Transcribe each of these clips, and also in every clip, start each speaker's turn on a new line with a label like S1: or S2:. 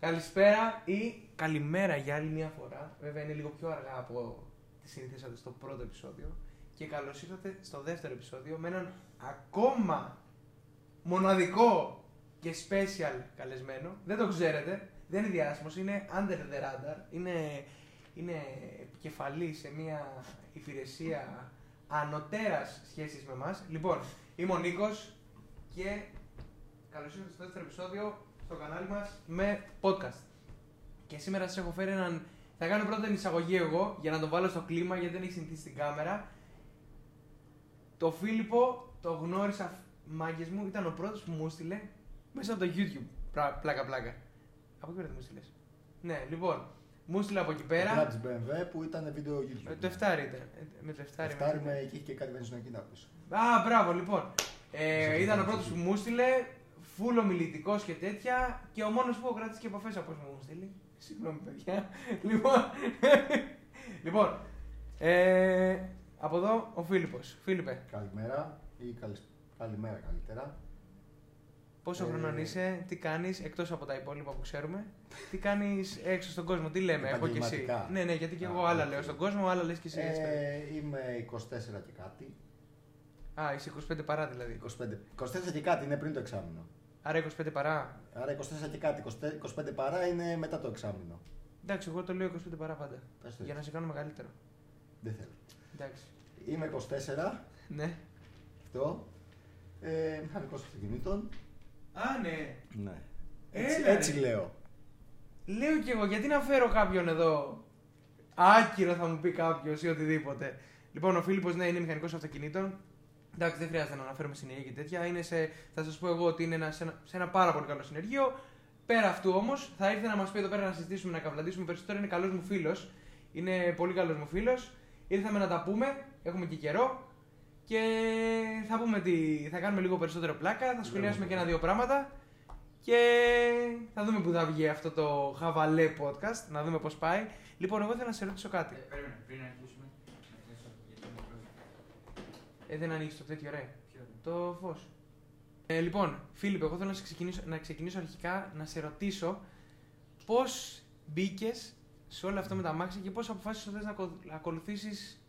S1: Καλησπέρα ή καλημέρα για άλλη μια φορά. Βέβαια είναι λίγο πιο αργά από τη συνηθίσατε στο πρώτο επεισόδιο. Και καλώς ήρθατε στο δεύτερο επεισόδιο με έναν ακόμα μοναδικό και special καλεσμένο. Δεν το ξέρετε, δεν είναι διάσημος, είναι under the radar. Είναι, είναι επικεφαλή σε μια υπηρεσία ανωτέρας σχέσης με εμάς. Λοιπόν, είμαι ο Νίκος και καλώς ήρθατε στο δεύτερο επεισόδιο στο κανάλι μας με podcast. Και σήμερα σας έχω φέρει έναν... Θα κάνω πρώτα την εισαγωγή εγώ για να τον βάλω στο κλίμα γιατί δεν έχει συνηθίσει την κάμερα. Το Φίλιππο το γνώρισα μάγκες μου, ήταν ο πρώτος που μου έστειλε μέσα από το YouTube. Πρα- Πλάκα πλάκα. Από εκεί πέρα τι μου έστειλες. Ναι, λοιπόν, μου έστειλε από εκεί πέρα.
S2: Κράτης BMW που ήταν βίντεο YouTube.
S1: Ε, Το 7 ήταν. Ε, Με το 7
S2: Το εφτάρι με εκεί είχε και κάτι βενζινοκίνητα πίσω.
S1: Α, μπράβο, λοιπόν. Ε,
S2: Ζητάμε
S1: ήταν ο
S2: το
S1: πρώτος που
S2: ζήτημα.
S1: μου έστειλε, φούλο μιλητικό και τέτοια, και ο μόνος που έχω κρατήσει και επαφές από όσους μου έχουν στείλει. Συγγνώμη, παιδιά. λοιπόν, λοιπόν ε, από εδώ ο Φίλιππος. Φίλιππε,
S2: Καλημέρα ή καλη... καλημέρα καλύτερα.
S1: πόσο
S2: Ε,
S1: χρονών είσαι, τι κάνεις, εκτός από τα υπόλοιπα που ξέρουμε, τι κάνεις έξω στον κόσμο, τι λέμε, εγώ και εσύ.
S2: Επαγγελματικά.
S1: Ναι, ναι, γιατί και
S2: Α,
S1: εγώ άλλα
S2: οκ.
S1: λέω στον κόσμο, άλλα λες και εσύ. έτσι.
S2: Ε, είμαι 24 και κάτι.
S1: Α, είσαι 25 παρά δηλαδή.
S2: 25... 24 και κάτι είναι πριν το εξάμεινο.
S1: Άρα 25 παρά.
S2: Άρα 24 και κάτι, 25 παρά είναι μετά το εξάμεινο.
S1: Εντάξει, εγώ το λέω 25 παρά πάντα.
S2: Πες το
S1: Για να
S2: έτσι.
S1: σε κάνω μεγαλύτερο.
S2: Δεν θέλω.
S1: Εντάξει.
S2: Είμαι 24,
S1: Ναι.
S2: αυτό. Ε, μηχανικός αυτοκινήτων.
S1: Α, ναι.
S2: Ναι. Έτσι,
S1: Έλα, ρε.
S2: έτσι λέω.
S1: Λέω κι εγώ, γιατί να φέρω κάποιον εδώ. Άκυρο θα μου πει κάποιος ή οτιδήποτε. Λοιπόν, ο Φίλιππος ναι, είναι μηχανικός αυτοκινήτων. Εντάξει, δεν χρειάζεται να αναφέρουμε συνεργεία και τέτοια. Είναι σε, θα σας πω εγώ ότι είναι ένα, σε, ένα, σε ένα πάρα πολύ καλό συνεργείο. Πέρα αυτού όμως, θα ήρθε να μας πει εδώ πέρα να συζητήσουμε, να καβλαντήσουμε περισσότερο. Είναι καλός μου φίλος. Είναι πολύ καλός μου φίλος. Ήρθαμε να τα πούμε. Έχουμε και καιρό. Και θα, πούμε τι, θα κάνουμε λίγο περισσότερο πλάκα. Θα σχολιάσουμε και ένα-δύο πράγματα. Και θα δούμε που θα βγει αυτό το χαβαλέ podcast, να δούμε πώς πάει. Λοιπόν, εγώ ήθελα να σε ρωτήσω κάτι.
S3: Ε, Περίμενε, πριν να αρχίσουμε, να κλείσω γιατί είναι πρόβλημα.
S1: Ε, δεν ανοίξει το τέτοιο, ρε.
S3: Ποιο είναι?
S1: Το φως. Ε, λοιπόν, Φίλιππ, εγώ θέλω να, σε ξεκινήσω, να ξεκινήσω αρχικά να σε ρωτήσω πώς μπήκες σε όλο αυτό με τα μάξια και πώς αποφάσισες ότι θες να ακο- ακολουθήσεις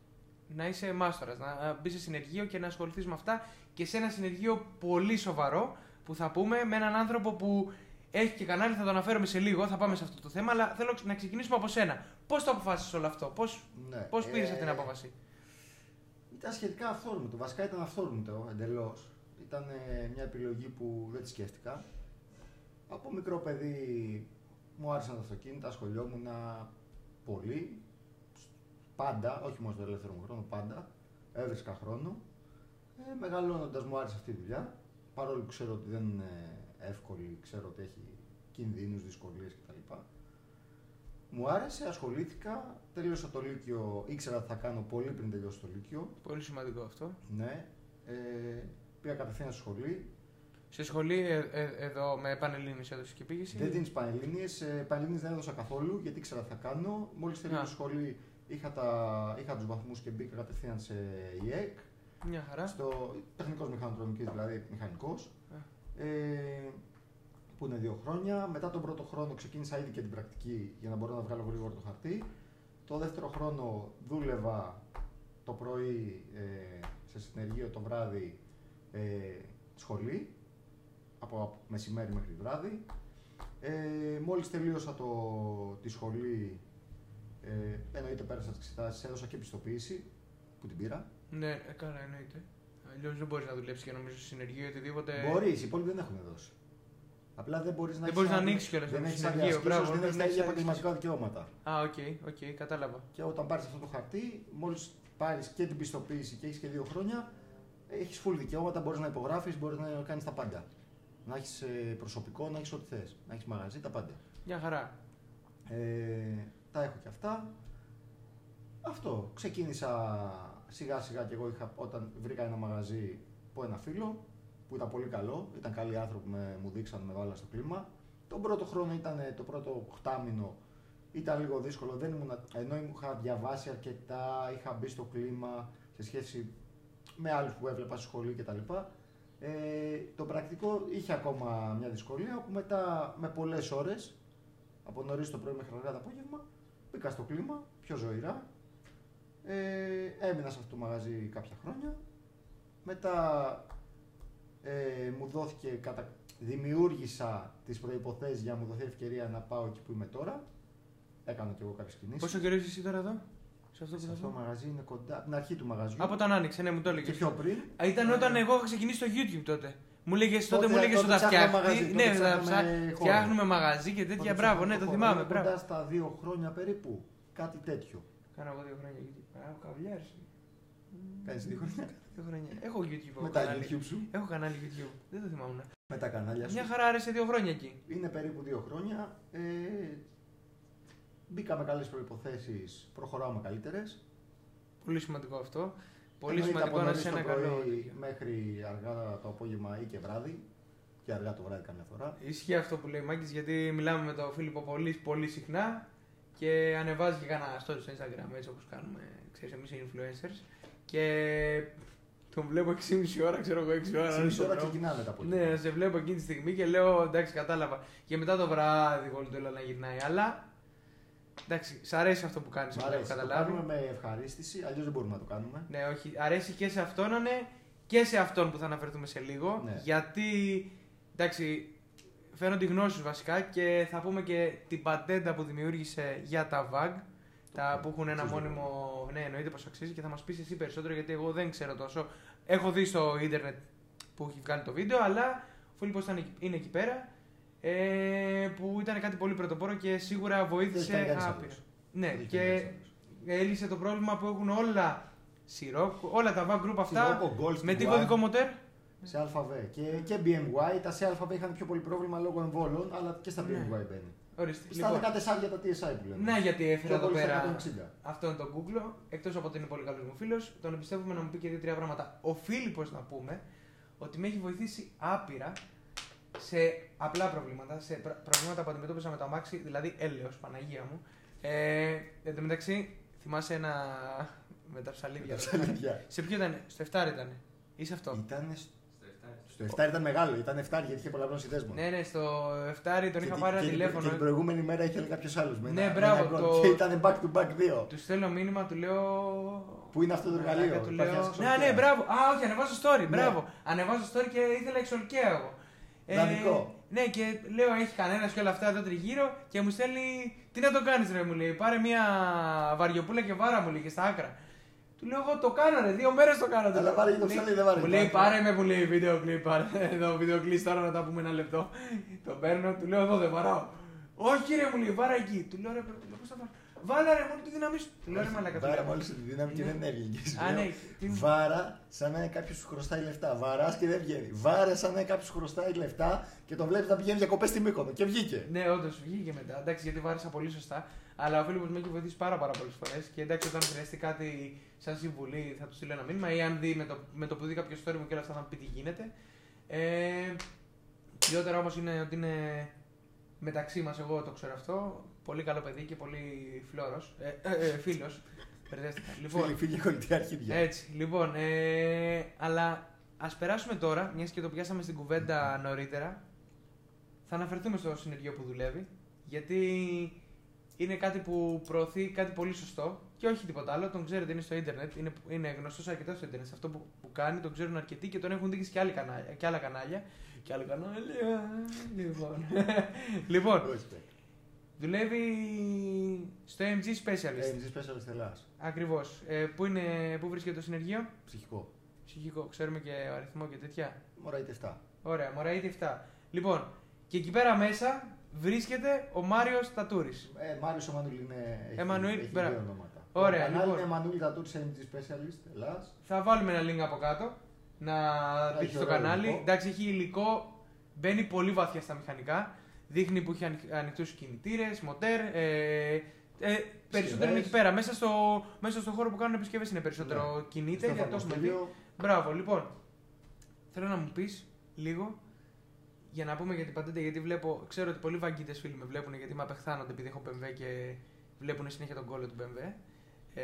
S1: να είσαι μάστορας, να μπεις σε συνεργείο και να ασχοληθείς με αυτά και σε ένα συνεργείο πολύ σοβαρό που θα πούμε με έναν άνθρωπο που έχει και κανάλι, θα το αναφέρουμε σε λίγο, θα πάμε σε αυτό το θέμα, αλλά θέλω να ξεκινήσουμε από σένα. Πώς το αποφάσισες όλο αυτό, πώς,
S2: Ναι.
S1: πώς πήρες
S2: Ε,
S1: αυτή την απόφαση.
S2: Ήταν σχετικά αυθόρμητο. Βασικά ήταν αυθόρμητο εντελώς. Ήταν ε, μια επιλογή που δεν τη σκέφτηκα. Από μικρό παιδί μου άρεσαν τα αυτοκίνητα, ασχολιόμουν πολύ. Πάντα, όχι μόνο στο ελεύθερο μου χρόνο, πάντα. Έβρισκα χρόνο. Ε, Μεγαλώνοντας μου άρεσε αυτή η δουλειά. Παρόλο που ξέρω ότι δεν είναι εύκολη, ξέρω ότι έχει κινδύνους, δυσκολίες κτλ. Μου άρεσε, ασχολήθηκα, τελείωσα το Λύκειο, ήξερα ότι θα κάνω πολύ πριν τελειώσω το Λύκειο.
S1: Πολύ σημαντικό αυτό.
S2: Ναι. Ε, πήγα κατευθείαν στη σχολή.
S1: Σε σχολή ε, ε, εδώ με πανελλήνιες έδωσες και πήγες ή-
S2: Δεν δίνει πανελλήνιες. Ε, πανελλήνιες δεν έδωσα καθόλου γιατί ήξερα τι θα κάνω. Μόλις τελείωσα
S1: Α.
S2: τη σχολή είχα, τα, είχα τους βαθμούς και μπήκα κατευθείαν σε ΙΕΚ.
S1: Μια χαρά.
S2: Στο τεχνικός μηχανοτρομικής, δηλαδή μηχανικός.
S1: Α.
S2: Ε, που είναι δύο χρόνια. Μετά τον πρώτο χρόνο ξεκίνησα ήδη και την πρακτική για να μπορώ να βγάλω γρήγορα το χαρτί. Το δεύτερο χρόνο δούλευα το πρωί ε, σε συνεργείο, το βράδυ ε, σχολή, από μεσημέρι μέχρι βράδυ. Ε, μόλις τελείωσα το, τη σχολή, ε, εννοείται πέρασα τις εξετάσεις, έδωσα και επιστοποίηση που την πήρα.
S1: Ναι, ε, καλά, εννοείται. Αλλιώς δεν μπορείς να δουλέψεις και νομίζω σε συνεργείο ή οτιδήποτε.
S2: Μπορείς, οι υπόλοιποι δεν έχουν δώσει. Απλά δεν μπορείς να
S1: Ε, Δεν
S2: έχεις
S1: μπορείς
S2: ένα-
S1: να ανοίξεις κιόλας
S2: Δεν
S1: ένα
S2: έχει
S1: συνεργείο, μπράβο,
S2: Δεν
S1: δεν
S2: έχεις τα
S1: έχεις
S2: ίδια
S1: ανοίξει.
S2: επαγγελματικά δικαιώματα.
S1: Α, οκ, οκ, κατάλαβα.
S2: Και όταν πάρεις αυτό το χαρτί, μόλις πάρεις και την πιστοποίηση και έχεις και δύο χρόνια, έχεις full δικαιώματα. Μπορείς να υπογράφεις, μπορείς να κάνεις τα πάντα. Να έχεις προσωπικό, να έχεις ό,τι θες. Να έχεις μαγαζί, τα πάντα.
S1: Μια χαρά.
S2: Ε, τα έχω και αυτά. Αυτό. Ξεκίνησα σιγά σιγά και εγώ είχα, όταν βρήκα ένα μαγαζί από ένα φίλο που ήταν πολύ καλό. Ήταν καλοί άνθρωποι, με, μου δείξαν, με βάλα στο κλίμα. Τον πρώτο χρόνο ήταν ε, το πρώτο οκτάμινο. Ήταν λίγο δύσκολο, δεν ήμουν, ενώ ήμουν- είχα διαβάσει αρκετά, είχα μπει στο κλίμα σε σχέση με άλλους που έβλεπα στη σχολή κτλ. Ε, το πρακτικό είχε ακόμα μια δυσκολία που μετά με πολλές ώρες από νωρίς το πρωί μέχρι αργά το απόγευμα. Μπήκα στο κλίμα, πιο ζωηρά. Ε, έμεινα σε αυτό το μαγαζί κάποια χρόνια. Μετά ε, μου δόθηκε, κατα... δημιούργησα τις προϋποθέσεις για να μου δοθεί ευκαιρία να πάω εκεί που είμαι τώρα. Έκανα και εγώ κάποιες κινήσεις.
S1: Πόσο καιρό είσαι εσύ τώρα εδώ, σε αυτό που
S2: Σε
S1: θα
S2: αυτό το
S1: πω.
S2: μαγαζί είναι κοντά, την αρχή του μαγαζιού.
S1: Από όταν άνοιξε, ναι, μου το
S2: Και
S1: έλεγε.
S2: πιο πριν.
S1: Ήταν όταν εγώ είχα ξεκινήσει το YouTube τότε. Μου λέγες τότε, μου λέγες
S2: τότε
S1: ότι θα
S2: ψάχναμε
S1: φτιάχνει.
S2: μαγαζί,
S1: Ναι,
S2: τότε
S1: θα
S2: ψάχναμε
S1: ψά-
S2: χώρο.
S1: φτιάχνουμε μαγαζί και
S2: Τότε
S1: τέτοια.
S2: ψάχναμε
S1: Μπράβο, ναι, το
S2: χώρο.
S1: θυμάμαι.
S2: Είναι
S1: Μπράβο.
S2: Κοντά στα δύο χρόνια περίπου. Κάτι τέτοιο.
S1: Κάνα εγώ δύο χρόνια YouTube. Α, καβλιάρι.
S2: Κάνεις δύο χρόνια.
S1: Δύο χρόνια. Έχω YouTube. έχω
S2: Με τα
S1: κανάλι.
S2: YouTube σου.
S1: Έχω κανάλι YouTube. Δεν το θυμάμαι.
S2: Με τα κανάλια σου.
S1: Μια χαρά άρεσε δύο χρόνια εκεί.
S2: Είναι περίπου δύο χρόνια. Ε, μπήκα με καλές προϋποθέσεις, προχωράμε καλύτερες.
S1: Πολύ σημαντικό αυτό. Πολύ
S2: Εννοείται από
S1: σημαντικό να
S2: νωρίς
S1: είσαι
S2: το
S1: ένα καλό.
S2: πρωί Μέχρι αργά το απόγευμα ή και βράδυ. Και αργά το βράδυ καμιά φορά.
S1: Ισχύει αυτό που λέει Μάκης, γιατί μιλάμε με τον Φίλιππο πολύ, πολύ συχνά και ανεβάζει και κανένα story στο Instagram έτσι όπως κάνουμε. Ξέρεις, εμείς οι influencers. Και τον βλέπω 6,5 ώρα, ξέρω εγώ 6 ώρα.
S2: Στην μισή ώρα
S1: στον δρόμο.
S2: ξεκινάμε τα απόγευμα.
S1: Ναι, σε βλέπω εκείνη τη στιγμή και λέω εντάξει, κατάλαβα. Και μετά το βράδυ γολτούλα να γυρνάει, αλλά. Εντάξει, σ' αρέσει αυτό που κάνεις,
S2: Μ'
S1: έχω
S2: αρέσει. Το
S1: καταλάβει.
S2: κάνουμε με ευχαρίστηση, αλλιώς δεν μπορούμε να το κάνουμε.
S1: Ναι, όχι. Αρέσει και σε αυτόν να είναι και σε αυτόν που θα αναφερθούμε σε λίγο.
S2: Ναι.
S1: Γιατί. Εντάξει, φαίνονται οι γνώσεις βασικά και θα πούμε και την πατέντα που δημιούργησε για τα VAG. Τα
S2: οποίο
S1: που έχουν ένα
S2: αξίζει
S1: μόνιμο. Ναι, εννοείται πως αξίζει και θα μας πεις εσύ περισσότερο γιατί εγώ δεν ξέρω τόσο. Έχω δει στο ίντερνετ που έχει βγάλει το βίντεο, αλλά ο Φίλιππος ήταν εκεί- είναι εκεί πέρα. Ε, που ήταν κάτι πολύ πρωτοπόρο και σίγουρα
S2: κάνει
S1: βοήθησε
S2: κανείς
S1: άπειρα.
S2: άλλος.
S1: Ναι,
S2: Δεν έχει κανείς
S1: και
S2: άλλος.
S1: έλυσε το πρόβλημα που έχουν όλα Σιρόκο, όλα τα van group αυτά.
S2: Σιρόκο, Gold,
S1: με τι
S2: Tiguan.
S1: κωδικό μοτέρ.
S2: Σε ΑΒ και, και BMY. Τα σε ΑΒ είχαν πιο πολύ πρόβλημα λόγω εμβόλων, αλλά και στα BMY
S1: Ναι.
S2: μπαίνει.
S1: Ορίστε.
S2: Στα
S1: Λοιπόν,
S2: 14 για τα TSI που λέμε.
S1: να γιατί έφερα
S2: Πιο
S1: εδώ
S2: πολύ στα
S1: πέρα
S2: 160.
S1: αυτόν τον Google. Εκτός από ότι είναι πολύ καλός μου φίλος, τον εμπιστεύομαι να μου πει και δύο-τρία πράγματα. Ο Φίλιππος να πούμε ότι με έχει βοηθήσει άπειρα σε απλά προβλήματα, σε προ- προβλήματα που αντιμετώπισα με το αμάξι, δηλαδή έλεος, Παναγία μου. Ε, εν τω μεταξύ, θυμάσαι ένα με τα ψαλίδια. σε ποιο ήταν, στο 7 ήταν, ή σε αυτό.
S2: Ήταν σ- στο
S3: Στο 7.
S2: 7 ήταν μεγάλο, ήταν 7 γιατί είχε πολλαπλών συνδέσμων.
S1: Ναι, ναι, στο 7 τον
S2: Και
S1: είχα
S2: την-
S1: πάρει
S2: και
S1: ένα
S2: την- Και
S1: τηλέφωνο.
S2: την προηγούμενη μέρα είχε κάποιο άλλο.
S1: Ναι, μπράβο, το-
S2: Και ήταν back to back 2.
S1: Του στέλνω μήνυμα, του λέω.
S2: Πού είναι αυτό το
S1: Ναι, Ε, Μαλάκα,
S2: εργαλείο,
S1: Του
S2: υπάρχει
S1: λέω...
S2: ένας
S1: Ναι, ναι,
S2: εξορκέας.
S1: μπράβο. Α, όχι, ανεβάζω story.
S2: Ναι.
S1: Μπράβο. Ανεβάζω story και ήθελα εξολκαία εγώ.
S2: Δανεικό.
S1: ναι, και λέω: Έχει κανένας και όλα αυτά εδώ τριγύρω και μου στέλνει. Τι να το κάνεις, ρε, μου λέει. Πάρε μια βαριοπούλα και βάρα μου λέει και στα άκρα. Του λέω: Εγώ το κάνω, ρε. Δύο μέρες το κάνω. του
S2: Αλλά
S1: λέω.
S2: πάρε και το
S1: Λέει-
S2: ψαλίδι, δεν βάρε
S1: Μου
S2: το
S1: λέει:
S2: άκρα.
S1: Πάρε με, μου λέει βίντεο κλειπ. Πάρε εδώ βίντεο κλειπ τώρα να τα πούμε ένα λεπτό. το παίρνω, του λέω: Εδώ δεν βαράω. Όχι, ρε, μου λέει: Βάρα εκεί. Του λέω: Ρε, πώς θα βάρω. Βάλα ρε, μόνο τη δύναμή σου. Του λέω: Ρε, μαλακά.
S2: Βάρα μόλι τη δύναμη και
S1: Ναι.
S2: δεν έβγαινε.
S1: Α, ναι, τι-
S2: Βάρα σαν να κάποιος σου χρωστάει λεφτά. Βαράς και δεν βγαίνει. Βάρα σαν να κάποιος σου χρωστάει λεφτά και τον βλέπεις να πηγαίνει διακοπές στη Μύκονο. Και βγήκε.
S1: Ναι, όντως βγήκε μετά. Εντάξει, γιατί βάρισα πολύ σωστά. Αλλά ο Φίλιππος με έχει βοηθήσει πάρα, πάρα πολλές φορές. Και εντάξει, όταν χρειαστεί κάτι σαν συμβουλή, θα του στείλω ένα μήνυμα. Ή αν δει με το, με το που δει κάποιο story μου και όλα αυτά, θα μου πει τι γίνεται. Ε, Ιδιότερα όμως είναι ότι είναι μεταξύ μας, εγώ το ξέρω αυτό. Πολύ καλό παιδί και πολύ φλόρος. Ε, ε, ε, Φίλος. Μπερδεύτηκα.
S2: Φίλοι,
S1: Λοιπόν,
S2: φίλοι, κολλητή αρχίδια.
S1: έτσι, λοιπόν, ε, αλλά ας περάσουμε τώρα, μιας και το πιάσαμε στην κουβέντα νωρίτερα. Θα αναφερθούμε στο συνεργείο που δουλεύει, γιατί είναι κάτι που προωθεί κάτι πολύ σωστό και όχι τίποτα άλλο. Τον ξέρετε, είναι στο ίντερνετ, είναι, είναι γνωστός αρκετά στο ίντερνετ. Σε Αυτό που, που κάνει τον ξέρουν αρκετοί και τον έχουν δείξει και, άλλοι κανάλια, και άλλα κανάλια. Και άλλα κανάλια. Λοιπόν. λοιπόν,
S2: Ορίστε.
S1: δουλεύει στο MG Specialist.
S2: MG Specialist Ελλάς.
S1: Ακριβώς. Ε, πού, είναι- πού βρίσκεται το συνεργείο,
S2: Ψυχικό.
S1: Ψυχικό, ξέρουμε και αριθμό και τέτοια.
S2: Μωρά είτε 7.
S1: Ωραία, Μωραήτη 7. Λοιπόν, και εκεί πέρα μέσα βρίσκεται ο Μάριος Τατούρης.
S2: Ε, Μάριος Εμμανουήλ είναι. έχει-
S1: Εμμανουήλ,
S2: έχει
S1: μπράβο.
S2: δύο ονόματα.
S1: Ωραία,
S2: Το κανάλι
S1: λοιπόν.
S2: είναι Εμμανουήλ Τατούρ MG Specialist Ελλάς.
S1: Θα βάλουμε ένα link από κάτω να
S2: Έχει
S1: δείξει το
S2: ωραίο
S1: κανάλι.
S2: υλικό.
S1: Εντάξει, έχει υλικό, μπαίνει πολύ βαθιά στα μηχανικά. Δείχνει που έχει ανοιχτούς κινητήρες, μοτέρ. Ε, ε, περισσότερο είναι εκεί πέρα. Μέσα στο, μέσα στο χώρο που κάνουν επισκευές είναι περισσότερο κινείται.
S2: Ναι. Στο
S1: γιατί το έχουμε δει.
S2: φαρμακευτήριο.
S1: Μπράβο, λοιπόν. Θέλω να μου πεις λίγο για να πούμε για την πατέντα, γιατί βλέπω, ξέρω ότι πολλοί βαγκίτε φίλοι με βλέπουν γιατί με απεχθάνονται επειδή έχω BMW και βλέπουν συνέχεια τον κόλλο του BMW. Ε,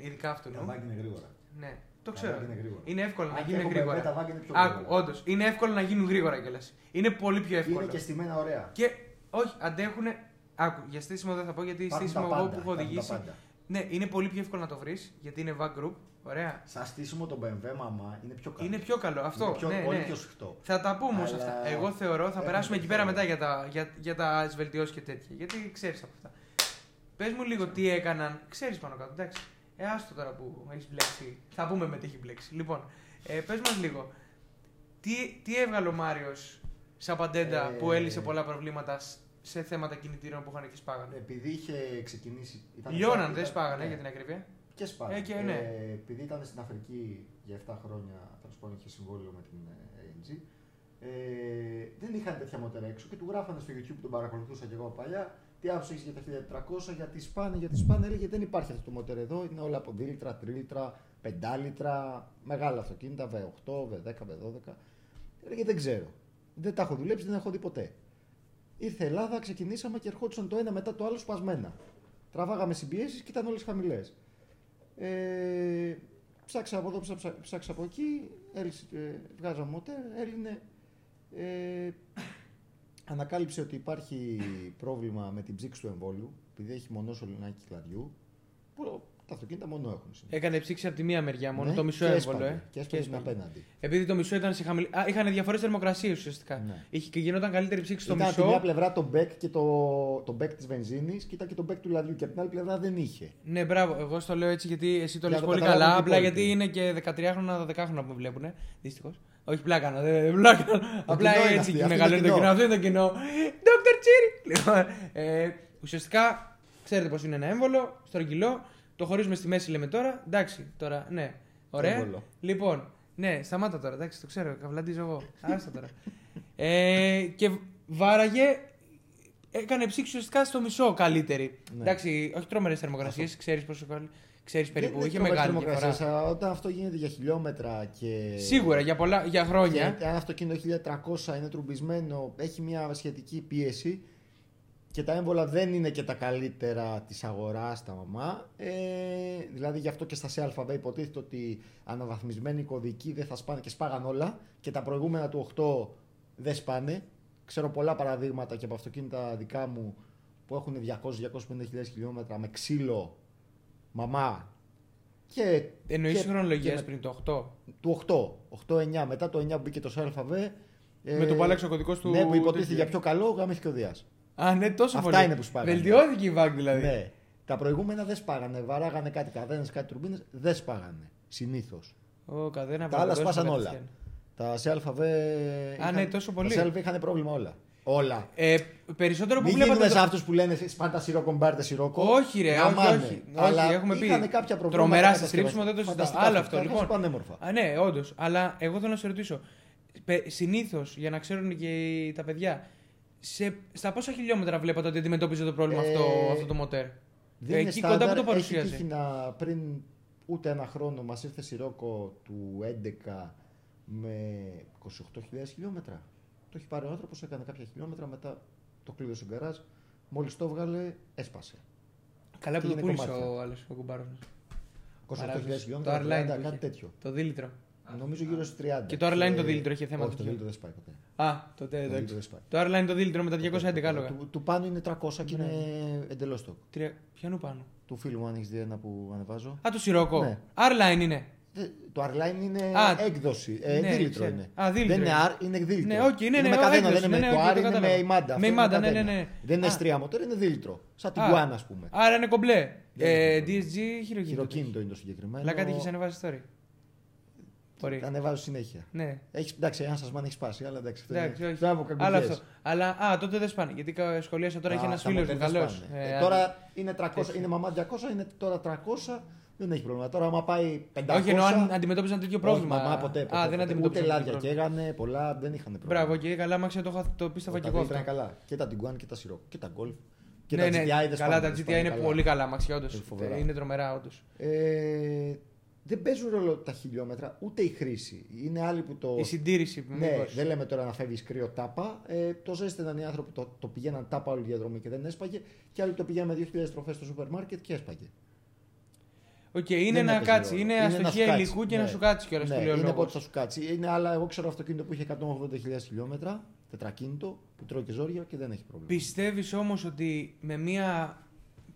S1: ειδικά αυτού.
S2: Τα βάγκ είναι γρήγορα.
S1: Ναι, το
S2: Τα
S1: ξέρω.
S2: βάγκ είναι γρήγορα.
S1: Είναι εύκολο να
S2: Αν και
S1: γίνει
S2: έχουμε βέβαια, Τα
S1: γρήγορα.
S2: βάγκ είναι πιο
S1: Άκου,
S2: γρήγορα.
S1: όντως. Είναι εύκολο να γίνουν γρήγορα κιόλας. Είναι πολύ πιο
S2: Και
S1: εύκολο.
S2: Είναι και στημένα ωραία.
S1: Και όχι, αντέχουν Άκου, για στήσιμο δεν θα πω γιατί
S2: Υπάρχουν τα
S1: στήσιμο εγώ
S2: πάντα,
S1: που έχω
S2: υπάρχουν τα
S1: οδηγήσει.
S2: πάντα.
S1: Ναι, είναι πολύ πιο εύκολο να το βρεις γιατί είναι back group. Ωραία.
S2: Σαν στήσιμο το BMW, μαμά, είναι πιο καλό.
S1: Είναι πιο καλό αυτό.
S2: Είναι πιο,
S1: ναι,
S2: πολύ
S1: ναι.
S2: πιο σφιχτό.
S1: Θα τα πούμε όμως
S2: Αλλά
S1: αυτά. Εγώ θεωρώ, θα
S2: έχουμε
S1: περάσουμε εκεί
S2: χρόνο.
S1: πέρα μετά για τα, για, για τα βελτιώσεις και τέτοια. Γιατί ξέρεις από αυτά. Πες μου λίγο τι έκαναν. Ξέρεις πάνω κάτω, εντάξει. Ε, άστο τώρα που έχεις μπλέξει. Θα πούμε με τι έχει μπλέξει. Λοιπόν, ε, πες μας λίγο. Τι, τι έβγαλε ο Μάριος σαν παντέντα
S2: Ε,
S1: που έλυσε πολλά προβλήματα σ- σε θέματα κινητήριων που είχαν και σπάγανε.
S2: Επειδή είχε ξεκινήσει. Ε, ήταν-
S1: Λιώναν,
S2: ήταν-
S1: δεν σπάγανε
S2: ναι.
S1: για την ακρίβεια.
S2: Και σπάνε.
S1: Ε, και ναι.
S2: Ε, επειδή ήταν στην Αφρική για 7 χρόνια, τέλο πάντων είχε συμβόλαιο με την ε, AMG, ε, δεν είχαν τέτοια μοτέρα έξω και του γράφανε στο YouTube που τον παρακολουθούσα και εγώ παλιά. Τι άποψη έχεις για τα 1400, γιατί σπάνε, γιατί σπάνε. Έλεγε δεν υπάρχει αυτό το μοτέρ εδώ, είναι όλα από δίλητρα, τρίλητρα, πεντάλητρα, μεγάλα αυτοκίνητα, V8, V10, V12. Έλεγε δεν ξέρω. Δεν τα έχω δουλέψει, δεν έχω δει ποτέ. Ήρθε Ελλάδα, ξεκινήσαμε και ερχόντουσαν το ένα μετά το άλλο σπασμένα. Τραβάγαμε συμπιέσεις και ήταν όλες χαμηλές. Ε, ψάξα από εδώ, ψάξα, ψάξα από εκεί, έλυσε, ε, βγάζαμε μοτέρ, έλυνε. Ε, ανακάλυψε ότι υπάρχει πρόβλημα με την ψήξη του εμβόλου, επειδή έχει μονόσωλο λινάκι κλαδιού. Που, τα αυτοκίνητα μόνο έχουν συνήθως.
S1: Έκανε ψήξη από τη μία μεριά Ε, μόνο,
S2: Ναι,
S1: το μισό
S2: και
S1: έμβολο.
S2: έσπαγε,
S1: Ε.
S2: Και έσπαγε την
S1: έσπαγε.
S2: απέναντι.
S1: Επειδή το μισό ήταν σε χαμηλή. Α, είχαν διαφορέ θερμοκρασία ουσιαστικά.
S2: Ναι.
S1: Είχε και γινόταν καλύτερη ψήξη στο
S2: ήταν από τη
S1: μισό.
S2: μια πλευρά το μπέκ, και το, το μπέκ της βενζίνης και ήταν και το μπέκ του λαδιού και από την άλλη πλευρά δεν είχε.
S1: Ναι, μπράβο. Εγώ στο λέω έτσι γιατί εσύ το
S2: Για
S1: λες
S2: να το
S1: πολύ καλά.
S2: καταλάβουν και οι
S1: Απλά
S2: υπόλοιποι.
S1: γιατί είναι και 13χρονα, 12χρονα που με βλέπουν. Δυστυχώς. Όχι, πλάκα κάνω. Δεν δεν πλάκα. κάνω. Απλά
S2: κοινό είναι
S1: έτσι
S2: αυτή, αυτό
S1: μεγαλώνει
S2: είναι
S1: το
S2: το
S1: κοινό. Αυτό είναι
S2: κοινό.
S1: το κοινό. Dr. Τσίρι. Λοιπόν, ε, ουσιαστικά ξέρετε πώς είναι ένα έμβολο, στρογγυλό. Το χωρίζουμε στη μέση λέμε τώρα. Εντάξει, τώρα ναι. Ωραία.
S2: Έμβολο.
S1: Λοιπόν, ναι, σταμάτα τώρα. Εντάξει, το ξέρω. Καβλαντίζω εγώ. Άστα τώρα. ε, και βάραγε. Έκανε ψήξη ουσιαστικά στο μισό καλύτερη.
S2: Ναι.
S1: Εντάξει, όχι τρομερές θερμοκρασίες, ξέρεις πόσο καλή. Ξέρει περίπου,
S2: Δεν-
S1: είχε
S2: δεν
S1: μεγάλη
S2: τρομάζει
S1: διαφορά.
S2: θερμοκρασία, Όταν αυτό γίνεται για χιλιόμετρα και.
S1: Σίγουρα για, πολλά, για χρόνια.
S2: Και αν αυτοκίνητο 1300 είναι τρουμπισμένο, έχει μια σχετική πίεση και τα έμβολα δεν είναι και τα καλύτερα της αγοράς τα μαμά. Ε, δηλαδή γι' αυτό και στα CαV υποτίθεται ότι αναβαθμισμένοι κωδικοί δεν θα σπάνε και σπάγαν όλα και τα προηγούμενα του 8 δεν σπάνε. Ξέρω πολλά παραδείγματα και από αυτοκίνητα δικά μου που έχουν 200-250 χιλιόμετρα με ξύλο μαμά και
S1: Εννοείς
S2: και- και με-
S1: χρονολογία πριν το 8.
S2: του 8. 8-9. Μετά το 9 που μπήκε το ΣΑΡΦΑΒΕ.
S1: Με τον πάλαξε ο κωδικός του
S2: Ε, Ναι, που υποτίθεται
S1: τέτοιου.
S2: για πιο καλό, γαμήθηκε ο Δίας.
S1: Α, ναι, τόσο
S2: Αυτά
S1: πολύ.
S2: είναι που σπάγανε.
S1: Βελτιώθηκε η βάγκ δηλαδή.
S2: Ναι. Τα προηγούμενα δεν σπάγανε. Βαράγανε κάτι καδένες, κάτι τουρμπίνες. Δεν σπάγανε. Συνήθως.
S1: Ο, καθένα
S2: Τα άλλα
S1: παραδόση
S2: σπάσαν όλα.
S1: κατευθείαν.
S2: Τα ΣΑΡΦΑΒΕ.
S1: Α, ναι, τόσο πολύ.
S2: Τα ΣΑΡΦΑΒΕ είχαν πρόβλημα όλα. Όλα.
S1: Ε, περισσότερο που
S2: Μην
S1: βλέπατε.
S2: γίνουμε
S1: το-
S2: σαν αυτούς που λένε σπάνε τα σιρόκο, μπάρτε σιρόκο.
S1: Όχι, ρε, όχι,
S2: Γαμάνε.
S1: όχι.
S2: Αλλά
S1: όχι, έχουμε πει.
S2: είχανε κάποια προβλήματα.
S1: Τρομερά
S2: κατασκευαστικά.
S1: συστρίψιμο, δεν το συζητάω.
S2: Φανταστικά
S1: Άλλο αυτό
S2: αυτοκίνητα,
S1: λοιπόν.
S2: Πανέμορφα.
S1: Α, ναι, όντως. Αλλά εγώ θέλω να σε ρωτήσω. Συνήθως, για να ξέρουν και οι- τα παιδιά, σε, στα πόσα χιλιόμετρα βλέπατε ότι αντιμετώπιζε το πρόβλημα
S2: Ε,
S1: αυτό, αυτό το μοτέρ.
S2: Δεν είναι
S1: Ε, Εκεί κοντά που
S2: στάνταρ.
S1: το
S2: Έχει
S1: παρουσίασε.
S2: τύχει να πριν ούτε ένα χρόνο μας ήρθε σιρόκο του 11 με 28.000 χιλιόμετρα. Το έχει πάρει ο άνθρωπος, έκανε κάποια χιλιόμετρα, μετά το κλείδωσε στο γκαράζ. Μόλις το βγάλε, έσπασε.
S1: Καλά που
S2: και
S1: το
S2: είναι
S1: πούλησε
S2: κομμάτια.
S1: ο άλλο ο κουμπάρος μα.
S2: 28.000
S1: Το
S2: χιλιόμετρα,
S1: R-Line.
S2: 30,
S1: που
S2: κάτι
S1: είχε.
S2: τέτοιο.
S1: Το δίλητρο.
S2: Νομίζω γύρω στους 30.
S1: Και το R-Line
S2: Ε,
S1: το δίλητρο είχε θέμα
S2: Όχι, το
S1: τέτοιο.
S2: δίλητρο δεν σπάει ποτέ.
S1: Α, τότε
S2: Το
S1: εντάξει.
S2: δίλητρο δεν σπάει.
S1: Το R-Line το δίλητρο με τα 211 άλογα.
S2: Του, του πάνω είναι 300 και
S1: Ναι.
S2: είναι εντελώς το.
S1: Τρία- Ποιανού πάνω.
S2: Του φίλου μου, αν έχεις δει ένα που ανεβάζω.
S1: Α, το σιρόκο.
S2: Ναι.
S1: R-Line είναι.
S2: Δε- Το R-Line είναι
S1: Α,
S2: έκδοση. Ε,
S1: ναι,
S2: δίλητρο
S1: ξέρω.
S2: είναι.
S1: Α, δίλητρο
S2: δεν είναι
S1: είναι.
S2: R, είναι δίλητρο.
S1: Ναι, οκ, ναι, ναι,
S2: με
S1: ο
S2: κατένα,
S1: έκδοση,
S2: δεν είναι
S1: ναι,
S2: με
S1: ναι,
S2: το
S1: οκ,
S2: R,
S1: το
S2: είναι με
S1: κατάλαβα.
S2: ημάντα. αυτό
S1: Με
S2: είναι
S1: ημάντα, ναι,
S2: κατένα.
S1: ναι, ναι.
S2: Δεν είναι
S1: Α.
S2: στρία μοτόρ, είναι δίλητρο. Σαν την
S1: Α.
S2: Guan, ας πούμε.
S1: Άρα είναι κομπλέ.
S2: Δεν
S1: Ε,
S2: είναι
S1: DSG χειροκίνητο.
S2: Χειροκίνητο είναι το συγκεκριμένο.
S1: Αλλά κάτι έχει ανεβάσεις story. Μπορεί.
S2: Τα ανεβάζω συνέχεια.
S1: Ναι.
S2: Έχεις, εντάξει, ένα σας μάνα έχει σπάσει, αλλά εντάξει. αυτό
S1: Εντάξει,
S2: είναι-
S1: όχι.
S2: τώρα από κακουχίες.
S1: Αλλά αυτό. Αλλά, α, τότε δεν σπάνε. Γιατί κα- σχολίασα τώρα,
S2: Α,
S1: έχει ένα
S2: τα
S1: φίλος μου
S2: μοτέρ δεν
S1: καλό.
S2: σπάνε. Ε, Τώρα είναι 300, είναι μαμά 200, είναι τώρα 300, δεν έχει πρόβλημα. Τώρα, άμα πάει 500.
S1: Όχι, ενώ αν αντιμετώπιζαν τέτοιο πρόβλημα.
S2: Όχι, μαμά, ποτέ. ποτέ,
S1: α,
S2: ποτέ.
S1: δεν
S2: Ούτε
S1: αντιμετώπιζαν. τέτοιο
S2: λάδια
S1: πρόβλημα.
S2: καίγανε, πολλά δεν είχαν πρόβλημα.
S1: Μπράβο, και καλά, μάξε το, είχα- το πίστευα και
S2: Τα
S1: εγώ.
S2: δίλητρα είναι
S1: αυτό.
S2: καλά. Και τα Tiguan και τα Σιρόκ και τα Golf. Και
S1: Ναι,
S2: τα
S1: ναι,
S2: GTI δεν
S1: καλά,
S2: σπάνε,
S1: τα
S2: δεν
S1: GTI
S2: σπάνε
S1: είναι
S2: καλά.
S1: πολύ καλά, μάξια, όντω.
S2: Είναι φοβερά.
S1: Είναι τρομερά, όντως.
S2: Ε, δεν παίζουν ρόλο τα χιλιόμετρα, ούτε η χρήση. Είναι άλλοι που το.
S1: Η συντήρηση.
S2: Ναι,
S1: μήπως.
S2: δεν λέμε τώρα να φεύγεις κρύο τάπα. Ε, το ζέστηναν οι άνθρωποι, το, το πηγαίναν τάπα όλη τη διαδρομή και δεν έσπαγε. Και άλλοι το πηγαίναν με 2.000 τροφές στο σούπερ μάρκετ και έσπαγε.
S1: Οκ, είναι
S2: Δεν
S1: να
S2: έπαιζε
S1: κάτσει.
S2: ρόλο.
S1: Είναι
S2: να σου
S1: αστοχία
S2: κάτσει.
S1: υλικού και
S2: Ναι.
S1: να σου κάτσει κιόλας.
S2: Ναι, είναι πότε θα σου κάτσει. Είναι άλλα, εγώ ξέρω αυτοκίνητο που είχε 180.000 χιλιόμετρα, τετρακίνητο που τρώει και ζόρια και δεν έχει πρόβλημα.
S1: Πιστεύεις όμως ότι με μια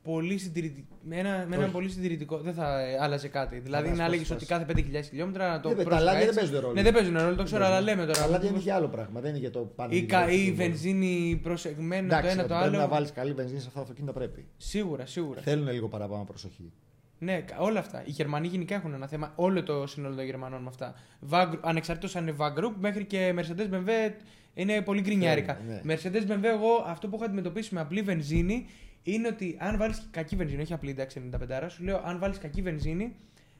S1: πολύ συντηρητική, με ένα, με ένα
S2: Όχι.
S1: πολύ συντηρητικό δεν θα ε, άλλαζε κάτι. Δηλαδή
S2: Καλά,
S1: να
S2: σπάσε,
S1: έλεγε ότι
S2: σπάσε.
S1: κάθε 5.000 χιλιόμετρα να το
S2: Δεν παι- Ναι, τα
S1: πρόσεχα
S2: λάδια δεν
S1: έτσι.
S2: παίζουν ρόλο.
S1: Ναι, δεν παίζουν ρόλο, το ξέρω,
S2: Δεν
S1: αλλά
S2: παίζουν.
S1: λέμε τώρα.
S2: Αλλά δεν είναι για άλλο πράγμα, δεν είναι για το πάνω.
S1: Ή, κα- ή η βενζίνη προσεγμένα το ένα το
S2: Πρέπει να
S1: άλλο.
S2: βάλεις καλή βενζίνη σε αυτά τα αυτοκίνητα πρέπει.
S1: Σίγουρα, σίγουρα.
S2: Θέλουν λίγο παραπάνω προσοχή.
S1: Ναι, κα- όλα αυτά. Οι Γερμανοί γενικά έχουν ένα θέμα. Όλο το σύνολο των Γερμανών με αυτά. Βαγκ- Ανεξαρτήτως αν είναι Vagroup μέχρι και Mercedes BMW είναι πολύ γκρινιάρικα.
S2: Θέλουν, ναι.
S1: Mercedes BMW, εγώ αυτό που έχω αντιμετωπίσει με απλή βενζίνη είναι ότι αν βάλεις κακή βενζίνη, όχι απλή εντάξει 95, σου λέω αν βάλεις κακή βενζίνη,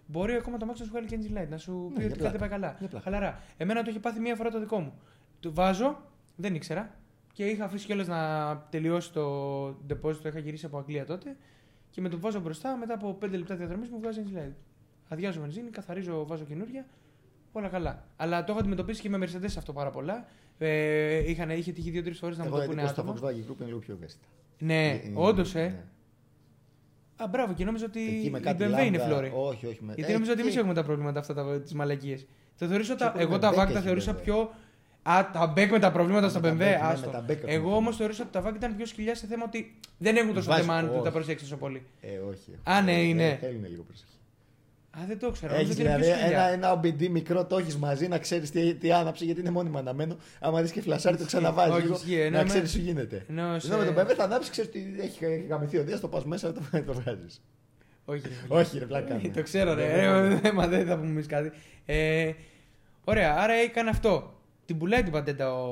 S1: μπορεί ακόμα το μάξι να σου βγάλει και engine light, να σου
S2: Ναι,
S1: πει
S2: για
S1: ότι κάτι
S2: πλάκα.
S1: πάει καλά.
S2: Για πλάκα.
S1: Χαλαρά. Εμένα το είχε πάθει μία φορά το δικό μου. Το βάζω, δεν ήξερα και είχα αφήσει κιόλας να τελειώσει το depósito, το είχα γυρίσει από Αγγλία τότε. Και με το που βάζω μπροστά, μετά από 5 λεπτά διαδρομής μου βγάζει engine light. Αδειάζω βενζίνη, καθαρίζω, βάζω καινούρια. Όλα καλά. Αλλά το έχω αντιμετωπίσει και με Mercedes αυτό πάρα πολλά. Ε, είχαν, είχε τύχει δύο-τρει φορές να μου
S2: Εγώ
S1: το πούνε
S2: ειδικά στο
S1: άτομα.
S2: Volkswagen Group είναι λίγο πιο ευαίσθητα.
S1: Ναι,
S2: Είναι-
S1: όντως, ε.
S2: ναι.
S1: Α, μπράβο, και νόμιζα ότι
S2: Εκεί
S1: η
S2: με κάτι
S1: BMW είναι
S2: λάμδα,
S1: φλόρη.
S2: Όχι, όχι. Με...
S1: Γιατί
S2: ε,
S1: νομίζω ότι εμείς
S2: εκεί-
S1: έχουμε τα προβλήματα αυτά τις μαλακίες. Το θεωρήσω τα,
S2: Ποιο
S1: εγώ
S2: πρόβλημα,
S1: τα
S2: Μπέκ
S1: VAC τα
S2: έχει,
S1: θεωρούσα
S2: βέβαια.
S1: πιο. Α, τα μπέκ με τα προβλήματα
S2: Με
S1: στα
S2: τα
S1: BMW,
S2: Beck, ναι, με
S1: άστο.
S2: τα Beck έχουμε
S1: Εγώ
S2: πρόβλημα.
S1: όμως θεωρούσα ότι τα VAC ήταν πιο σκυλιά σε θέμα ότι δεν έχουν τόσο
S2: Βάζει-
S1: θέμα αν
S2: όχι.
S1: τα προσέξεις τόσο πολύ.
S2: Ε, όχι.
S1: Α, ναι,
S2: Ε,
S1: είναι.
S2: Θέλουν λίγο προσοχή.
S1: Α, δεν το ξέρω.
S2: Έχεις
S1: Νομίζω ότι είναι
S2: δηλαδή
S1: πιο σκυλιά.
S2: ένα, ένα OBD μικρό, το έχεις μαζί να ξέρεις τι, τι άναψε, γιατί είναι μόνιμα αναμένο. Άμα δεις και φλασάρι, το ξαναβάζεις.
S1: Όχι,
S2: λίγο,
S1: ισχύει, ε, ναι, ενώ
S2: να
S1: με-
S2: ξέρει τι γίνεται.
S1: Ενώ σε-
S2: Εδώ με τον Πέμπε θα ανάψεις, ξέρεις ότι έχει έχει καμηθεί ο Δίας, το πας μέσα, το, το βγάζεις.
S1: Όχι, ρε, φίλε.
S2: Όχι, ρε πλάκα. κάνουμε.
S1: το ξέρω, ρε.
S2: Ναι, ναι, ναι.
S1: Ε, Μα δεν θα πούμε εμεί κάτι. Ε, ωραία, άρα έκανε αυτό. Την πουλάει την πατέντα ο.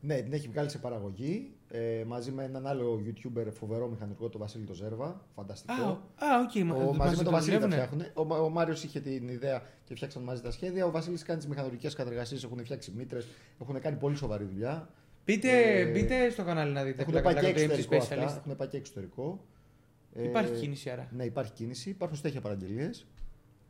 S2: Ναι, την έχει βγάλει σε παραγωγή ε, μαζί με έναν άλλο YouTuber φοβερό μηχανικό, τον Βασίλη το Ζέρβα.
S1: Α, ο-
S2: Φανταστικό.
S1: α, οκ. μα-
S2: Ο, μαζί με
S1: το
S2: τον Βασίλη τα
S1: δουλεύουνε.
S2: φτιάχνουν. Ο, Μα- ο Μάριος είχε την ιδέα και φτιάξαν μαζί τα σχέδια. Ο Βασίλης κάνει τις μηχανολογικές κατεργασίες, έχουν φτιάξει μήτρες, έχουν κάνει πολύ σοβαρή δουλειά.
S1: Μπείτε,
S2: Ε,
S1: μπείτε στο κανάλι να δείτε.
S2: Έχουν
S1: πλάκα,
S2: πάει και
S1: πλάκα, το MC
S2: εξωτερικό.
S1: Specialist.
S2: Αυτά. Έχουν πάει και εξωτερικό. Ε,
S1: Υπάρχει κίνηση άρα.
S2: Ναι, υπάρχει κίνηση. Υπάρχουν στέχεια παραγγελίες.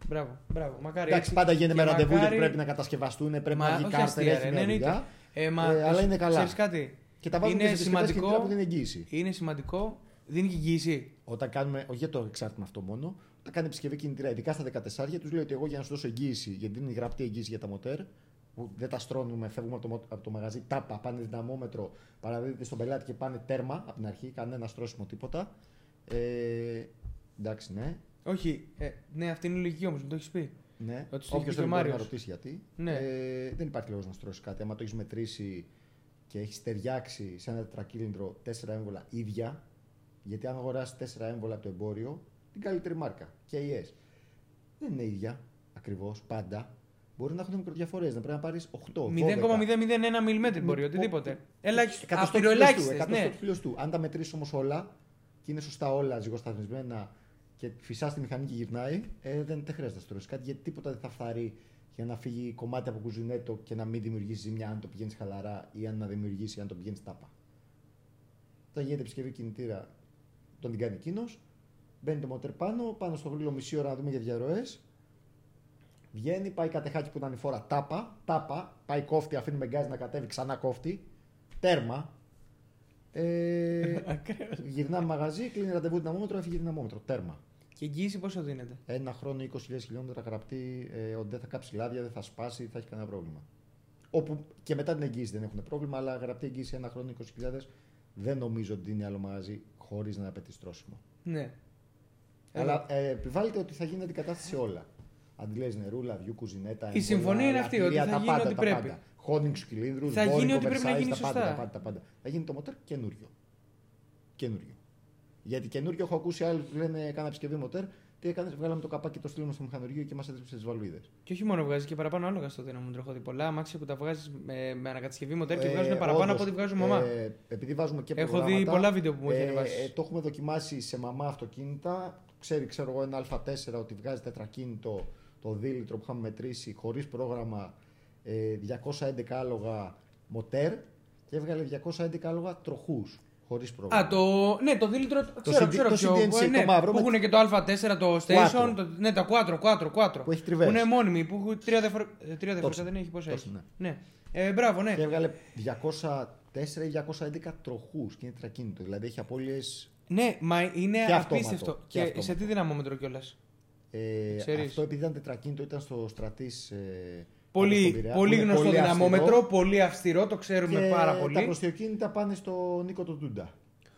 S1: Μπράβο, μπράβο. Μακάρι.
S2: Εντάξει,
S1: έτσι.
S2: πάντα γίνεται
S1: Και
S2: με ραντεβού
S1: μακάρι-
S2: γιατί πρέπει να κατασκευαστούν, πρέπει
S1: Μα
S2: να βγει
S1: όχι
S2: κάρτα.
S1: αστεία, ρε,
S2: έχει μια
S1: ναι, εννοείται.
S2: δουλειά.
S1: Ε, μα,
S2: Ε, αλλά είναι καλά.
S1: Ξέρεις κάτι.
S2: Και τα βάζουμε
S1: Είναι
S2: και σε συσκευές
S1: σημαντικό-
S2: κινητά που την εγγύηση.
S1: Είναι σημαντικό. Δίνει και εγγύηση.
S2: Όταν κάνουμε, όχι για το εξάρτημα αυτό μόνο, όταν κάνει επισκευή κινητήρα, ειδικά στα 14, του λέω ότι εγώ για να σου δώσω εγγύηση, γιατί είναι η γραπτή εγγύηση για τα μοτέρ, που δεν τα στρώνουμε, φεύγουμε από το, μο- από το μαγαζί, τάπα, πάνε δυναμόμετρο, παραδίδεται στον πελάτη και πάνε τέρμα από την αρχή, κανένα στρώσιμο τίποτα. Ε, εντάξει, ναι.
S1: Όχι, ε, ναι, αυτή είναι η λογική όμως, μου το έχεις πει.
S2: Ναι.
S1: Ότι στο
S2: Όποιος
S1: έχει πει
S2: θέλει
S1: ο
S2: μπορεί να
S1: Μάριος.
S2: ρωτήσει γιατί.
S1: Ναι.
S2: Ε, δεν υπάρχει λόγος να στρώσεις κάτι. Άμα το έχεις μετρήσει και έχεις ταιριάξει σε ένα τετρακύλινδρο τέσσερα έμβολα ίδια, γιατί αν αγοράσει τέσσερα έμβολα από το εμπόριο, την καλύτερη μάρκα, KES, δεν είναι ίδια ακριβώς πάντα. Μπορεί να έχουν μικροδιαφορές, να πρέπει να πάρεις 8, 12.
S1: 0,001 μιλιμέτρη μπορεί,
S2: Μη-
S1: οτιδήποτε.
S2: Εκατοστό
S1: Ελάχιστα.
S2: του χιλιοστού,
S1: Απειροελάχιστε.
S2: εκατοστό
S1: Ναι.
S2: του χιλιοστού. Αν τα μετρήσεις όμως όλα και είναι σωστά όλα ζυγοσταθμισμένα και φυσά τη μηχανή και γυρνάει, ε, δεν, δεν χρειάζεται να στρώσει κάτι γιατί τίποτα δεν θα φθαρεί για να φύγει κομμάτι από κουζινέτο και να μην δημιουργήσει ζημιά αν το πηγαίνεις χαλαρά ή αν να δημιουργήσει αν το πηγαίνεις τάπα. Όταν γίνεται επισκευή κινητήρα, τον την κάνει εκείνος, μπαίνει το μοτέρ πάνω, πάνω στο γρήλο μισή ώρα να δούμε για διαρροές. Βγαίνει, πάει κατεχάκι που ήταν η φορά τάπα, τάπα, πάει κόφτη, αφήνουμε γκάζι να κατέβει ξανά κόφτη, τέρμα. Ε, γυρνάμε μαγαζί, κλείνει ραντεβού δυναμόμετρο, έφυγε δυναμόμετρο, τέρμα.
S1: Και εγγύηση πόσο δίνεται.
S2: Ένα χρόνο 20.000 χιλιόμετρα γραπτή, ε, ότι δεν θα κάψει λάδια, δεν θα σπάσει, θα έχει κανένα πρόβλημα. Όπου και μετά την εγγύηση δεν έχουν πρόβλημα, αλλά γραπτή εγγύηση ένα χρόνο 20.000 δεν νομίζω ότι είναι άλλο μαγαζί χωρίς να απαιτείς τρώσιμο.
S1: Ναι.
S2: Αλλά ε, επιβάλλεται ότι θα γίνει αντικατάσταση σε όλα. Αντιλέ νερούλα, βιού, κουζινέτα.
S1: Η συμφωνία είναι αυτή,
S2: λατρεία,
S1: ότι θα
S2: τα
S1: γίνει
S2: πάντα,
S1: ό,τι
S2: τα
S1: πρέπει.
S2: Πάντα. Χόντινγκ στου κυλίνδρους,
S1: Θα γίνει ό,τι πρέπει να γίνει
S2: τα πάντα,
S1: σωστά.
S2: τα πάντα, τα πάντα. Θα γίνει το μοτέρ καινούριο. Καινούριο. Γιατί καινούριο έχω ακούσει άλλοι που λένε Κάνα επισκευή μοτέρ. Τι έκανες, βγάλαμε το καπάκι, το στείλαμε στο μηχανουργείο και μας έδειξε τι βαλβίδες.
S1: Και όχι μόνο βγάζεις και παραπάνω άλογα στο δύναμο τροχόδι. Πολλά αμάξια που τα βγάζεις με, με ανακατασκευή μοντέρ και βγάζουν παραπάνω από ό,τι βγάζουν μαμά.
S2: Ε, επειδή βάζουμε και
S1: Έχω δει
S2: προγράμματα, ε,
S1: πολλά βίντεο που μου έχει ανεβάσει.
S2: το έχουμε δοκιμάσει σε μαμά αυτοκίνητα. Ξέρει, ξέρω εγώ, ένα Α4 ότι βγάζει τετρακίνητο το δίλητρο που είχαμε μετρήσει χωρίς πρόγραμμα ε, 211 άλογα μοτέρ και έβγαλε 211 άλογα τροχούς. Χωρίς πρόγραμμα.
S1: Α, το. Ναι, το δίλητρο. Το ξέρω,
S2: CD
S1: ξέρω
S2: το
S1: ποιο.
S2: CDNC,
S1: που- ναι,
S2: το μαύρο
S1: Που
S2: με-
S1: έχουν και το Α4, το Station.
S2: Quattro.
S1: Το, ναι, τα 4, 4, 4.
S2: Που έχει τριβές.
S1: είναι μόνιμοι, που έχουν τρία διαφορετικά. Τρία
S2: Τόξο.
S1: διαφορετικά δεν έχει πόσα
S2: Τόξο,
S1: έχει.
S2: ναι.
S1: Ναι. Ε, μπράβο, ναι.
S2: Και έβγαλε 204 ή 211 τροχούς και είναι τετρακίνητο. Δηλαδή έχει απώλειες.
S1: Ναι, μα είναι
S2: Και αυτόματο.
S1: απίστευτο.
S2: Και
S1: Και,
S2: αυτόματο.
S1: σε τι δυναμόμετρο κιόλας.
S2: Ε,
S1: Ξέρεις.
S2: αυτό επειδή ήταν τετρακίνητο ήταν στο στρατής ε, στον
S1: Πολύ,
S2: Πειραιά.
S1: πολύ
S2: Είναι
S1: γνωστό
S2: πολύ αυστηρό.
S1: δυναμόμετρο, πολύ αυστηρό, το ξέρουμε
S2: Και
S1: πάρα
S2: Τα
S1: πολύ.
S2: προστιοκίνητα πάνε στο Νίκο του Ντούντα.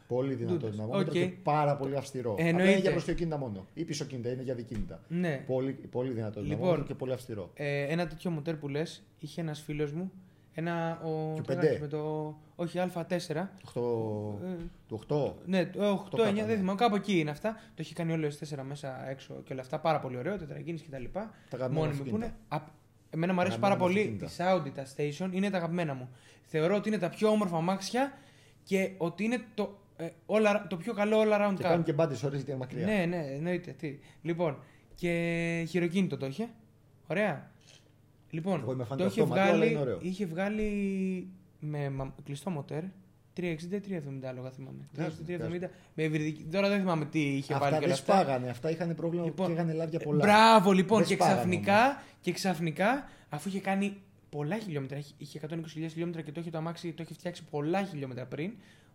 S2: Πολύ δυνατό
S1: Ντούντας,
S2: δυναμόμετρο
S1: οκ.
S2: και πάρα πολύ αυστηρό. Απλά είναι
S1: Εννοείται.
S2: για προστιοκίνητα μόνο. Ή πισωκίνητα, είναι για δικίνητα.
S1: Ναι.
S2: Πολύ, πολύ δυνατό
S1: Λοιπόν.
S2: δυναμόμετρο και πολύ αυστηρό.
S1: Ε, ένα τέτοιο μοντέρ που λες, είχε ένας φίλος μου. Ένα. Ο,
S2: Του
S1: το
S2: πέντε.
S1: γράφει με το. Όχι, Α4.
S2: Οκτώ-
S1: Ε,
S2: Το 8.
S1: ναι,
S2: Το
S1: 8-9,
S2: κάπα, ναι.
S1: δεν θυμάμαι, κάπου εκεί είναι αυτά. Το έχει κάνει όλες 4 μέσα έξω και όλα αυτά. Πάρα πολύ ωραίο, τετραγίνη κτλ.
S2: Τα αγαπημένα
S1: Μόνιμη που
S2: αυτοκίνητα.
S1: είναι. Απ- Εμένα μου αρέσει
S2: Τα
S1: πάρα
S2: αγαπημένα
S1: πολύ τη
S2: αυτοκίνητα.
S1: Audi, τα Station, είναι τα αγαπημένα μου. Θεωρώ ότι είναι τα πιο όμορφα αμάξια και ότι είναι το, ε, all ar- το πιο καλό all around
S2: Και
S1: car.
S2: κάνουν και μπάντε ώρε γιατί είναι μακριά.
S1: Ναι, ναι, εννοείται. Τι. Λοιπόν, και χειροκίνητο το είχε. Ωραία. Λοιπόν,
S2: Εγώ είμαι fan
S1: το
S2: του
S1: είχε
S2: αυτόματου, αλλά είναι
S1: βγάλει,
S2: ωραίο.
S1: είχε βγάλει με μα- κλειστό μοτέρ 360-370 άλογα θυμάμαι.
S2: Βγάζουν,
S1: 360-370. Με υβριδική. Τώρα δεν θυμάμαι τι είχε
S2: αυτά
S1: βάλει και
S2: δεν
S1: όλα αυτά.
S2: σπάγανε. Αυτά είχαν πρόβλημα
S1: Λοιπόν,
S2: και είχαν λάδια
S1: Ε,
S2: πολλά.
S1: Μπράβο λοιπόν
S2: Δεν
S1: και
S2: σπάγανε
S1: ξαφνικά, και ξαφνικά αφού είχε κάνει πολλά χιλιόμετρα, είχε- είχε 120.000 χιλιόμετρα και το είχε το αμάξι, το είχε φτιάξει πολλά χιλιόμετρα πριν.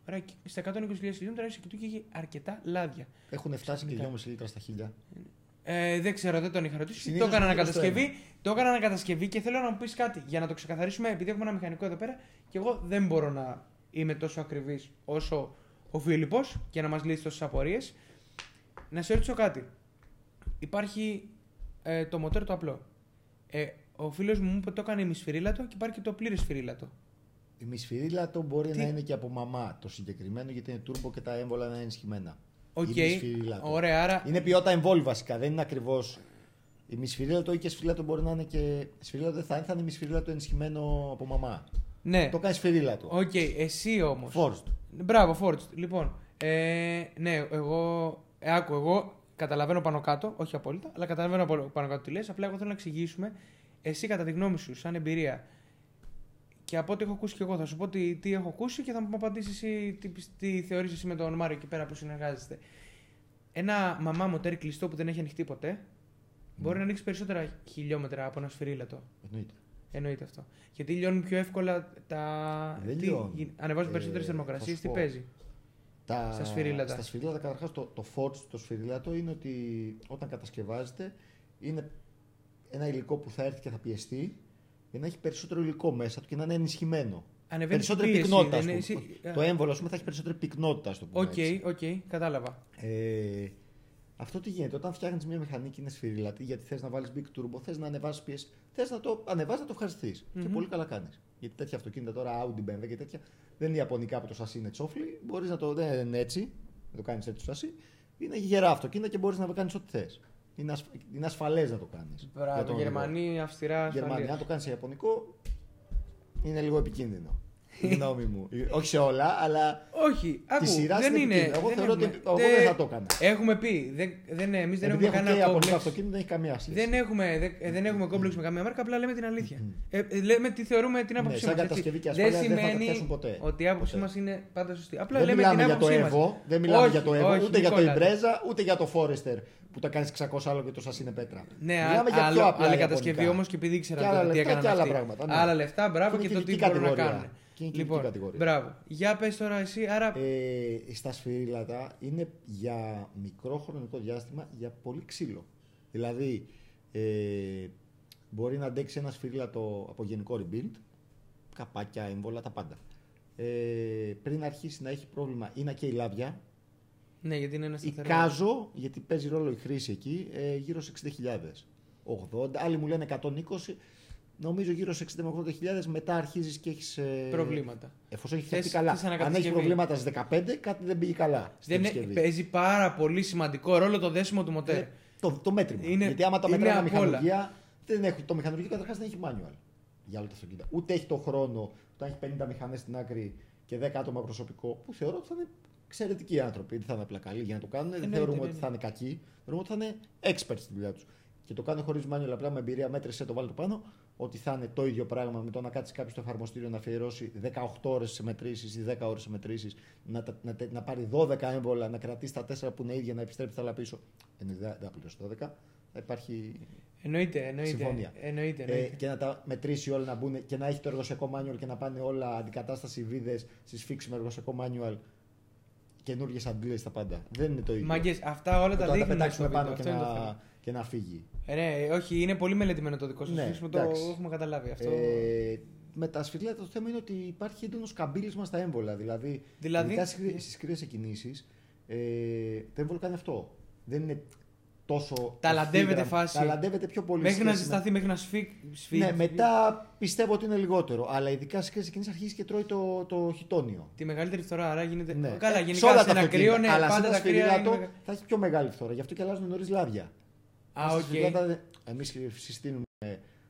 S1: Ωραία, και στα 120.000 χιλιόμετρα άρχισε και του και είχε αρκετά λάδια.
S2: Έχουν φτάσει και
S1: ξαφνικά.
S2: 2,5 λίτρα στα χίλια.
S1: Ε, δεν ξέρω, δεν τον είχα ρωτήσει.
S2: Συνήθως
S1: το έκανα
S2: είναι προς το
S1: ανακατασκευή. Το έκανα ανακατασκευή και θέλω να μου πεις κάτι. Για να το ξεκαθαρίσουμε, επειδή έχουμε ένα μηχανικό εδώ πέρα και εγώ δεν μπορώ να είμαι τόσο ακριβής όσο ο Φίλιππος για να μας λύσει τόσες απορίες. Να σε ρωτήσω κάτι. Υπάρχει ε, το μοτέρ το απλό. Ε, ο φίλος μου μου είπε ότι το έκανε ημισφυρίλατο και υπάρχει και το πλήρε φυρίλατο.
S2: Η μισφυρίλατο μπορεί
S1: Τι-
S2: να είναι και από μαμά το συγκεκριμένο γιατί είναι τούρμπο και τα έμβολα να είναι ενισχυμένα.
S1: Οκ.
S2: Η μισφυρίλατο.
S1: Ωραία, άρα.
S2: Είναι ποιότητα εμβόλου βασικά, δεν είναι ακριβώς. Η μισφυρίλατο ή και σφυρίλατο μπορεί να είναι και. Σφυρίλατο δεν θα είναι, θα είναι μισφυρίλατο ενισχυμένο από μαμά.
S1: Ναι.
S2: Το κάνεις σφυρίλατο.
S1: Οκ, εσύ όμως.
S2: Forged.
S1: Μπράβο, Φόρτ. Λοιπόν, ε, ναι, εγώ. Ε, άκου, εγώ καταλαβαίνω πάνω κάτω, όχι απόλυτα, αλλά καταλαβαίνω απο- πάνω κάτω τι λες. Απλά εγώ θέλω να εξηγήσουμε εσύ κατά τη γνώμη σου, σαν εμπειρία. Και από ό,τι έχω ακούσει και εγώ, θα σου πω τι, τι έχω ακούσει και θα μου απαντήσεις εσύ τι, πι- τι θεωρείς εσύ με τον Μάριο εκεί πέρα που συνεργάζεστε. Ένα μαμά μοτέρ κλειστό που δεν έχει ανοιχτεί ποτέ μπορεί να ανοίξει περισσότερα χιλιόμετρα από ένα σφυρίλατο.
S2: Εννοείται.
S1: Εννοείται αυτό. Γιατί λιώνουν πιο εύκολα τα.
S2: Δεν
S1: τι
S2: λιώνουν.
S1: γι- Ανεβάζουν
S2: Ε,
S1: περισσότερες
S2: θα σου
S1: θερμοκρασίες. Τι
S2: πω.
S1: παίζει.
S2: Τα...
S1: Στα σφυρίλατα.
S2: Στα σφυρίλατα, καταρχάς, το, το forged, το σφυρίλατο είναι ότι όταν κατασκευάζεται είναι ένα υλικό που θα έρθει και θα πιεστεί για να έχει περισσότερο υλικό μέσα του και να είναι ενισχυμένο.
S1: Ανεβαίνει
S2: περισσότερη
S1: η πίεση,
S2: πυκνότητα.
S1: δεν
S2: ας πούμε.
S1: είναι- εσύ-
S2: Το έμβολο, ας πούμε, θα έχει περισσότερη πυκνότητα, ας το πούμε.
S1: Οκ,
S2: έτσι.
S1: οκ, κατάλαβα.
S2: Ε, αυτό τι γίνεται, όταν φτιάχνεις μια μηχανή και είναι σφυριλατή, γιατί θες να βάλεις big turbo, θες να ανεβάσεις πίεση, θες να το ανεβάσει να το ευχαριστει Και
S1: Μμμ.
S2: πολύ καλά κάνεις. Γιατί τέτοια αυτοκίνητα τώρα, Audi, BMW και τέτοια, δεν είναι Ιαπωνικά που το σασί είναι τσόφλι, μπορείς να το. Δεν είναι έτσι, να το κάνεις έτσι το σασί. Είναι γερά αυτοκίνητα και μπορείς να κάνεις ό,τι θες. Είναι, ασφ... είναι ασφαλές να το κάνεις.
S1: Μπράβο, Γερμανοί, αυστηρά.
S2: Γερμανία, αν
S1: Γερμανία.
S2: το κάνεις σε Ιαπωνικό, είναι λίγο επικίνδυνο. Η γνώμη μου. Όχι σε όλα, αλλά
S1: Όχι, άκου,
S2: τη σειρά
S1: δεν
S2: είναι.
S1: είναι.
S2: επικίνδυνο. Εγώ
S1: δεν
S2: θεωρώ ότι
S1: έχουμε-
S2: εγώ
S1: δεν-
S2: δεν θα το έκανα.
S1: Έχουμε πει, δεν, δεν, εμείς δεν έχουμε
S2: Επειδή έχω και
S1: κανένα
S2: Ιαπωνικό
S1: κόμπλεξ.
S2: αυτοκίνητο δεν έχει καμία σχέση.
S1: Δεν έχουμε, δεν, ε, δεν έχουμε κόμπλεξ με καμία μάρκα, απλά λέμε την αλήθεια. Ε, ε, λέμε τι θεωρούμε την
S2: Ναι,
S1: άποψή
S2: σαν
S1: μας, έτσι.
S2: κατασκευή και
S1: δεν
S2: ασφάλεια δεν θα τα
S1: σημαίνει
S2: πιάσουν ποτέ.
S1: ότι η άποψή
S2: Ποτέ.
S1: μας είναι πάντα σωστή. Απλά
S2: δεν
S1: λέμε την
S2: μιλάμε για το
S1: άποψή μας.
S2: Evo, δεν μιλάμε
S1: Όχι,
S2: για το Evo,
S1: όχι,
S2: ούτε για το
S1: Νικόλα.
S2: Impreza, ούτε για το Forester που τα κάνεις 600 άλλο και το σα είναι πέτρα.
S1: Ναι,
S2: μιλάμε
S1: α- άλλο- άλλη
S2: ιαπωνικά.
S1: κατασκευή όμως και επειδή ήξερα
S2: Και
S1: τότε
S2: άλλα
S1: τι
S2: λεφτά
S1: έκαναν
S2: και άλλα
S1: αυτοί.
S2: πράγματα, ναι.
S1: Άλλα λεφτά, μπράβο
S2: Είναι
S1: και το τι
S2: κινητική
S1: μπορούν να
S2: κατηγορία.
S1: κάνουν.
S2: Και είναι
S1: λοιπόν,
S2: κινητική κατηγορία.
S1: Μπράβο. Για πες τώρα εσύ, άρα.
S2: Ε, στα σφυρίλατα είναι για μικρό χρονικό διάστημα για πολύ ξύλο. Δηλαδή, ε, μπορεί να αντέξει ένα σφυρίλατο από γενικό rebuild, καπάκια, έμβολα, τα πάντα. Ε, πριν αρχίσει να έχει πρόβλημα ή να καίει λάβια,
S1: ναι, γιατί είναι ένα σταθερό.
S2: Εικάζω, γιατί παίζει ρόλο η χρήση εκεί, ε, γύρω σε 60.000. 80, άλλοι μου λένε 120. Νομίζω γύρω σε 60 με 80.000 μετά αρχίζεις και ε, έχει.
S1: Προβλήματα.
S2: Εφόσον έχεις
S1: Θες-
S2: χτυπεί καλά.
S1: θες
S2: Αν
S1: ανακατασκευή.
S2: έχεις προβλήματα στις 15, κάτι δεν πήγε καλά. στην
S1: Δεν
S2: συσκευή.
S1: είναι, παίζει πάρα πολύ σημαντικό ρόλο το δέσιμο του μοτέρ.
S2: Ε, το, το μέτρημα.
S1: Είναι-
S2: γιατί άμα τα
S1: είναι
S2: μετράει
S1: απ' όλα.
S2: μηχανουργία, δεν έχει, το μηχανουργείο καταρχάς δεν έχει manual για όλα τα αυτοκίνητα. Ούτε έχει το χρόνο που έχει 50 μηχανές στην άκρη και 10 άτομα προσωπικό, που θεωρώ ότι θα είναι εξαιρετικοί άνθρωποι. Δεν θα είναι απλά καλοί για να το κάνουν, δεν
S1: Εννοείται,
S2: θεωρούμε
S1: ναι,
S2: ότι
S1: ναι.
S2: θα είναι κακοί, θεωρούμε ότι θα είναι experts στη δουλειά τους. Και το κάνουν χωρίς manual, απλά με εμπειρία μέτρησε το βάλει το πάνω, ότι θα είναι το ίδιο πράγμα με το να κάτσει κάποιος στο εφαρμοστήριο να αφιερώσει 18 ώρες σε μετρήσεις ή 10 ώρες σε μετρήσεις, να, τα- να, τε- να, πάρει 12 έμβολα, να κρατήσει τα 4 που είναι ίδια, να επιστρέψει τα άλλα πίσω. Εννοείται, δεν θα πληρώσει 12. Θα υπάρχει
S1: Εννοείται, εννοείται.
S2: Συμφωνία.
S1: Εννοείται,
S2: ε,
S1: εννοείται.
S2: και να τα μετρήσει όλα να μπουν και να έχει το εργοσιακό manual και να πάνε όλα αντικατάσταση βίδες, συσφίξιμο εργοσιακό manual, καινούργιες αντίλε τα πάντα. Δεν είναι το ίδιο.
S1: Μάγκες, αυτά όλα
S2: Το
S1: τα
S2: να τα
S1: δείχνουν. στο
S2: πετάξουμε
S1: βίντεο,
S2: πάνω και
S1: αυτό είναι το
S2: να
S1: θέμα.
S2: και να φύγει.
S1: Ε, ναι, όχι, είναι πολύ μελετημένο το δικό σας
S2: Ναι,
S1: σύστημα. Το
S2: εντάξει.
S1: έχουμε καταλάβει αυτό.
S2: Ε, με τα σφυριλάτα το θέμα είναι ότι υπάρχει έντονος καμπύλισμα στα έμβολα. Δηλαδή,
S1: Δηλαδή-
S2: ειδικά στι κρύες εκκινήσεις, ε, το έμβολο κάνει αυτό. Δεν είναι τόσο.
S1: Ταλαντεύεται
S2: ευθύγραμμο.
S1: φάση.
S2: Ταλαντεύεται πιο πολύ.
S1: μέχρι
S2: σε
S1: να
S2: σχέση με-
S1: ζεσταθεί, μέχρι να σφί- σφίγγει.
S2: Ναι, μετά πιστεύω ότι είναι λιγότερο. Αλλά ειδικά στις κρύες εκκινήσεις αρχίζει και τρώει το, το χιτόνιο.
S1: Τη μεγαλύτερη φθορά, άρα γίνεται.
S2: Ναι.
S1: Καλά,
S2: Σε
S1: γενικά
S2: όλα
S1: σε
S2: τα
S1: ένα
S2: αυτοκίνητα.
S1: κρύο, ναι,
S2: αλλά σε
S1: πάντα
S2: ένα
S1: τα κρύα. είναι
S2: σφυριλάτο
S1: μεγα-
S2: θα έχει πιο μεγάλη φθορά. Γι' αυτό και αλλάζουν νωρίς λάδια.
S1: Α, οκ.
S2: Εμεί συστήνουμε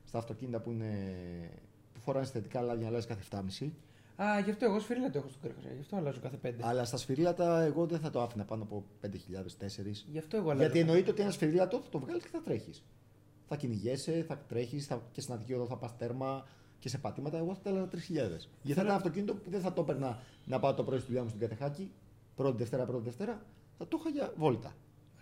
S2: στα αυτοκίνητα που, είναι, που φοράνε συνθετικά λάδια να αλλάζει κάθε 7,5.
S1: Α, γι' αυτό εγώ σφυρίλατο έχω στο κρύο. Γι' αυτό αλλάζω κάθε πέντε.
S2: Αλλά στα σφυρίλατα εγώ δεν θα το άφηνα πάνω από 5.000-4.
S1: Γι' αυτό εγώ αλλάζω.
S2: Γιατί
S1: κάθε-
S2: εννοείται ότι ένα σφυρίλατο θα το βγάλεις και θα τρέχεις. Θα κυνηγέσαι, θα τρέχεις θα... και στην Αττική Οδό θα πας τέρμα και σε πατήματα. Εγώ θα τα έλεγα 3.000. Γιατί θα ήταν ένα αυτοκίνητο που δεν θα το έπαιρνα να πάω το πρωί στη δουλειά μου στην Κατεχάκη, πρώτη Δευτέρα, πρώτη Δευτέρα, θα το είχα για βόλτα.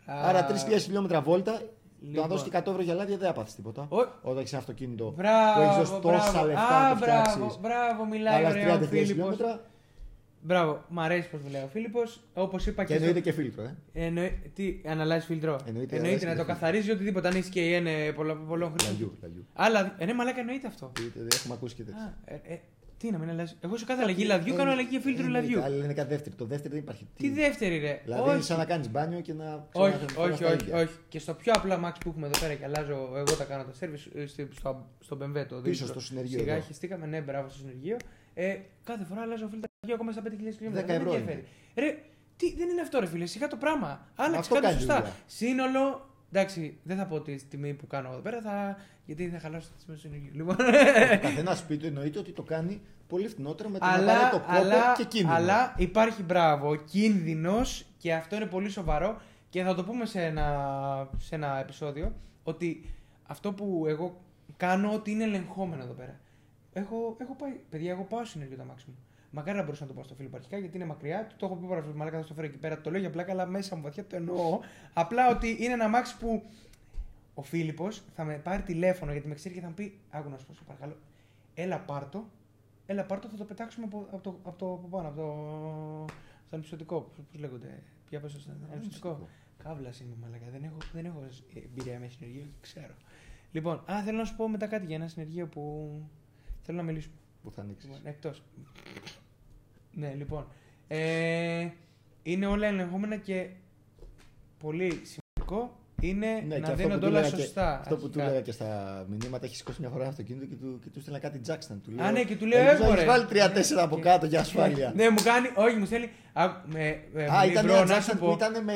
S1: Α,
S2: Άρα 3.000 χιλιόμετρα βόλτα, το να
S1: Λοιπόν.
S2: δώσει και 100 ευρώ για λάδια δεν θα πάθεις τίποτα.
S1: Ω.
S2: Όταν έχεις ένα αυτοκίνητο
S1: Μπράβο,
S2: που έχεις δώσει τόσα
S1: μπράβο.
S2: λεφτά
S1: Α,
S2: να το
S1: μπράβο,
S2: φτιάξεις.
S1: μπράβο, μιλάει
S2: Άλλα
S1: ωραία ο
S2: 30.000
S1: Φίλιππος.
S2: χιλιόμετρα
S1: Μπράβο, μ' αρέσει πώ μιλάει ο Φίλιππος. Όπως είπα
S2: και
S1: και.
S2: εννοείται και φίλτρο. Ε.
S1: Εννοεί... Τι, αναλάζει φίλτρο. εννοείται
S2: Εννοείται, αλλάζει
S1: να το
S2: φίλτρο.
S1: καθαρίζει οτιδήποτε. Αν έχει και ένα πολλών, πολλών χρήσεων.
S2: Λαγιού, λαγιού.
S1: Αλλά. Ε, ναι, μαλάκα εννοείται αυτό.
S2: Είτε, δεν Έχουμε ακούσει και τέτοια.
S1: Α, ε, ε, τι να μην αλλάζει. Εγώ σε
S2: Ε,
S1: κάθε αλλαγή λαδιού κάνω αλλαγή και φίλτρο λαδιού.
S2: Αλλά είναι κάτι δεύτερο. Το δεύτερο δεν υπάρχει.
S1: Τι δεύτερη ρε.
S2: ε, Δηλαδή είναι
S1: όχι.
S2: σαν να κάνεις μπάνιο και να.
S1: Όχι,
S2: ξαναχαρφώνεις
S1: όχι,
S2: τα
S1: όχι,
S2: ίδια.
S1: όχι. Και στο πιο απλά max που έχουμε εδώ πέρα και αλλάζω, εγώ τα κάνω τα service ε, στη- στο, στο BMW το
S2: Πίσω
S1: δίπλο.
S2: στο συνεργείο
S1: Σιγά
S2: εδώ.
S1: χεστήκαμε, ναι, μπράβο στο συνεργείο. Ε, κάθε φορά αλλάζω φίλτρα δύο ακόμα στα 5.000 χιλιόμετρα.
S2: 10
S1: Δεν με
S2: ευρώ
S1: ενδιαφέρει. Ρε, τι, δεν είναι αυτό, ρε φίλε, σιγά το πράγμα. Άλλαξε
S2: Αυτό
S1: κάτι
S2: κάνει
S1: σωστά.
S2: δουλειά.
S1: Σύνολο. Εντάξει, δεν θα πω τη τιμή που κάνω εδώ πέρα, θα... γιατί θα χαλάσω τη τιμή του συνεργείου. Λοιπόν,
S2: Ο Ε, καθένας σπίτι εννοείται ότι το κάνει πολύ φθηνότερα με το να
S1: αλλά,
S2: πάρει το κόπο
S1: αλλά,
S2: και κίνδυνο.
S1: αλλά υπάρχει μπράβο, κίνδυνος και αυτό είναι πολύ σοβαρό και θα το πούμε σε ένα, σε ένα επεισόδιο ότι αυτό που εγώ κάνω ότι είναι ελεγχόμενο εδώ πέρα. Έχω, έχω πάει, παιδιά, εγώ πάω συνεργείο τα μάξι μου. Μακάρι να μπορούσα να το πω στο φίλο αρχικά γιατί είναι μακριά. Του το έχω πει πάρα πολύ μαλάκα, θα στο φέρω εκεί πέρα. Το λέω για πλάκα, αλλά μέσα μου βαθιά το εννοώ. Απλά ότι είναι ένα μάξι που ο Φίλιππος θα με πάρει τηλέφωνο γιατί με ξέρει και θα μου πει: Άκου να σου πω, σε παρακαλώ. Έλα πάρτο. Έλα πάρτο, θα το πετάξουμε από, από το, από το από πάνω, από το. Στο ανυψωτικό. Πώ λέγονται. Ποια πέσα στο
S2: Ε,
S1: ανυψωτικό. Καύλας είμαι, μαλακά. Δεν έχω, δεν έχω εμπειρία με συνεργείο, δεν ξέρω. Λοιπόν, α, θέλω να σου πω μετά κάτι για ένα συνεργείο που. Θέλω να μιλήσουμε.
S2: Που θα ανοίξεις.
S1: Εκτό. Λοιπόν, Ναι, λοιπόν. Ε, είναι όλα ελεγχόμενα και πολύ σημαντικό είναι
S2: Ναι,
S1: να δίνονται όλα σωστά.
S2: αυτό που του
S1: αρχικά.
S2: λέγα και στα μηνύματα, έχει σηκώσει μια φορά ένα αυτοκίνητο και του, και του στείλα κάτι Jackson. Του λέω,
S1: Α, ναι, και του λέω,
S2: «Ελπίζω να
S1: «Έβγορε».
S2: έχεις βάλει τρία-τέσσερα από
S1: Και-
S2: κάτω για ασφάλεια.
S1: Ναι, μου κάνει. Όχι, μου στέλνει. Α, με, με,
S2: Α, ήταν
S1: μπρο,
S2: ένα
S1: να
S2: Jackson
S1: σου
S2: που
S1: πω.
S2: ήταν με,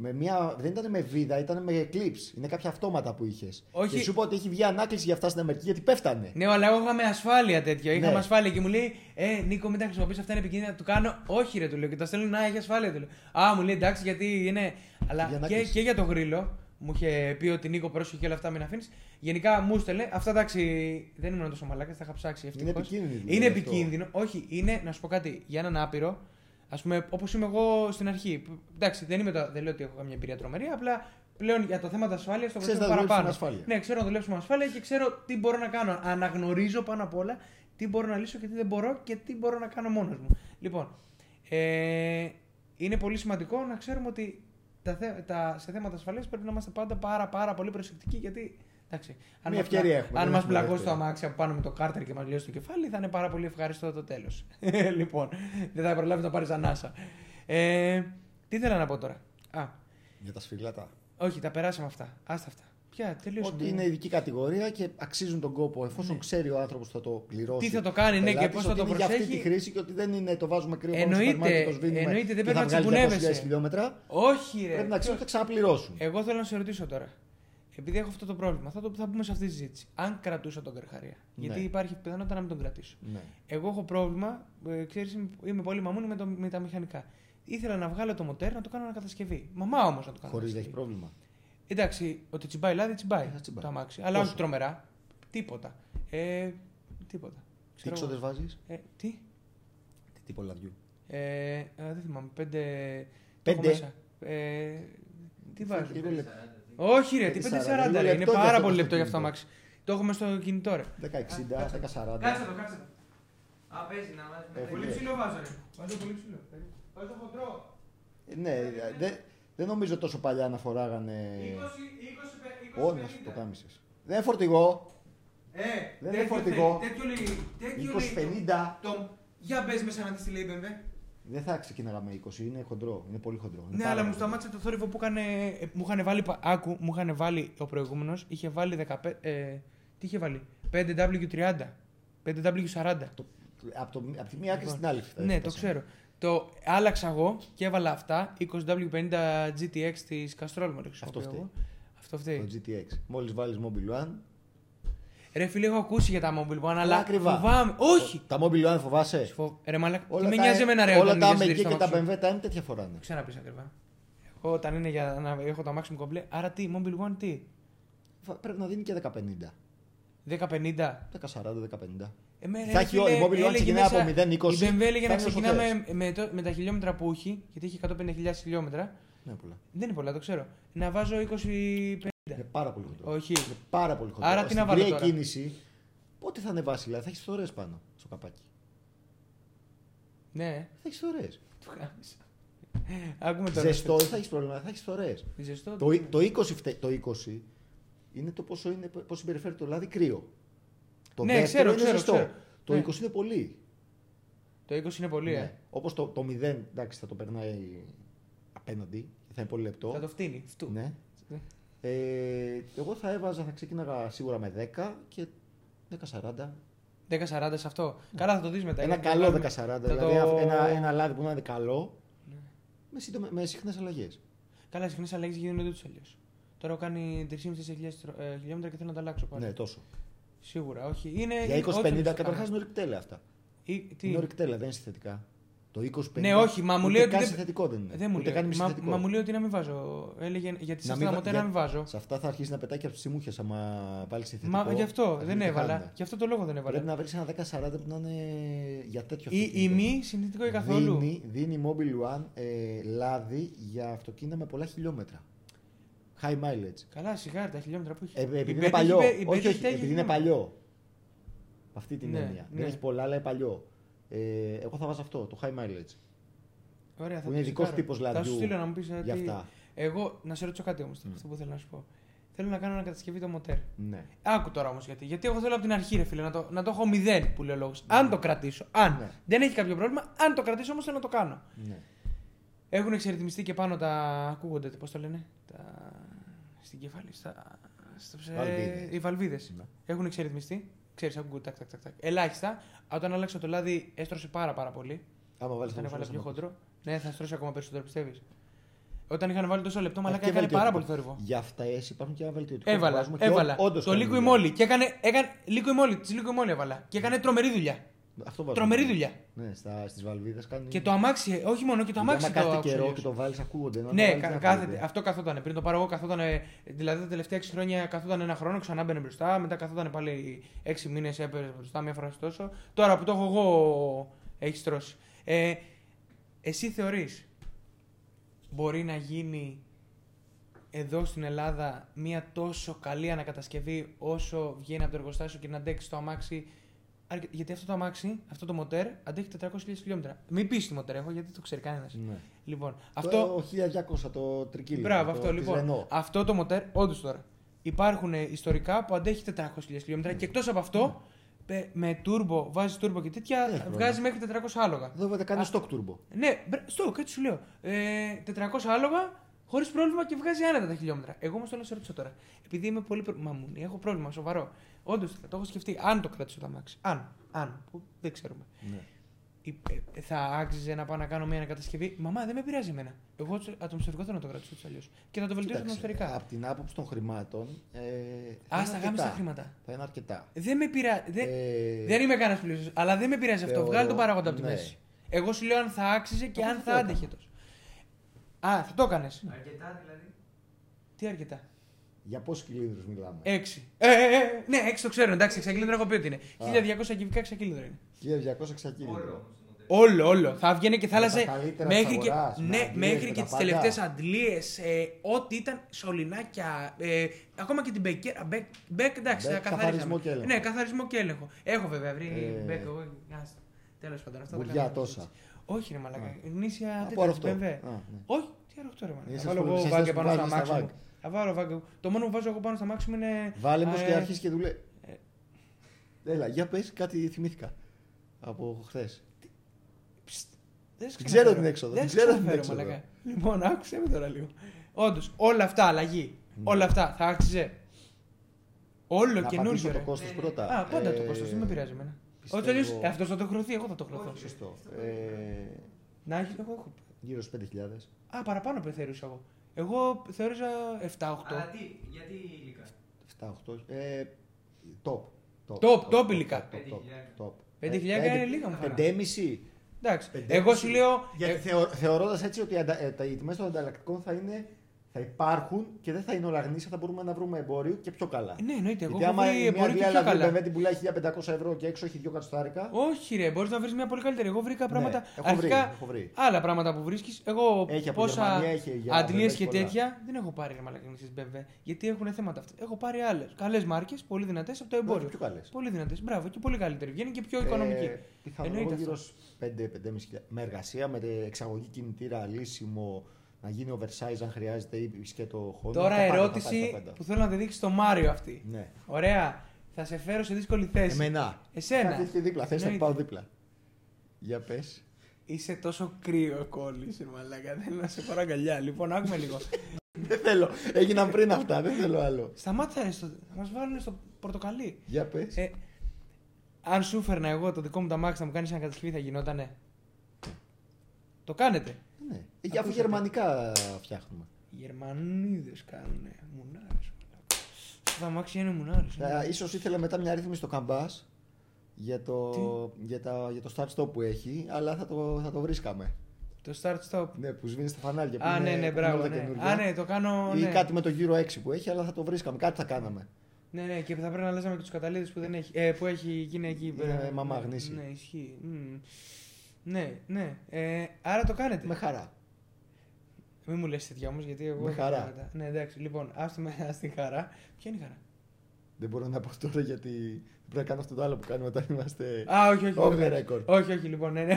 S2: με μια, δεν ήταν με βίδα, ήταν με clips. Είναι κάποια αυτόματα που είχες.
S1: Όχι.
S2: Και σου είπα ότι έχει βγει ανάκληση για αυτά στην Αμερική γιατί πέφτανε.
S1: Ναι, αλλά εγώ είχαμε ασφάλεια τέτοιο. Είχαμε
S2: Ναι.
S1: ασφάλεια και μου λέει: Ε, Νίκο, μην τα χρησιμοποιείς αυτά είναι επικίνδυνα. Του κάνω, Όχι, ρε, του λέω. Και τα στέλνω, Να, έχει ασφάλεια. Του λέω. Α, μου λέει εντάξει, γιατί είναι. Αλλά
S2: Για να
S1: και,
S2: κλείσεις.
S1: και για το γρίλο μου είχε πει ότι Νίκο, πρόσεχε και όλα αυτά, μην αφήνεις. Γενικά μου στέλνε. Αυτά εντάξει, δεν ήμουν τόσο μαλάκας, τα είχα ψάξει.
S2: Είναι
S1: Ευτυχώς.
S2: επικίνδυνη. δηλαδή, δουλειά
S1: Είναι
S2: αυτό.
S1: επικίνδυνο. Όχι, είναι να σου πω κάτι για έναν άπειρο. Ας πούμε, όπως είμαι εγώ στην αρχή. Εντάξει, δεν, είμαι το, δεν λέω ότι έχω καμία εμπειρία τρομερή, απλά πλέον για το θέμα της ασφάλειας το
S2: Ξέρεις
S1: βρίσκω
S2: να δουλέψεις
S1: παραπάνω.
S2: με ασφάλεια.
S1: Ναι, ξέρω να δουλέψω με ασφάλεια και ξέρω τι μπορώ να κάνω. Αναγνωρίζω πάνω απ' όλα τι μπορώ να λύσω και τι δεν μπορώ και τι μπορώ να κάνω μόνος μου. Λοιπόν, ε, είναι πολύ σημαντικό να ξέρουμε ότι τα, θε- τα, σε θέματα ασφαλείας πρέπει να είμαστε πάντα πάρα, πάρα πολύ προσεκτικοί γιατί. Εντάξει, αν μας
S2: Μια ευκαιρία
S1: πλα-
S2: έχουμε,
S1: Αν
S2: δεν
S1: μας
S2: έχουμε
S1: πλακώσει το
S2: δεύτερη.
S1: αμάξι από πάνω με το κάρτερ και μας λιώσει το κεφάλι, θα είναι πάρα πολύ ευχαριστώ το τέλος. λοιπόν, δεν θα προλάβει να πάρει ανάσα. Ε, τι ήθελα να πω τώρα. Α,
S2: Για τα σφυριλάτα.
S1: όχι, τα περάσαμε αυτά. Άστα αυτά. Πια, τελείωσαμε.
S2: Ότι είναι ειδική κατηγορία και αξίζουν τον κόπο εφόσον ξέρει ο άνθρωπος που θα το πληρώσει.
S1: Ναι. Τι θα το κάνει, ναι,
S2: πελάτης,
S1: και πώς θα
S2: ότι
S1: το
S2: είναι Για αυτή
S1: προσέχει.
S2: τη χρήση και ότι δεν είναι το βάζουμε κρύο πάνω στο
S1: Εννοείται,
S2: σούπερ μάρκετ, το σβήνουμε
S1: εννοείται, δεν
S2: και
S1: πρέπει
S2: θα
S1: να
S2: βγάλει
S1: τσιπουνεύεσαι.
S2: 200.000 χιλιόμετρα.
S1: Όχι, ρε.
S2: Πρέπει να ξέρει ότι θα ξαναπληρώσουν.
S1: Εγώ θέλω να σε ρωτήσω τώρα. Επειδή έχω αυτό το πρόβλημα, θα το θα πούμε σε αυτή τη συζήτηση. Αν κρατούσα τον Καρχαρία.
S2: Ναι.
S1: Γιατί υπάρχει πιθανότητα να μην τον κρατήσω.
S2: Ναι.
S1: Εγώ έχω πρόβλημα, ε, ξέρεις, είμαι- είμαι πολύ μαμούνι με, το, με τα μηχανικά. Ήθελα να βγάλω το μοτέρ να το κάνω ανακατασκευή. Μαμά όμως να το κάνω.
S2: Χωρίς να έχει
S1: ανακατασκευή.
S2: πρόβλημα.
S1: Εντάξει, ότι τσιμπάει λάδι, τσιμπάει,
S2: Ε, θα τσιμπάει.
S1: το αμάξι. Αλλά όχι
S2: Πόσο?
S1: τρομερά. Τίποτα. Ε, τίποτα.
S2: Τι
S1: Ξέρω εγώ.
S2: ξόδε βάζεις.
S1: Ε, τι.
S2: Τι πολλαδιού.
S1: Ε, α, δεν θυμάμαι. Πέντε. το έχω
S2: Πέντε. ε,
S1: μέσα. Ε, τι βάζω.
S2: Λίγο λεπτό.
S1: Όχι, ρε, τι
S2: 5.40,
S1: 5.40 ρε.
S2: λίγο
S1: Είναι
S2: ε, λεπτό γι'
S1: πάρα
S2: αυτό
S1: πολύ
S2: το
S1: λεπτό για αυτό το αμάξι.
S2: αυτοκίνητο.
S1: Το έχουμε στο κινητό, ρε.
S2: 10-60, 10-40.
S3: Κάτσε το, κάτσε το. Α, παίζει να βάζει.
S2: Ε, Πολύ φίλε. ψηλό
S3: βάζω, ρε.
S1: Βάζω πολύ ψηλό. Βάζω χοντρό.
S2: Ε, Ναι, δε- Δεν νομίζω τόσο παλιά να φοράγανε.
S1: 20-50.
S2: Όντω το κάμισες. Δεν είναι φορτηγό.
S1: Ε,
S2: είναι
S1: τέτοιο
S2: φορτηγό.
S1: θέλει, Τέτοιο λέει. Τέτοιο λέει.
S2: 20-50.
S1: το- το- Για μπε μέσα να δει τι λέει η BMW.
S2: Δεν θα ξεκίναγα με 20, είναι χοντρό. Είναι πολύ χοντρό. Είναι
S1: Ναι,
S2: πάρα
S1: αλλά μου
S2: πολύ χοντρό.
S1: σταμάτησε το θόρυβο που έκανε. ε, Μου είχαν βάλει. πα- Άκου, μου είχαν βάλει ο προηγούμενος. Είχε βάλει 15. ε, τι είχε βάλει. 5W30. 5W40.
S2: Από, το, από τη μία άκρη
S1: Λοιπόν,
S2: στην άλλη. θα
S1: Ναι, το
S2: έφτασαν.
S1: ξέρω. Το άλλαξα εγώ και έβαλα αυτά. 20W50 GTX της Castrol μου
S2: Αυτό φταίει.
S1: Αυτό φταίει.
S2: Το GTX. Μόλις βάλεις Mobile One.
S1: Ρε φίλε, έχω ακούσει για τα mobile one, αλλά
S2: Ακριβά.
S1: φοβάμαι. Όχι!
S2: Τα Mobile One φοβάσαι.
S1: Φο... Ε, Ρε μαλάκα, τι
S2: Όλα
S1: με
S2: τα- ε-
S1: νοιάζει εμένα ρε
S2: Όλα
S1: όταν
S2: τα
S1: μιλάς
S2: AMG
S1: για
S2: και
S1: τα
S2: τα
S1: μαξιμ.
S2: BMW Time τέτοια φοράνε.
S1: Ξαναπείς ακριβά. Εγώ όταν είναι για να έχω τα maximum κομπλέ, άρα τι, mobile one τι,
S2: Φα- Πρέπει να δίνει και 1050.
S1: 10-50.
S2: 1040-1050.
S1: Εμένα,
S2: Θα
S1: Ε, ρε
S2: έχει
S1: φίλε,
S2: όλη, η Mobile One
S1: έλεγε
S2: ξεκινάει
S1: μέσα-
S2: από 0-20,
S1: Η BMW έλεγε να
S2: φτάνει όσο
S1: ξεκινάμε
S2: θες.
S1: με, το- με τα χιλιόμετρα που έχει, γιατί έχει 150.000 χιλιόμετρα.
S2: Ναι, πολλά.
S1: Δεν είναι πολλά, το ξέρω. Να βάζω 20.
S2: Είναι πάρα πολύ χοντρό.
S1: Ναι. Όχι.
S2: Είναι πάρα πολύ χοντρό.
S1: Άρα τι
S2: Στην
S1: να βάλω
S2: κρύα
S1: τώρα?
S2: κίνηση, πότε θα ανεβάσει, δηλαδή θα έχεις φορέ πάνω στο καπάκι.
S1: Ναι,
S2: Θα έχεις φορέ.
S1: του χάμισα. Άκουμε τώρα.
S2: Ζεστό δεν θα έχεις πρόβλημα, θα έχεις φορέ.
S1: Ζεστό. ναι.
S2: Το, ε- το 20, φτε- το 20 είναι το πόσο, είναι, πώς συμπεριφέρει το λάδι κρύο. Το
S1: Ναι,
S2: δεύτερο
S1: ξέρω,
S2: είναι
S1: ξέρω,
S2: ζεστό.
S1: ξέρω.
S2: Το
S1: Ναι.
S2: 20 είναι πολύ.
S1: Το 20 είναι πολύ, ε.
S2: Όπως το, το 0, εντάξει, θα το περνάει απέναντι και θα είναι πολύ λεπτό.
S1: Θα το φτύνει. Φτού.
S2: Ναι.
S1: Ναι.
S2: Ε, εγώ θα έβαζα, θα ξεκίναγα σίγουρα με 10 και 10-40.
S1: 10-40 σε αυτό. Καλά, θα το δεις μετά.
S2: Ένα
S1: γιατί
S2: καλό 10-40.
S1: βγάζουμε- θα
S2: Δηλαδή
S1: το- Ναι.
S2: α- ένα, ένα λάδι που να είναι καλό με, σύντομα- με συχνές αλλαγές.
S1: Καλά, συχνές αλλαγές γίνονται ούτως αλλιώς. Τώρα έχω κάνει 3.500 ε, χιλιόμετρα και θέλω να τα αλλάξω πάλι.
S2: Ναι, τόσο.
S1: Σίγουρα, Ε, όχι. Είναι.
S2: Για
S1: ό,τι θέλεις
S2: 20-50
S1: το
S2: καταρχά
S1: κάνεις.
S2: είναι ορυκτέλα αυτά.
S1: Ή-
S2: Είναι
S1: Τι.
S2: ορυκτέλα, δεν είναι συνθετικά. Το 20-50.
S1: Ναι, όχι, μα μου λέει ότι
S2: Καν
S1: δεν- Ε,
S2: συνθετικό δεν είναι.
S1: Δεν μου
S2: ούτε καν
S1: λέει. Μα,
S2: μισθετικό.
S1: μα μου λέει ότι να μην βάζω. Έλεγε γιατί σε αυτά
S2: Να
S1: τα
S2: μην βα-
S1: μοτέρα
S2: για-
S1: να μην βάζω.
S2: Σε αυτά θα αρχίσει να πετάει και από τις τσιμούχες άμα βάλει συνθετικό.
S1: Μα γι' αυτό
S2: θα
S1: δεν
S2: το
S1: έβαλα.
S2: κάνουμε.
S1: Γι' αυτό το λόγο δεν
S2: Πρέπει
S1: έβαλα.
S2: να βρεις ένα 10-40 που να είναι για τέτοιο
S1: Ή ή
S2: αυτοκίνητο.
S1: μη συνθετικό ή καθόλου.
S2: Δίνει, δίνει Mobile One ε, λάδι για αυτοκίνητα με πολλά χιλιόμετρα. High mileage.
S1: Καλά, σιγά τα χιλιόμετρα που έχει.
S2: Ε, επειδή
S1: Η
S2: είναι
S1: Betty
S2: παλιό.
S1: είπε- η Betty
S2: όχι, όχι,
S1: έχει τα
S2: επειδή είναι
S1: χιλιόμετρα.
S2: παλιό. Με Αυτή την
S1: Ναι,
S2: έννοια.
S1: ναι.
S2: Δεν έχει πολλά, αλλά είναι παλιό. Ε, εγώ θα βάζω αυτό, το high mileage.
S1: Ωραία, θα
S2: που
S1: το
S2: είναι ειδικό
S1: τσεκάρω.
S2: τύπος
S1: Θα
S2: λαδιού.
S1: σου στείλω να μου ε, πει
S2: Για αυτά.
S1: Εγώ να σε ρωτήσω κάτι όμως, αυτό που θέλω να σου πω. Θέλω να κάνω ανακατασκευή το μοτέρ.
S2: Ναι.
S1: Άκου τώρα όμως γιατί. Γιατί εγώ θέλω από την αρχή, ρε φίλε, να το, να το έχω μηδέν που λέει ο λόγο. Αν το κρατήσω. Αν.
S2: Ναι.
S1: Δεν έχει κάποιο πρόβλημα. Αν το κρατήσω όμως θέλω να το κάνω.
S2: ναι.
S1: Έχουν εξερτημιστεί και πάνω τα. Ακούγονται, πώς το λένε. Τα. Στην κεφαλή. Στα... Στο ψε...
S2: Βαλβίδες.
S1: Οι βαλβίδες.
S2: Ναι.
S1: Έχουν εξερτημιστεί. Ξέρει, ακούγονται. Τακ, τακ, τακ, τακ. Ελάχιστα. Όταν άλλαξα το λάδι, έστρωσε πάρα, πάρα πολύ.
S2: Άμα βάλεις
S1: Όταν έβαλα πιο χοντρό. Ναι, θα στρώσει ακόμα περισσότερο, πιστεύεις. Όταν είχαν βάλει τόσο λεπτό, μαλάκα
S2: και
S1: έκανε πάρα πολύ
S2: βελτιωτικό.
S1: θόρυβο.
S2: Για αυτά εσύ υπάρχουν και ένα βελτιωτικό.
S1: Έβαλα,
S2: που βάζουμε και
S1: έβαλα.
S2: ό- όντως
S1: το
S2: κάνει
S1: λίγο η
S2: δουλειά.
S1: μόλι. Και έκανε, έκανε λίγο η μόλι, τη λίγο η μόλι έβαλα. Και έκανε τρομερή δουλειά.
S2: Αυτό βάζουμε.
S1: Τρομερή δουλειά.
S2: Ναι, στις βαλβίδες κάνει.
S1: Και το αμάξι, όχι μόνο και το
S2: Γιατί άμα
S1: αμάξι το
S2: κάθεται
S1: άκουσα
S2: καιρό
S1: αλλιώς.
S2: και το βάλεις, ακούγονται. ενώ αν το
S1: Ναι,
S2: βάλεις,
S1: κα-
S2: δεν
S1: κάθεται.
S2: ακούγονται.
S1: Αυτό καθόταν. Πριν το πάρω εγώ, καθόταν. Δηλαδή τα τελευταία 6 χρόνια καθόταν ένα χρόνο, ξανά μπαίνε μπροστά. Μετά καθόταν πάλι 6 μήνες, έπαιρνε μπροστά μία φορά στο τόσο. Τώρα που το έχω εγώ, έχεις στρώσει. Ε, εσύ θεωρείς μπορεί να γίνει εδώ στην Ελλάδα μία τόσο καλή ανακατασκευή όσο βγαίνει από το εργοστάσιο και να αντέξει το αμάξι. αρκε- Γιατί αυτό το αμάξι, αυτό το μοτέρ, αντέχει 400.000 χιλιόμετρα. Μην πεις τι μοτέρ έχω, γιατί το ξέρει κανένας.
S2: Ναι.
S1: Λοιπόν,
S2: Αυτό...
S1: αυτό.
S2: Το 1200 το τρικύλι.
S1: Μπράβο,
S2: το-
S1: αυτό
S2: της
S1: λοιπόν.
S2: Renault.
S1: Αυτό το μοτέρ, όντως τώρα. Υπάρχουν ε, ιστορικά που αντέχει 400.000 χιλιόμετρα και εκτός από αυτό, πε- με τούρμπο, βάζει τούρμπο και τέτοια,
S2: Δεν έχει πρόβλημα.
S1: βγάζει μέχρι 400 άλογα.
S2: Εδώ βέβαια κάνει
S1: Α.
S2: στοκ τουρμπο.
S1: Ναι, μπρα- στο, κάτι σου λέω. Ε, 400 άλογα, χωρίς πρόβλημα και βγάζει άνετα τα χιλιόμετρα. Εγώ όμως θέλω να σε ρωτήσω τώρα. Επειδή είμαι πολύ. προ- Μαμούνι, έχω πρόβλημα σοβαρό. Όντως το έχω σκεφτεί, αν το κρατήσω το αμάξι. Αν, αν, που δεν ξέρουμε.
S2: Ναι.
S1: Ή, ε, θα άξιζε να πάω να κάνω μια ανακατασκευή. Μαμά, δεν με πειράζει εμένα. Εγώ το ατμοσφαιρικό θέλω να το κρατήσω έτσι αλλιώς. Και θα το βελτιώσω ατμοσφαιρικά.
S2: από την άποψη των χρημάτων. Ε, θα
S1: Α,
S2: είναι
S1: στα
S2: αρκετά.
S1: γάμισα χρήματα.
S2: Θα είναι αρκετά.
S1: Δεν με πειράζει. Δεν,
S2: Ε,
S1: δεν είμαι κανένας πλούσιο, αλλά δεν με πειράζει αυτό.
S2: θεωρώ-
S1: Βγάλει τον παράγοντα από τη
S2: ναι. Ε,
S1: μέση. Εγώ σου λέω αν θα άξιζε και
S2: Αυτό
S1: αν
S2: θα
S1: θα
S2: το έκανα. Ναι.
S1: άντεχε τόσο. Α, θα το έκανες.
S3: Αρκετά δηλαδή.
S1: Τι αρκετά.
S2: Για πόσους κιλίνδρου μιλάμε.
S1: Έξι. Ε, ε, ε, ναι, έξι το ξέρω. Εντάξει, εξακύλινδρο έχω πει ότι είναι. 1200 κυβικά εξακύλινδρο είναι.
S2: 1200
S3: Όλο
S2: ξακίνητρο.
S3: όμως το μοντέλο.
S1: Όλο, όλο. Θα βγαίνει και θα
S2: Με
S1: άλλαζε
S2: τα καλύτερα της
S1: μέχρι και,
S2: αγοράς, με
S1: ναι,
S2: αντλίες,
S1: μέχρι
S2: με
S1: και
S2: τα
S1: τις
S2: πάντα.
S1: τελευταίες αντλίες. Ε, ό,τι ήταν σωληνάκια. Ε, ακόμα και την μπεκέρα. Μπεκ, μπεκ εντάξει,
S2: Μπεκ,
S1: τα καθαρίσαμε.
S2: καθαρισμό και έλεγχο.
S1: Ναι, καθαρισμό και έλεγχο. Έχω βέβαια βρει
S2: Ε,
S1: μπεκ. Εγώ, άστα. Τέλος πάντων, αυτά τα
S2: Μπουριά
S1: κάνουμε
S2: τόσα.
S1: συζήτηση. Όχι, ρε Μαλακά. Γνήσια
S2: Από
S1: τέτοια
S2: αυτό.
S1: BMW.
S2: Α, ναι.
S1: Όχι, τι Έροχτο ρε μάνα.
S2: Είναι
S1: Θα
S2: σε
S1: βάλω
S2: αυτές
S1: εγώ
S2: τις
S1: βάγκε
S2: θέσεις
S1: πάνω
S2: που
S1: στο
S2: βάζεις τα
S1: αμάξι μου.
S2: βάγκ.
S1: Θα βάλω βάγκε. Το μόνο που βάζω εγώ πάνω στο αμάξι μου είναι.
S2: Βάλε μου και
S1: ε,
S2: αρχίσεις και δουλεύει.
S1: ε.
S2: Έλα, για πες κάτι θυμήθηκα από χθες.
S1: Ψτ, Δεν σε
S2: Την
S1: ξαναφέρω.
S2: ξέρω την έξοδο,
S1: Δεν
S2: την
S1: σε
S2: ξέρω την
S1: ξαναφέρω,
S2: έξοδο.
S1: μαλακά. Λοιπόν, άκουσε με τώρα λίγο. Όντως, όλα αυτά αλλαγή.
S2: Ναι.
S1: Όλα αυτά θα άξιζε. Όλο
S2: Να απαντήσω
S1: καινούργιο.
S2: το
S1: ρε.
S2: κόστος
S3: Ναι, ναι.
S2: πρώτα.
S1: Α, πάντα το
S2: Ε,
S1: κόστος, δεν με πειράζει εμένα.
S2: πιστεύω-
S1: Όταν τελειώσει, αυτός θα το χρεωθεί, εγώ θα το χρεωθώ.
S3: Όχι.
S2: Σωστό. Ε,
S1: Να έχει, εγώ έχω.
S2: γύρω στους 5.000.
S1: Α, παραπάνω θεωρούσα εγώ. Εγώ θεώρησα 7-8.
S3: Αλλά τι, γιατί υλικά.
S2: 7-8. Ε, top. Top,
S1: Top, top υλικά.
S2: top, top,
S3: 5.000.
S2: top.
S1: 5.000
S2: Ε,
S1: είναι λίγα μου φαίνεται.
S2: 5,5.
S1: Εντάξει.
S2: πεντέμιση.
S1: Εγώ σου λέω.
S2: Γιατί
S1: ε,
S2: θεω, θεωρώντας έτσι ότι αντα- ε, τα- οι τιμές των ανταλλακτικών θα, είναι, θα υπάρχουν και δεν θα είναι όλα γνήσια, θα μπορούμε να βρούμε εμπόριο και πιο καλά.
S1: Ναι, εννοείται. Εγώ
S2: Γιατί
S1: έχω
S2: άμα
S1: βρει
S2: μια
S1: εμπορική
S2: Real
S1: πιο καλά.
S2: BMW την πουλάει 1500 ευρώ και έξω έχει δύο κατοστάρικα.
S1: Όχι, ρε, μπορείς να βρεις μια πολύ καλύτερη. Εγώ βρήκα
S2: Ναι,
S1: πράγματα.
S2: έχω βρει,
S1: αρχικά,
S2: έχω βρει.
S1: άλλα πράγματα που βρίσκεις. Εγώ
S2: Έχει από
S1: πόσα
S2: Γερμανία, έχει για
S1: αντλίες
S2: βέβαια,
S1: και
S2: πολλά.
S1: τέτοια δεν έχω πάρει ρε μαλακινήσει BMW. Γιατί έχουν θέματα αυτά. Έχω πάρει άλλες. Καλές μάρκες, πολύ δυνατές από το
S2: Μπορεί.
S1: εμπόριο.
S2: Πιο καλές.
S1: Πολύ δυνατές. Μπράβο και πολύ καλύτερη. Βγαίνει και πιο
S2: Ε,
S1: οικονομική.
S2: Πιθανόν
S1: Εννοείται
S2: εγώ
S1: αυτό.
S2: γύρω στου 5-5.500 με εργασία, με εξαγωγή κινητήρα, λύσιμο, να γίνει oversize αν χρειάζεται ή σκέτο Honda.
S1: Τώρα
S2: τα πάντα, τα
S1: ερώτηση
S2: πάντα, τα πάντα.
S1: που θέλω να τη δείξει το Μάριο αυτή.
S2: Ναι.
S1: Ωραία. Θα σε φέρω σε δύσκολη θέση.
S2: Εμένα.
S1: Εσένα.
S2: Κάτι και δίπλα. Θες να
S1: Εννοείται.
S2: πάω δίπλα. Για πες.
S1: Είσαι τόσο κρύο κόλλησε, μαλάκα. Θέλω να σε πάρω αγκαλιά. Λοιπόν, άκουμε λίγο.
S2: δεν θέλω. Έγιναν πριν αυτά. Δεν θέλω άλλο.
S1: Σταμάτα, ρε, στο... θα μας βάλουν στο πορτοκαλί.
S2: Για πες.
S1: Ε, αν σου φέρνα εγώ το δικό μου ταμάξι να μου κάνεις ένα κατασκευή, θα γινότανε. Το κάνετε.
S2: ναι. Για αφού
S1: ακούσατε.
S2: γερμανικά φτιάχνουμε.
S1: Οι Γερμανίδε κάνουν μουνάρε. Το ταμάξι είναι ναι. μουνάρες.
S2: Ε, ίσως ήθελα μετά μια ρύθμιση στο καμπάς για το, για, τα, για το start stop που έχει, αλλά θα το, θα το βρίσκαμε.
S1: Το start stop.
S2: Ναι, που σβήνει τα φανάρια. που
S1: Α,
S2: είναι-
S1: ναι,
S2: που
S1: ναι,
S2: είναι
S1: μπράβο.
S2: όλα
S1: Ναι.
S2: καινούργια.
S1: Α, ναι, το κάνω.
S2: Ή
S1: Ναι.
S2: κάτι με το γύρο 6 που έχει, αλλά θα το βρίσκαμε. Κάτι θα κάναμε.
S1: ναι, ναι, και θα πρέπει να αλλάζαμε και τους καταλήτε που, δεν έχει, ε, που έχει γίνει εκεί.
S2: Είναι
S1: Ε,
S2: μαμά γνήσι.
S1: Ναι, ισχύει. Μμμ. Ναι, ναι. Ε, άρα το κάνετε.
S2: Με χαρά.
S1: Μην μου λες τέτοια όμω, γιατί εγώ.
S2: Με
S1: έχω
S2: χαρά.
S1: πράγματα. Ναι, εντάξει, λοιπόν, άστε με ας τη χαρά. Ποια είναι η χαρά.
S2: Δεν μπορώ να πω τώρα γιατί πρέπει να κάνω αυτό το άλλο που κάνουμε όταν είμαστε.
S1: Α, όχι, όχι.
S2: Off
S1: βέβαια.
S2: the record.
S1: Όχι, όχι, λοιπόν, ναι, ναι.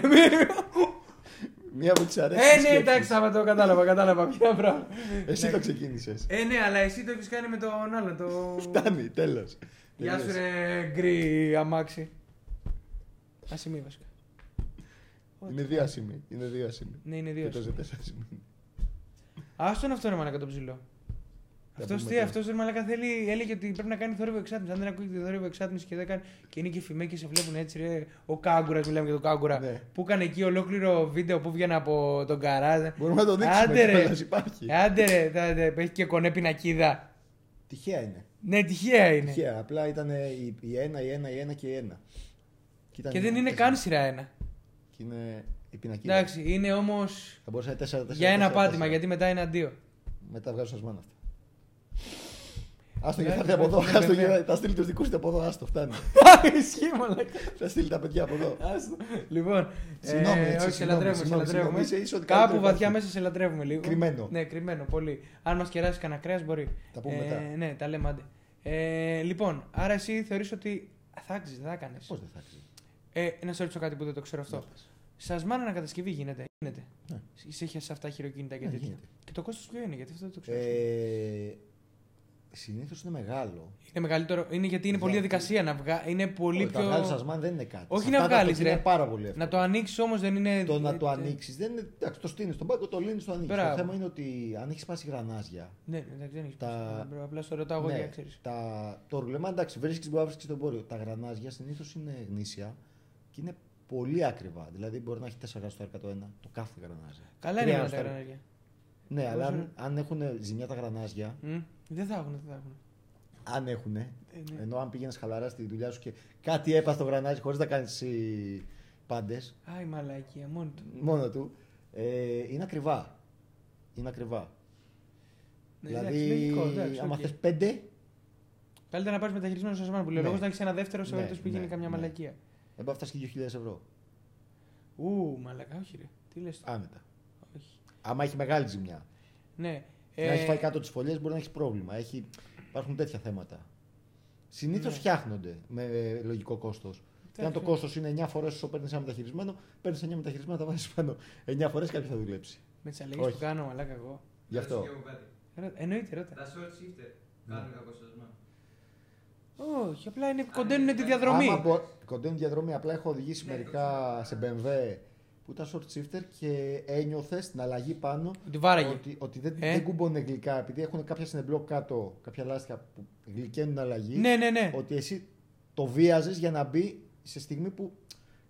S2: Μία από τις αρέσεις.
S1: ε, ναι, εντάξει, θα το κατάλαβα, κατάλαβα. Ποια πράγμα.
S2: Εσύ
S1: Εντάξει.
S2: το ξεκίνησες.
S1: Ε, ναι, αλλά εσύ το έχεις κάνει με τον άλλο. Το...
S2: Φτάνει, τέλος.
S1: Γεια σου, ρε γκρι αμάξι. Ασημή, βασικά.
S2: Είναι δύο ασήμοι. Είναι δύο ασήμοι.
S1: Ναι, είναι
S2: Και
S1: δύο.
S2: το ζετέ ασήμοι.
S1: Άστον αυτό ρε μαλακά τον ψηλό.
S2: Τα
S1: Αυτός
S2: πούμε
S1: τι,
S2: τώρα.
S1: αυτός ρε μαλακά θέλει, έλεγε ότι πρέπει να κάνει θόρυβο εξάτμιση. Αν δεν ακούγεται θόρυβο εξάτμιση και δεν κάνει. Και είναι και φημέ και σε βλέπουν έτσι, ρε. Ο Κάγκουρας, μιλάμε για τον Κάγκουρα.
S2: Ναι.
S1: Που έκανε εκεί ολόκληρο βίντεο που βγαίνει από τον καράζ.
S2: Μπορούμε να το δείξουμε.
S1: Άντε ρε.
S2: κιόλας, υπάρχει.
S1: Ε, Άντε ρε, θα- θα- έχει και κονέ πινακίδα.
S2: Τυχαία είναι.
S1: Ναι, τυχαία είναι.
S2: Τυχαία. Απλά ήταν η, η ένα, η ένα, η ένα και η ένα. ήταν
S1: Και δεν είναι
S2: τέσσερα.
S1: καν σειρά ένα.
S2: Και είναι η πινακή.
S1: Εντάξει, είναι όμως
S2: Θα μπορούσε να είναι τέσσερα, τέσσερα.
S1: για ένα
S2: τέσσερα,
S1: πάτημα,
S2: τέσσερα.
S1: γιατί μετά είναι αντίο.
S2: Μετά βγάζω σασμάνα αυτά. Άστο,
S1: Ναι,
S2: γιατί θα έρθει από
S1: ναι,
S2: εδώ.
S1: ναι,
S2: Άστο,
S1: ναι.
S2: γιατί θα στείλει τους δικούς του από εδώ. Άστο, φτάνει.
S1: Ισχύει, μαλακά.
S2: Θα στείλει τα παιδιά από εδώ.
S1: Άστο. Λοιπόν,
S2: Συγγνώμη,
S1: ε,
S2: έτσι,
S1: όχι, σε
S2: συγγνώμη,
S1: λατρεύουμε. Σε
S2: συγγνώμη,
S1: λατρεύουμε.
S2: συγγνώμη, είσαι ίσο ότι
S1: Κάπου
S2: καλύτερο
S1: βαθιά
S2: υπάρχει.
S1: μέσα σε λατρεύουμε λίγο.
S2: Κρυμμένο.
S1: Ναι, κρυμμένο, πολύ. Αν μας κεράσει κανένα κρέας, μπορεί.
S2: Τα πούμε
S1: ε,
S2: μετά.
S1: Ναι, τα λέμε άντε. Ε, λοιπόν, άρα εσύ θεωρείς ότι θα άξιζες, θα έκανες.
S2: Πώς δεν θα ξέρει.
S1: Ε, να σε ρωτήσω κάτι που δεν το ξέρω αυτό.
S2: Να πες.
S1: Σασμάνα ανακατασκευή γίνεται. γίνεται.
S2: Ναι.
S1: Σε είχε σε αυτά χειροκίνητα και
S2: Ναι,
S1: τέτοια.
S2: γίνεται.
S1: Και το κόστος ποιο είναι, γιατί αυτό δεν το ξέρω.
S2: Ε, Συνήθως είναι μεγάλο.
S1: Είναι μεγαλύτερο. Είναι γιατί είναι πολλή
S2: Για-
S1: διαδικασία να βγάλει. Είναι πολύ
S2: Όχι, Να βγάλει
S1: πιο.
S2: σασμάν δεν είναι κάτι.
S1: Όχι
S2: Σε
S1: να
S2: αυτά τα
S1: βγάλεις,
S2: αυτοκίνητα
S1: ρε.
S2: Είναι πάρα πολύ
S1: Να
S2: εύκολο.
S1: το ανοίξεις όμως δεν είναι.
S2: Το να το
S1: ε,
S2: ανοίξεις δεν είναι. Εντάξει, το στείνεις στον πάγκο, το λύνεις, το ανοίξεις. Το
S1: Μπράβο.
S2: θέμα είναι ότι αν έχεις σπάσει γρανάζια.
S1: Ναι, εντάξει, δεν έχεις
S2: Τα-
S1: πρόβλημα. Απλά στο ρωτάω εγώ
S2: ναι,
S1: για να ξέρεις.
S2: τα, το ρουλεμά εντάξει, βρίσκεις μπορεί να βρίσκεις το εμπόριο. Τα γρανάζια συνήθως είναι γνήσια και είναι πολύ ακριβά. Δηλαδή μπορεί να έχει 4 γρανάζια το ένα, το κάθε γρανάζι.
S1: Καλά είναι
S2: Τρία
S1: όλα τα
S2: γρανάζια.
S1: γρανάρια.
S2: Ναι, αλλά
S1: Πόσο
S2: αν,
S1: είναι?
S2: αν έχουν ζημιά τα γρανάζια,
S1: Μμ, Δεν θα έχουν, δεν θα έχουν.
S2: αν έχουν,
S1: Ε, ναι.
S2: ενώ αν πήγαινες χαλαρά στη δουλειά σου και κάτι έπασε το γρανάζι χωρίς να κάνεις πάντε,
S1: Α, η μαλακία, μόνο του.
S2: μόνο του, ε, είναι ακριβά. Είναι ακριβά.
S1: Ναι,
S2: δηλαδή,
S1: εντάξει, λογικό, εντάξει,
S2: άμα
S1: οκ.
S2: θες πέντε, ε,
S1: Καλύτερα να πάρεις μεταχειρισμένο σε σωμάνα που λέει.
S2: Ναι.
S1: Λόγος να έχεις ένα δεύτερο σε
S2: Ναι,
S1: περίπτωση που
S2: ναι,
S1: γίνει καμιά
S2: ναι.
S1: μαλακία.
S2: δεν πάει να φτάσεις και 2.000 ευρώ.
S1: Ου, μαλακά, όχι ρε. Τι λες.
S2: Άνετα.
S1: Όχι.
S2: Άμα έχει μεγάλη ζημιά.
S1: Ναι.
S2: Ε... Να έχει φάει κάτω τις φωλιές μπορεί να έχει πρόβλημα. Έχει... Υπάρχουν τέτοια θέματα. Συνήθως
S1: Ναι.
S2: φτιάχνονται με ε, λογικό κόστος. Και αν το κόστος είναι 9 φορές όσο παίρνεις ένα μεταχειρισμένο, παίρνεις 9 μεταχειρισμένα, τα βάζεις πάνω. 9 φορές κάποιος θα δουλέψει.
S1: Με τις αλλαγές
S2: Όχι.
S1: που κάνω, μαλάκα εγώ.
S2: Γι' αυτό.
S3: Θα σου πω κάτι.
S1: Ρω- Εννοείται, ρώτα.
S3: Τα short shifter κάνουν κακό στο ζώμα.
S1: Όχι, απλά είναι, κοντένουν τη διαδρομή.
S2: Ε. Άμα μπο... Κοντένει διαδρομή. Απλά έχω οδηγήσει
S3: Ναι,
S2: μερικά
S3: το
S2: σε
S3: ξέρω.
S2: BMW που ήταν short shifter και ένιωθε την αλλαγή πάνω
S1: Ότι βάραγε.
S2: ότι, ότι δεν,
S1: Ε.
S2: δεν κουμπώνε γλυκά. Επειδή έχουν κάποια συνεμπλό κάτω, κάποια λάστιχα που γλυκαίνουν αλλαγή.
S1: Ναι, ναι, ναι.
S2: Ότι εσύ το βίαζες για να μπει σε στιγμή που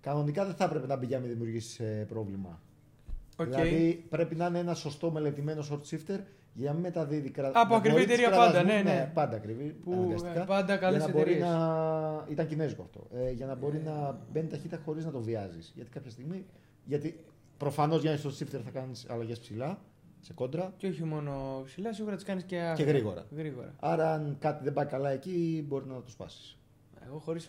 S2: κανονικά δεν θα έπρεπε να μπει για να μην δημιουργήσει πρόβλημα.
S1: Οκ.
S2: Δηλαδή πρέπει να είναι ένα σωστό μελετημένο short shifter για να μην μεταδίδει κρα...
S1: Από
S2: να
S1: ακριβή
S2: μπορείς τις
S1: εταιρεία πάντα,
S2: κραδασμού-
S1: ναι, ναι.
S2: πάντα ακριβή.
S1: Που,
S2: αναγκαστικά,
S1: ε, πάντα
S2: για
S1: καλές
S2: να μπορεί
S1: εταιρείες.
S2: να... Ήταν κινέζικο αυτό. Ε, για να μπορεί να μπαίνει ταχύτητα χωρίς να το βιάζεις. Γιατί κάποια στιγμή. Γιατί προφανώς για να είσαι short shifter θα κάνεις αλλαγές ψηλά, σε κόντρα
S1: Και όχι μόνο ψηλά, σίγουρα τις κάνεις και,
S2: και
S1: άγρια.
S2: γρήγορα.
S1: γρήγορα.
S2: Άρα, αν κάτι δεν πάει καλά εκεί, μπορεί να το σπάσεις.
S1: Εγώ χωρίς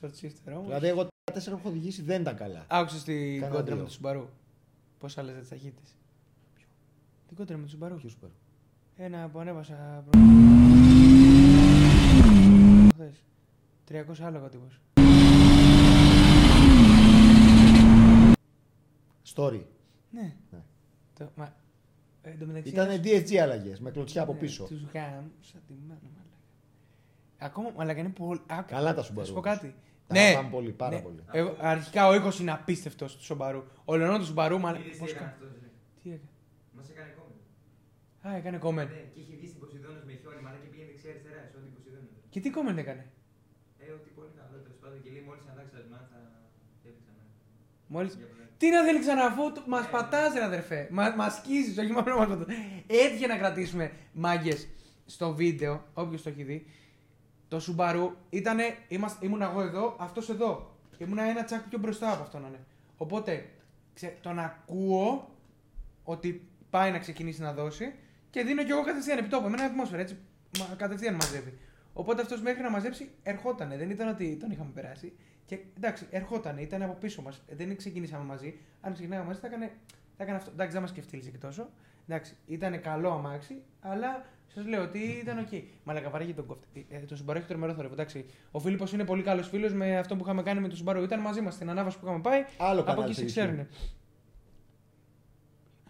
S1: short shifter όμως.
S2: Δηλαδή, εγώ τα τέσσερα που έχω οδηγήσει δεν ήταν καλά.
S1: Άκουσες την
S2: Κάνα
S1: κόντρα
S2: δύο.
S1: με του Σουμπαρού. Πώς άλλαζε τις ταχύτητες. Την κόντρα με του Σουμπαρού.
S2: Ποιο σούπερ.
S1: Ένα που ανέβασα προ- Χθες. 300 άλογα τύπος.
S2: Story.
S1: Ναι.
S2: Ναι.
S1: Το, μα, ε, εν τω μεταξύ. ένας-
S2: Ήταν DSG αλλαγέ με κλωτσιά από
S1: ναι,
S2: πίσω.
S1: Τους γάμ, σαν τη μάνα, μαλάκα. Ακόμα, μαλάκα είναι πολύ. άκου,
S2: Καλά τα
S1: Θα σου
S2: Subaru.
S1: πω κάτι.
S2: Τα
S1: ναι,
S2: αγαπάμε πολύ, πάρα
S1: ναι.
S2: πολύ.
S1: Εγώ, αρχικά ο οίκο είναι απίστευτος του Σομπαρού. Ο Λεωνό του Σομπαρού, μαλάκα.
S3: Είδες τι
S1: Πώς
S3: έκανε
S1: κάνει.
S3: αυτός, ρε.
S1: Τι έκανε.
S3: Μας έκανε κόμμα.
S1: Α, έκανε κόμμεν.
S3: Ναι, και είχε βγει στην Ποσειδώνα με χιόνι, μαλάκα, και πήγαινε δεξιά-αριστερά, σε ό,τι Ποσειδώνα.
S1: Και τι κόμμεν έκανε.
S3: Ε, ότι πολύ καλό τέλος πάντων και λέει μόλις αλλάξει τα ζυμά θα φεύγει ξανά.
S1: Μόλις
S3: Για πολλά.
S1: Τι να θέλεις ξανά, αφού μα πατάς, ρε αδερφέ. Μα μας σκίζεις, όχι μόνο μας πατάς. Έτυχε να κρατήσουμε μάγκες στο βίντεο, όποιος το έχει δει. Το Σουμπαρού ήταν, ήμουν εγώ εδώ, αυτός εδώ. Ήμουν ένα τσάκ πιο μπροστά από αυτόν. Ναι. Οπότε ξε, τον ακούω ότι πάει να ξεκινήσει να δώσει και δίνω κι εγώ κατευθείαν επιτόπου. Εμένα ατμόσφαιρα έτσι μα, κατευθείαν μαζεύει. Οπότε αυτός μέχρι να μαζέψει ερχότανε. Δεν ήταν ότι τον είχαμε περάσει. Και εντάξει, ερχότανε, ήταν από πίσω μας. Δεν ξεκινήσαμε μαζί. Αν ξεκινάγαμε μαζί θα έκανε, θα έκανε αυτό. Εντάξει, δεν μας σκεφτήλιζε και τόσο. Εντάξει, ήταν καλό αμάξι, αλλά σας λέω ότι ήταν οκ. Okay. Μαλάκα, βαράγει τον κόφτη. Ε, τον Σουμπαρό έχει τρομερό θόρυβο. Εντάξει, ο Φίλιππος είναι πολύ καλός φίλος με αυτό που είχαμε κάνει με τον Σουμπαρό. Ήταν μαζί μας στην ανάβαση που είχαμε πάει.
S2: Άλλο
S1: από
S2: κανάλι
S1: εκεί
S2: στο
S1: σε
S2: YouTube.
S1: ξέρουν.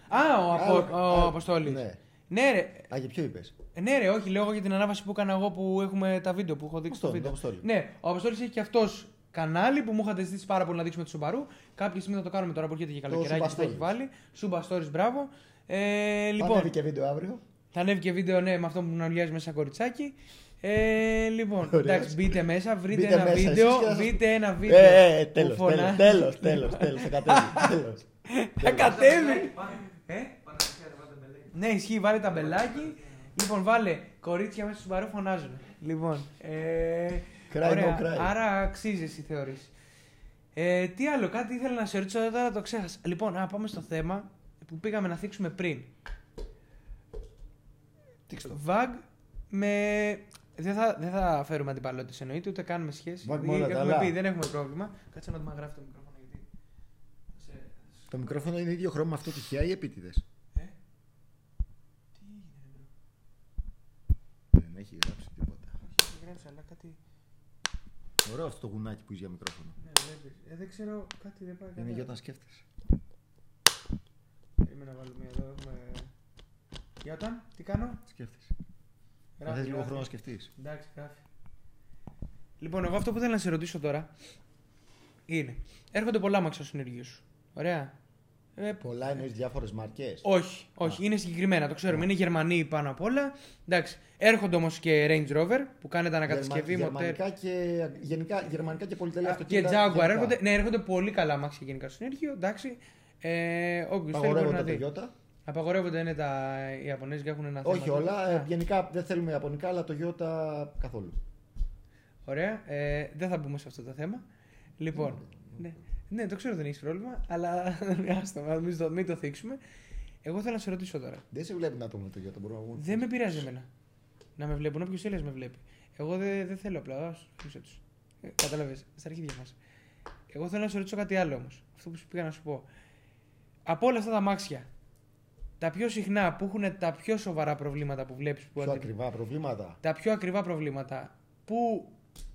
S1: Α, ο,
S2: Άλλο-
S1: απο...
S2: άλλο-
S1: ο Αποστόλης.
S2: Ναι.
S1: Ναι, ρε,
S2: Α, και ποιο είπες.
S1: ε, ναι, ρε, όχι, λέω εγώ για την ανάβαση που έκανα εγώ που έχουμε τα βίντεο που έχω δείξει στο
S2: Αυτό,
S1: βίντεο.
S2: το Αποστόλη.
S1: Ναι, ο Αποστόλης έχει και αυτός κανάλι που μου είχατε ζητήσει πάρα πολύ να δείξουμε του Σουμπαρού. Κάποια στιγμή θα το κάνουμε τώρα που έρχεται και καλοκαιράκι
S2: Super
S1: που το έχει
S2: Stories.
S1: βάλει. Σούμπα Stories, μπράβο. Ε,
S2: Λοιπόν.
S1: λοιπόν,
S2: Ανέβη και βίντεο αύριο.
S1: θα ανέβει και βίντεο ναι, με αυτό που ναυλιάζει μέσα σαν κοριτσάκι. Ε, λοιπόν,
S2: Ωραίος.
S1: εντάξει, μπείτε μέσα, βρείτε
S2: Μπείτε
S1: ένα
S2: μέσα εσείς
S1: βίντεο.
S2: και θα σας-
S1: Βρείτε ένα βίντεο.
S2: Ε, ε,
S1: που
S2: τέλος.
S1: φωνάζει.
S2: Τέλος, τέλος, τέλος. Θα κατέβει. τέλος.
S1: Θα κατέβει.
S3: Πάνω,
S1: Ε,
S3: πάνω δεξιά, ρε, πάντα με λέει.
S1: Ναι, ισχύει, βάλε τα μπελάκι. Λοιπόν, βάλε κορίτσια μέσα στους μπαρό φωνάζουν. Λοιπόν, ε,
S2: Cry, no
S1: ωραία.
S2: cry.
S1: άρα αξίζει η θεωρήση. Ε, τι άλλο, κάτι ήθελα να σε ρωτήσω, αλλά τώρα το ξέχασα. Λοιπόν, α, πάμε στο θέμα που πήγαμε να θίξουμε πριν. Βαγ με... Δεν θα, δεν θα φέρουμε αντιπαλότητες εννοείται, ούτε κάνουμε σχέση.
S2: Βαγ
S1: Δηλαδή,
S2: μόνο τα
S1: έχουμε
S2: άλλα.
S1: πει, δεν έχουμε πρόβλημα. Κάτσε να το μαγράφει το μικρόφωνο, γιατί... Σε...
S2: Το μικρόφωνο είναι ίδιο χρώμα αυτό τυχαία ή επίτηδες.
S1: Ε, τι έγινε εδώ.
S2: Δεν έχει γράψει τίποτα.
S1: Όχι, έχει γράψει, αλλά κάτι.
S2: Ωραίο αυτό το γουνάκι που είσαι για μικρόφωνο.
S1: Ναι, βλέπεις. Ε, δεν ξέρω, κάτι δεν πάει καλά.
S2: Είναι για όταν σκέφτεσαι.
S1: Περίμενα να βάλω μία εδώ. Έχουμε... Για όταν, τι κάνω.
S2: Σκέφτεσαι. Θα θες λίγο
S1: γράφει.
S2: χρόνο να σκεφτείς.
S1: Εντάξει, γράφει. Λοιπόν, εγώ αυτό που θέλω να σε ρωτήσω τώρα είναι. Έρχονται πολλά μαξα στο συνεργείο σου. Ωραία. Ε,
S2: Πολλά εννοεί διάφορες μαρκέ.
S1: όχι, όχι. Είναι συγκεκριμένα, το ξέρουμε. Είναι Γερμανοί πάνω απ' όλα. Εντάξει. Έρχονται όμως και Range Rover που κάνετε ανακατασκευή μοτέρ.
S2: Γερμανικά και, γενικά, γερμανικά και πολυτελεία
S1: Και
S2: αυτοκίνητα.
S1: Jaguar
S2: γενικά.
S1: έρχονται. Ναι, έρχονται πολύ καλά μάξια γενικά στο συνεργείο. Εντάξει. Ε, Όποιο θέλει μπορεί να
S2: Απαγορεύονται
S1: δει.
S2: τα Toyota.
S1: Απαγορεύονται ναι, τα οι Ιαπωνέζικα έχουν ένα θέμα.
S2: Όχι
S1: τώρα.
S2: όλα. ε,
S1: Α,
S2: γενικά δεν θέλουμε Ιαπωνικά, αλλά το Toyota καθόλου.
S1: Ωραία. Ε, δεν θα μπούμε σε αυτό το θέμα. Λοιπόν. Ναι, ναι το ξέρω δεν έχεις πρόβλημα, αλλά άστο, μα, μην, το, μην το θίξουμε. Εγώ θέλω να σε ρωτήσω τώρα.
S2: Δεν σε βλέπουν άτομα με Toyota. Μπορούμε να πούμε.
S1: Δεν με πειράζει εμένα να με βλέπουν. Όποιος θέλει να με βλέπει. Εγώ δεν δεν θέλω απλά. Ας τους. Ε, Κατάλαβε. Στα αρχίδια μας. Εγώ θέλω να σε ρωτήσω κάτι άλλο όμως. Αυτό που σου πήγα να σου πω. Από όλα αυτά τα μάξια, τα πιο συχνά που έχουν τα πιο σοβαρά προβλήματα που βλέπεις που
S2: Πιο
S1: αντι-
S2: ακριβά προβλήματα.
S1: τα πιο ακριβά προβλήματα. Πού.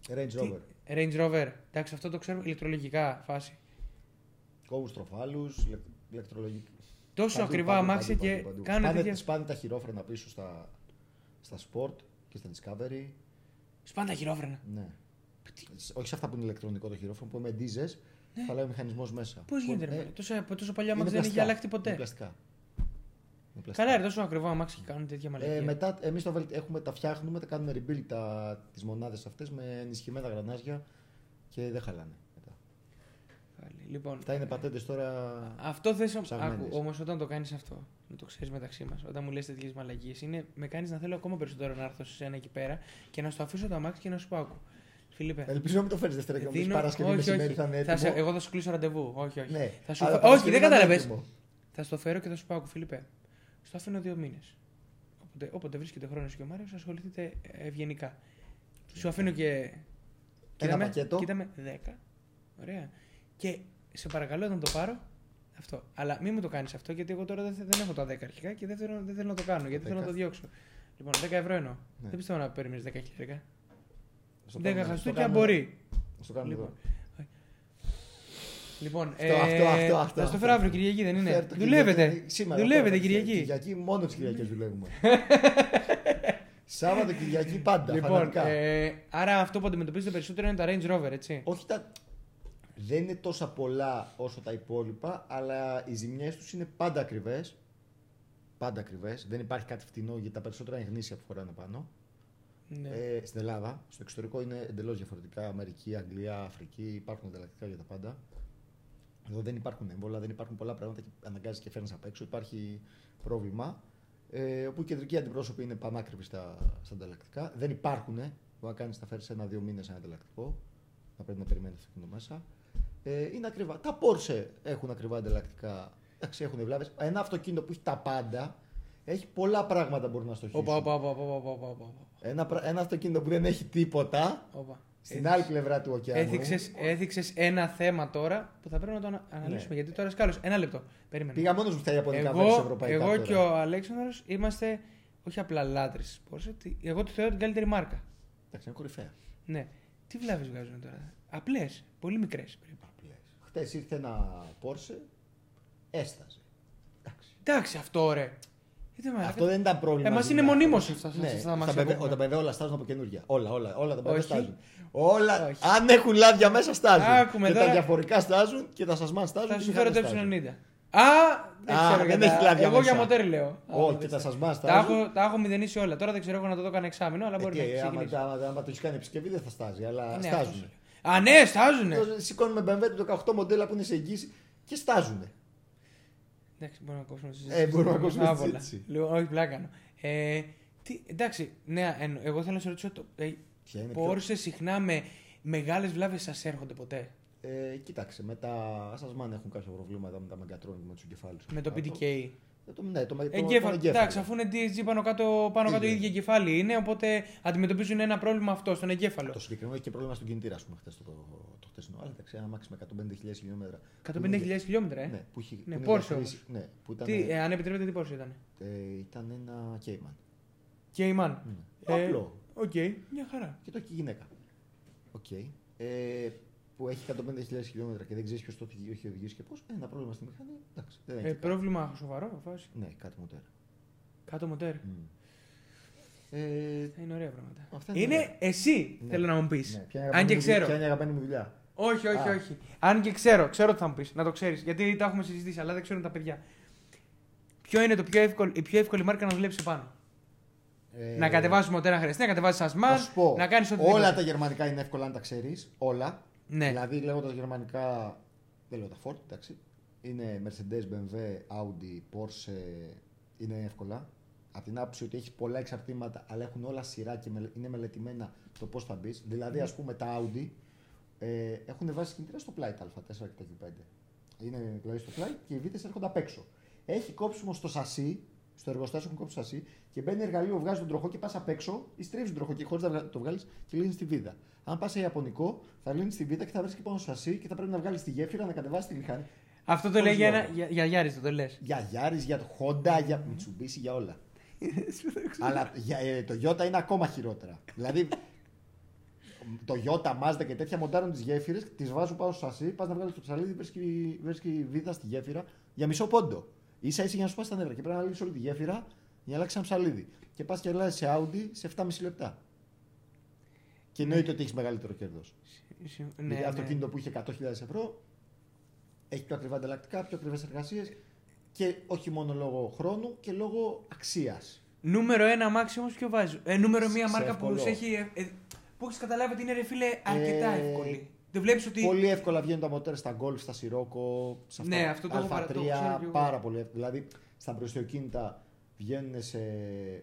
S2: Range
S1: τι-
S2: Rover.
S1: Range Rover. Εντάξει, αυτό το ξέρουμε ηλεκτρολογικά φάση.
S2: Κόβου τροφάλου, ηλεκτρολογικά.
S1: Τόσο
S2: Παντού,
S1: ακριβά
S2: παντού,
S1: αμάξια
S2: παντού,
S1: και
S2: παντού, παντού.
S1: κάνουν
S2: Σπάνε-
S1: τέτοια-
S2: Σπάνε τα χειρόφρενα πίσω στα, στα sport και στα Discovery.
S1: Σπάνε τα χειρόφρενα.
S2: Ναι. Σ- Όχι σε αυτά που είναι ηλεκτρονικό το χειρόφρενο, που με ντίζες, θα λέει ο μηχανισμός μέσα.
S1: Πώς Ναι. γίνεται, ρε,
S2: Ε,
S1: μωρέ, τόσο, τόσο παλιά
S2: είναι
S1: αμάξια δεν έχει
S2: πλαστικά.
S1: αλλάξει
S2: Είναι
S1: ποτέ.
S2: πλαστικά. Είναι πλαστικά.
S1: Καλά, ρε, τόσο ακριβά αμάξια και κάνουν τέτοια
S2: Ε,
S1: μαλακία.
S2: μετά, εμείς έχουμε, τα φτιάχνουμε, τα κάνουμε rebuild τα, τις μονάδες αυτές με ενισχυμένα γρανάζια και δεν χαλάνε. Μετά.
S1: Πάλι. Λοιπόν,
S2: Αυτά είναι πατέντες τώρα.
S1: Αυτό θες
S2: Ψαγμένες.
S1: όμως όταν το κάνεις αυτό, να το ξέρεις μεταξύ μας, όταν μου λες τέτοιες μαλαγίε, είναι με κάνεις να θέλω ακόμα περισσότερο να έρθω σε ένα εκεί πέρα και να στο αφήσω το αμάξι και να σου πω άκου. Φιλίππε.
S2: Ελπίζω να μην το φέρεις Δευτέρα και να μου
S1: ναι.
S2: πεις
S1: δίνω-
S2: Παρασκευή μεσημέρι θα είναι έτοιμο.
S1: σε- εγώ θα σου κλείσω ραντεβού. Όχι, όχι.
S2: Ναι,
S1: Θα σου
S2: αλλά
S1: φα- Όχι,
S2: Παρασκευή
S1: δεν
S2: να είναι
S1: καταλαβες.
S2: έτοιμο.
S1: Θα στο φέρω και θα σου πω, άκου, Φιλίππε, στο αφήνω δύο μήνες. Όποτε, όποτε βρίσκεται χρόνος και ο Μάριος, ασχοληθείτε ε, ευγενικά. Σου αφήνω και.
S2: πακέτο.
S1: Κοίταμε 10. Ωραία. Και σε παρακαλώ όταν το πάρω. Αυτό. Αλλά μην μου το κάνεις αυτό, γιατί εγώ τώρα δεν, θε- δεν έχω τα 10 αρχικά και δεν θέλω, δεν θέλω να το κάνω, γιατί θέλω να το
S2: 10.
S1: διώξω. Λοιπόν, 10 ευρώ εννοώ.
S2: Ναι.
S1: Δεν πιστεύω να παίρνεις 10 χιλιάρικα.
S2: Στο
S1: 10
S2: κάνουμε- στο
S1: χαστούκια
S2: κάνουμε-
S1: μπορεί.
S2: Στο κάνουμε
S1: Λοιπόν.
S2: εδώ.
S1: Λοιπόν,
S2: Αυτό, αυτό, αυτό, αυτό,
S1: θα στο
S2: αυτό.
S1: φέρω αύριο Κυριακή, δεν είναι.
S2: Φέρ' το
S1: Δουλεύετε.
S2: Κυριακή. Σήμερα, ε,
S1: Δουλεύετε
S2: τώρα,
S1: Κυριακή.
S2: Κυριακή μόνο τις Κυριακές δουλεύουμε. Σάββατο Κυριακή πάντα.
S1: Λοιπόν,
S2: φανατικά.
S1: ε, άρα αυτό που αντιμετωπίζετε περισσότερο είναι τα Range Rover, έτσι.
S2: Όχι τα... Δεν είναι τόσα πολλά όσο τα υπόλοιπα, αλλά οι ζημιές τους είναι πάντα ακριβές. Πάντα ακριβές. Δεν υπάρχει κάτι φτηνό γιατί τα περισσότερα είναι γνήσια που φοράνε πάνω.
S1: Ναι.
S2: Ε, στην Ελλάδα, στο εξωτερικό είναι εντελώς διαφορετικά. Αμερική, Αγγλία, Αφρική, υπάρχουν ανταλλακτικά για τα πάντα. Εδώ δεν υπάρχουν έμβολα, δεν υπάρχουν πολλά πράγματα και αναγκάζεις και φέρνεις απ' έξω. Υπάρχει πρόβλημα. Ε, όπου οι κεντρικοί αντιπρόσωποι είναι πανάκριβοι στα, στα ανταλλακτικά. Δεν υπάρχουν. Που να κάνεις, θα φέρεις ένα-δύο μήνες ένα ανταλλακτικό. Να πρέπει να περιμένεις αυτοκίνητο μέσα. Ε, είναι ακριβά. Τα Porsche έχουν ακριβά ανταλλακτικά. Εντάξει, έχουν βλάβες. Ένα αυτοκίνητο που έχει τα πάντα έχει πολλά πράγματα που μπορούν να στοχεύουν.
S1: Όπα, όπα, όπα, όπα, όπα, όπα, όπα, όπα.
S2: Ένα, πρα- ένα αυτοκίνητο που δεν έχει τίποτα
S1: όπα.
S2: στην άλλη πλευρά του ωκεανού.
S1: Έθιξες, έθιξες ένα θέμα τώρα που θα πρέπει να το ανα- αναλύσουμε.
S2: Ναι.
S1: Γιατί τώρα σκάλωσε. Ένα λεπτό. Περίμενε.
S2: Πήγα μόνος μου στα Ιαπωνικά versus
S1: εγώ,
S2: Ευρωπαϊκά.
S1: εγώ
S2: τώρα.
S1: και ο Αλέξανδρος είμαστε όχι απλά λάτρεις. Porsche, τι- εγώ τη θεωρώ την καλύτερη μάρκα.
S2: Εντάξει, είναι κορυφαία.
S1: Ναι. Τι βλάβες βγάζουν τώρα. Απλές. Πολύ μικρές. πρέπει.
S2: Χθε ήρθε ένα Porsche, έσταζε. Εντάξει.
S1: Εντάξει αυτό ρε. Γιατί, μαλάκα,
S2: Αυτό δεν ήταν πρόβλημα.
S1: Ε, μας
S2: ζημιά.
S1: είναι μονίμως αυτά- αυτά-
S2: Ναι,
S1: αυτά τα μάξια
S2: τα
S1: που
S2: παιδιά-
S1: έχουμε.
S2: τα παιδιά όλα στάζουν από καινούργια. Όλα, όλα, όλα τα παιδιά
S1: Όχι.
S2: στάζουν. Όλα,
S1: Όχι.
S2: αν έχουν λάδια μέσα, στάζουν.
S1: Άκουμε
S2: και
S1: τώρα.
S2: τα διαφορικά στάζουν και τα σασμάν στάζουν.
S1: Θα
S2: και
S1: σου
S2: οι
S1: φέρω το
S2: μηχανές στάζουν.
S1: ε90. Α, δεν
S2: Α,
S1: ξέρω
S2: δεν
S1: για τα-
S2: έχει κλάδια
S1: Εγώ
S2: μέσα.
S1: για μοτέρ λέω.
S2: Όχι,
S1: Α,
S2: και
S1: δεν
S2: τα
S1: ξέρω.
S2: σασμά
S1: τα
S2: στάζουν.
S1: έχω, τα έχω μηδενίσει όλα. Τώρα δεν ξέρω εγώ να το δω κανένα εξάμεινο, αλλά
S2: Ε,
S1: μπορεί
S2: τι,
S1: να
S2: ε, άμα,
S1: ξεκινήσει.
S2: τα- άμα, άμα το έχεις κάνει επισκευή δεν θα στάζει, αλλά
S1: Ναι, αυτό
S2: στάζουν.
S1: σου λέω. Α, ναι, στάζουνε.
S2: Το Σηκώνουμε BMW του 18 μοντέλα που είναι σε εγγύηση και στάζουν.
S1: Εντάξει, μπορούμε να κόψουμε τη
S2: Ε, μπορούμε να κόψουμε τη
S1: Άβολα.
S2: συζήτηση.
S1: Λέω, όχι, πλάκα κάνω. Ε, τι, εντάξει, ναι, εν- εγώ θέλω να σε ρωτήσω. Το, ε,
S2: Ποια είναι πιο-
S1: Πόρσε συχνά με μεγάλες βλάβες σας έρχονται ποτέ.
S2: Ε, κοίταξε, με τα Σασμάν έχουν κάποια προβλήματα με τα Μεγκατρόνικ, με τους εγκεφάλους.
S1: Με το PDK.
S2: Ε, το, ναι, το, με- το, ε.
S1: Εγκέφαλο.
S2: τον εγκέφαλο.
S1: Εντάξει, αφού είναι DSG πάνω κάτω, πάνω κάτω
S2: ίδιο.
S1: ίδια κεφάλι είναι, οπότε αντιμετωπίζουν ένα πρόβλημα αυτό στον εγκέφαλο.
S2: Το συγκεκριμένο έχει και πρόβλημα στον κινητήρα, ας πούμε, χθες το, το χθεσινό. Αλλά εντάξει, ένα μάξι με 150.000 χιλιόμετρα.
S1: 150.000 χιλιόμετρα, ε.
S2: Ναι, που, είχε,
S1: Ναι,
S2: που
S1: Porsche
S2: είναι χρήση- Ναι, που ήταν,
S1: Τι, ε,
S2: ε,
S1: αν επιτρέπετε, τι πόσο ήταν.
S2: ήταν ένα Cayman.
S1: Και η Μαν.
S2: Ναι. Απλό.
S1: Οκ, μια χαρά.
S2: Και το έχει η γυναίκα. Οκ. Ε, που έχει 150.000 χιλιόμετρα και δεν ξέρεις ποιος το έχει οδηγήσει και πώς. Ένα πρόβλημα στη μηχανή. Εντάξει, δεν έχει
S1: Ε,
S2: κάτι.
S1: πρόβλημα σοβαρό, βάση.
S2: Ναι, κάτι μοντέρ.
S1: Κάτω μοτέρ.
S2: Μμμ. Ε,
S1: Θα είναι ωραία πράγματα.
S2: Αυτά
S1: είναι
S2: είναι
S1: εσύ,
S2: Ναι.
S1: θέλω να μου πεις.
S2: ναι, ποια είναι η
S1: Αν
S2: αγαπημένη
S1: και
S2: μου-
S1: ξέρω.
S2: Ποια είναι η αγαπημένη μου δουλειά.
S1: Όχι, όχι,
S2: Α.
S1: όχι. Αν και ξέρω, ξέρω τι θα μου πεις. Να το ξέρεις. Γιατί τα έχουμε συζητήσει, αλλά δεν ξέρουν τα παιδιά. Ποιο είναι το πιο εύκολο, η πιο εύκολη μάρκα να δουλέψει πάνω.
S2: Ε,
S1: να κατεβάσεις μοτέρ αν χρειαστεί, να κατεβάσεις ασμάν,
S2: να σου πω,
S1: να κάνεις ό,τι.
S2: Όλα τα γερμανικά είναι εύκολα αν τα ξέρεις. Όλα.
S1: Ναι.
S2: Δηλαδή λέγοντα γερμανικά. Δεν λέω τα Ford, εντάξει. Είναι Mercedes, BMW, Audi, Porsche. Είναι εύκολα. Από την άποψη ότι έχει πολλά εξαρτήματα, αλλά έχουν όλα σειρά και μελε- είναι μελετημένα το πώς θα μπεις. Δηλαδή, ας πούμε, τα Audi ε, έχουν βάσει κινητήρα στο πλάι τα Α4 και τα Q5. Είναι δηλαδή στο πλάι και οι βίτε έρχονται απ' έξω. Έχει κόψιμο στο σασί, στο εργοστάσιο έχουν κόψει σασί και μπαίνει εργαλείο, βγάζει τον τροχό και πας απ' έξω ή στρίβει τον τροχό και χωρίς να βγα- το βγάλεις και λύνεις τη βίδα. Αν πας σε Ιαπωνικό, θα λύνεις τη βίδα και θα βρεις και πάνω στο σασί και θα πρέπει να βγάλεις τη γέφυρα, να κατεβάσεις τη μηχανή.
S1: Αυτό το
S2: Πώς
S1: λέει για,
S2: λέω.
S1: ένα, για, για Γιάριστο, το λες.
S2: Για Γιάρης, για το Honda, για Mitsubishi, για όλα. Αλλά για, ε, το Ιώτα είναι ακόμα χειρότερα. δηλαδή, το Ιώτα, Mazda και τέτοια μοντάρουν τις γέφυρες, τις βάζουν πάνω στο σασί, πας να βγάλεις το ψαλίδι, βρίσκει, βρίσκει βίδα στη γέφυρα για μισό πόντο. Η σα ίσα για να σου πας τα νεύρα και πρέπει να αλλάξει όλη τη γέφυρα για να αλλάξει ένα ψαλίδι. Και πας και αλλάζεις σε Audi σε 7,5 λεπτά. Και εννοείται ότι έχεις μεγαλύτερο κέρδος. Ναι,
S1: Ναι,
S2: Γιατί
S1: ναι.
S2: αυτοκίνητο που είχε 100.000 ευρώ έχει πιο ακριβά ανταλλακτικά, πιο ακριβές εργασίες και όχι μόνο λόγω χρόνου και λόγω αξίας.
S1: Νούμερο ένα αμάξι όμως ποιο βάζω. Ε, νούμερο μία
S2: Σε
S1: μάρκα που
S2: εύκολο.
S1: σε έχει. ε, ε, που έχεις καταλάβει ότι είναι ρε φίλε αρκετά
S2: Ε,
S1: εύκολη. Δεν βλέπεις ότι.
S2: Πολύ εύκολα βγαίνουν τα μοτέρ στα γκολφ, στα σιρόκο, σε αυτά.
S1: Ναι, αυτό το έχω παρα- το
S2: Α3,
S1: ξέρω και εγώ.
S2: πάρα πολύ εύκολα. Δηλαδή στα μπροστιοκίνητα βγαίνουν σε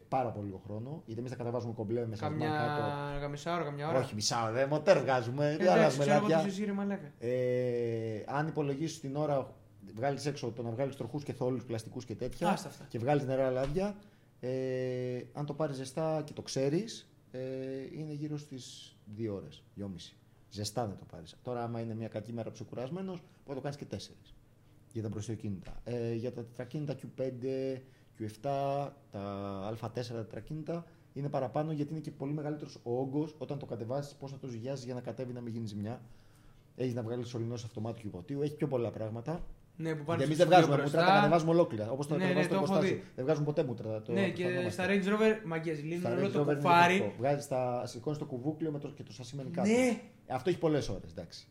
S2: πάρα πολύ λίγο χρόνο. Γιατί εμείς τα καταβάζουμε κομπλέ μέσα
S1: Καμιά
S2: μας κάτω.
S1: καμισά ώρα, καμιά ώρα.
S2: Όχι, μισά ώρα, δε, μοτέρ βγάζουμε.
S1: Ε,
S2: Δεν
S1: Εντάξει,
S2: αλλάζουμε
S1: ξέρω εγώ
S2: λάπια.
S1: τι ζήσει ρε μαλάκα.
S2: Ε, αν υπολογίσεις την ώρα, βγάλεις έξω το να βγάλεις τροχούς και θόλους, πλαστικούς και τέτοια.
S1: Άστα αυτά.
S2: Και βγάλεις νερά λάδια. Ε, αν το πάρεις ζεστά και το ξέρεις, ε, είναι γύρω στις 2 ώρε, 2,5. Ζεστά να το πάρεις. Τώρα, άμα είναι μια κακή μέρα που είσαι κουρασμένο, μπορεί να το κάνεις και 4 για τα μπροστιοκίνητα. Ε, για τα τετρακίνητα Q5, Q7, τα Α4 τετρακίνητα είναι παραπάνω γιατί είναι και πολύ μεγαλύτερος ο όγκος όταν το κατεβάζεις. Πώς να το ζυγιάζεις για να κατέβει να μην γίνει ζημιά. Έχεις να βγάλεις σωληνό αυτομάτιο και υποτίου, έχει πιο πολλά πράγματα.
S1: Ναι, που πάνε
S2: Γιατί εμείς
S1: στο
S2: δεν βγάζουμε
S1: στούντιο
S2: μούτρα, τα
S1: μπροστά.
S2: κατεβάζουμε ολόκληρα. Όπως το
S1: Ναι, ναι,
S2: κατεβάζεις το
S1: το έχω
S2: εργοστάσιο.
S1: δει.
S2: Δεν βγάζουμε ποτέ μούτρα. Το,
S1: Ναι,
S2: το
S1: και
S2: χανόμαστε.
S1: στα Range Rover μαγκιέ λύνουν
S2: Στα
S1: όλο
S2: Range Rover
S1: το
S2: είναι
S1: κουφάρι.
S2: διαφορετικό. Βγάζεις τα, σηκώνεις το κουβούκλιο με το, και το σασί μένει κάτω.
S1: Ναι,
S2: Αυτό έχει πολλές ώρες, εντάξει.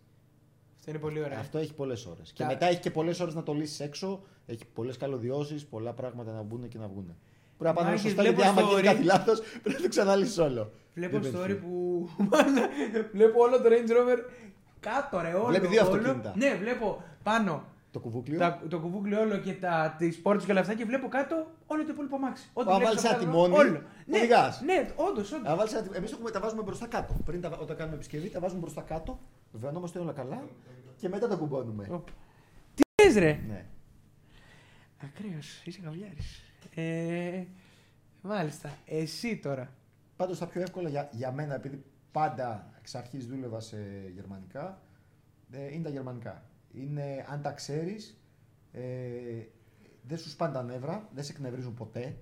S1: αυτό είναι πολύ ωραίο.
S2: Αυτό έχει πολλές ώρες. Και
S1: Τα-
S2: μετά έχει και πολλές ώρες να το λύσεις έξω. Έχει πολλές καλωδιώσεις, πολλά πράγματα να μπουν και να βγουν. Πρέπει να πάνε όλα
S1: Μάχες,
S2: σωστά, γιατί
S1: βλέπω
S2: άμα
S1: στο
S2: γίνει
S1: ori-
S2: κάτι λάθος, πρέπει να το ξαναλύσεις όλο.
S1: Βλέπω
S2: Δεν
S1: story
S2: παίζει.
S1: που. Μάνα, βλέπω όλο το Range Rover κάτω, ρε. Όλο,
S2: Βλέπει δύο
S1: όλο.
S2: αυτοκίνητα.
S1: Ναι, βλέπω πάνω
S2: Το κουβούκλιο.
S1: τα, το κουβούκλι όλο και τα τη πόρτες και όλα αυτά και βλέπω κάτω όλο το υπόλοιπο αμάξι. Ό,τι
S2: Άμα
S1: βλέπεις
S2: βάλεις
S1: απ'
S2: ένα
S1: κάτω,
S2: τιμόνι,
S1: όλο.
S2: οδηγάς.
S1: Ναι, ναι όντως, όντως.
S2: Εμεί τα βάζουμε μπροστά κάτω. Πριν τα, όταν κάνουμε επισκευή, τα βάζουμε μπροστά κάτω. Βεβαιωνόμαστε όλα καλά και μετά τα κουμπώνουμε.
S1: Τι λες, ρε.
S2: Ναι.
S1: Ακραίος, είσαι καβλιάρης. Ε, μάλιστα. Εσύ τώρα.
S2: Πάντως τα πιο εύκολα για, για μένα, επειδή πάντα εξ αρχής δούλευα σε γερμανικά, ε, είναι τα γερμανικά. Είναι αν τα ξέρεις, ε, δεν σου σπάνε τα νεύρα, δεν σε εκνευρίζουν ποτέ.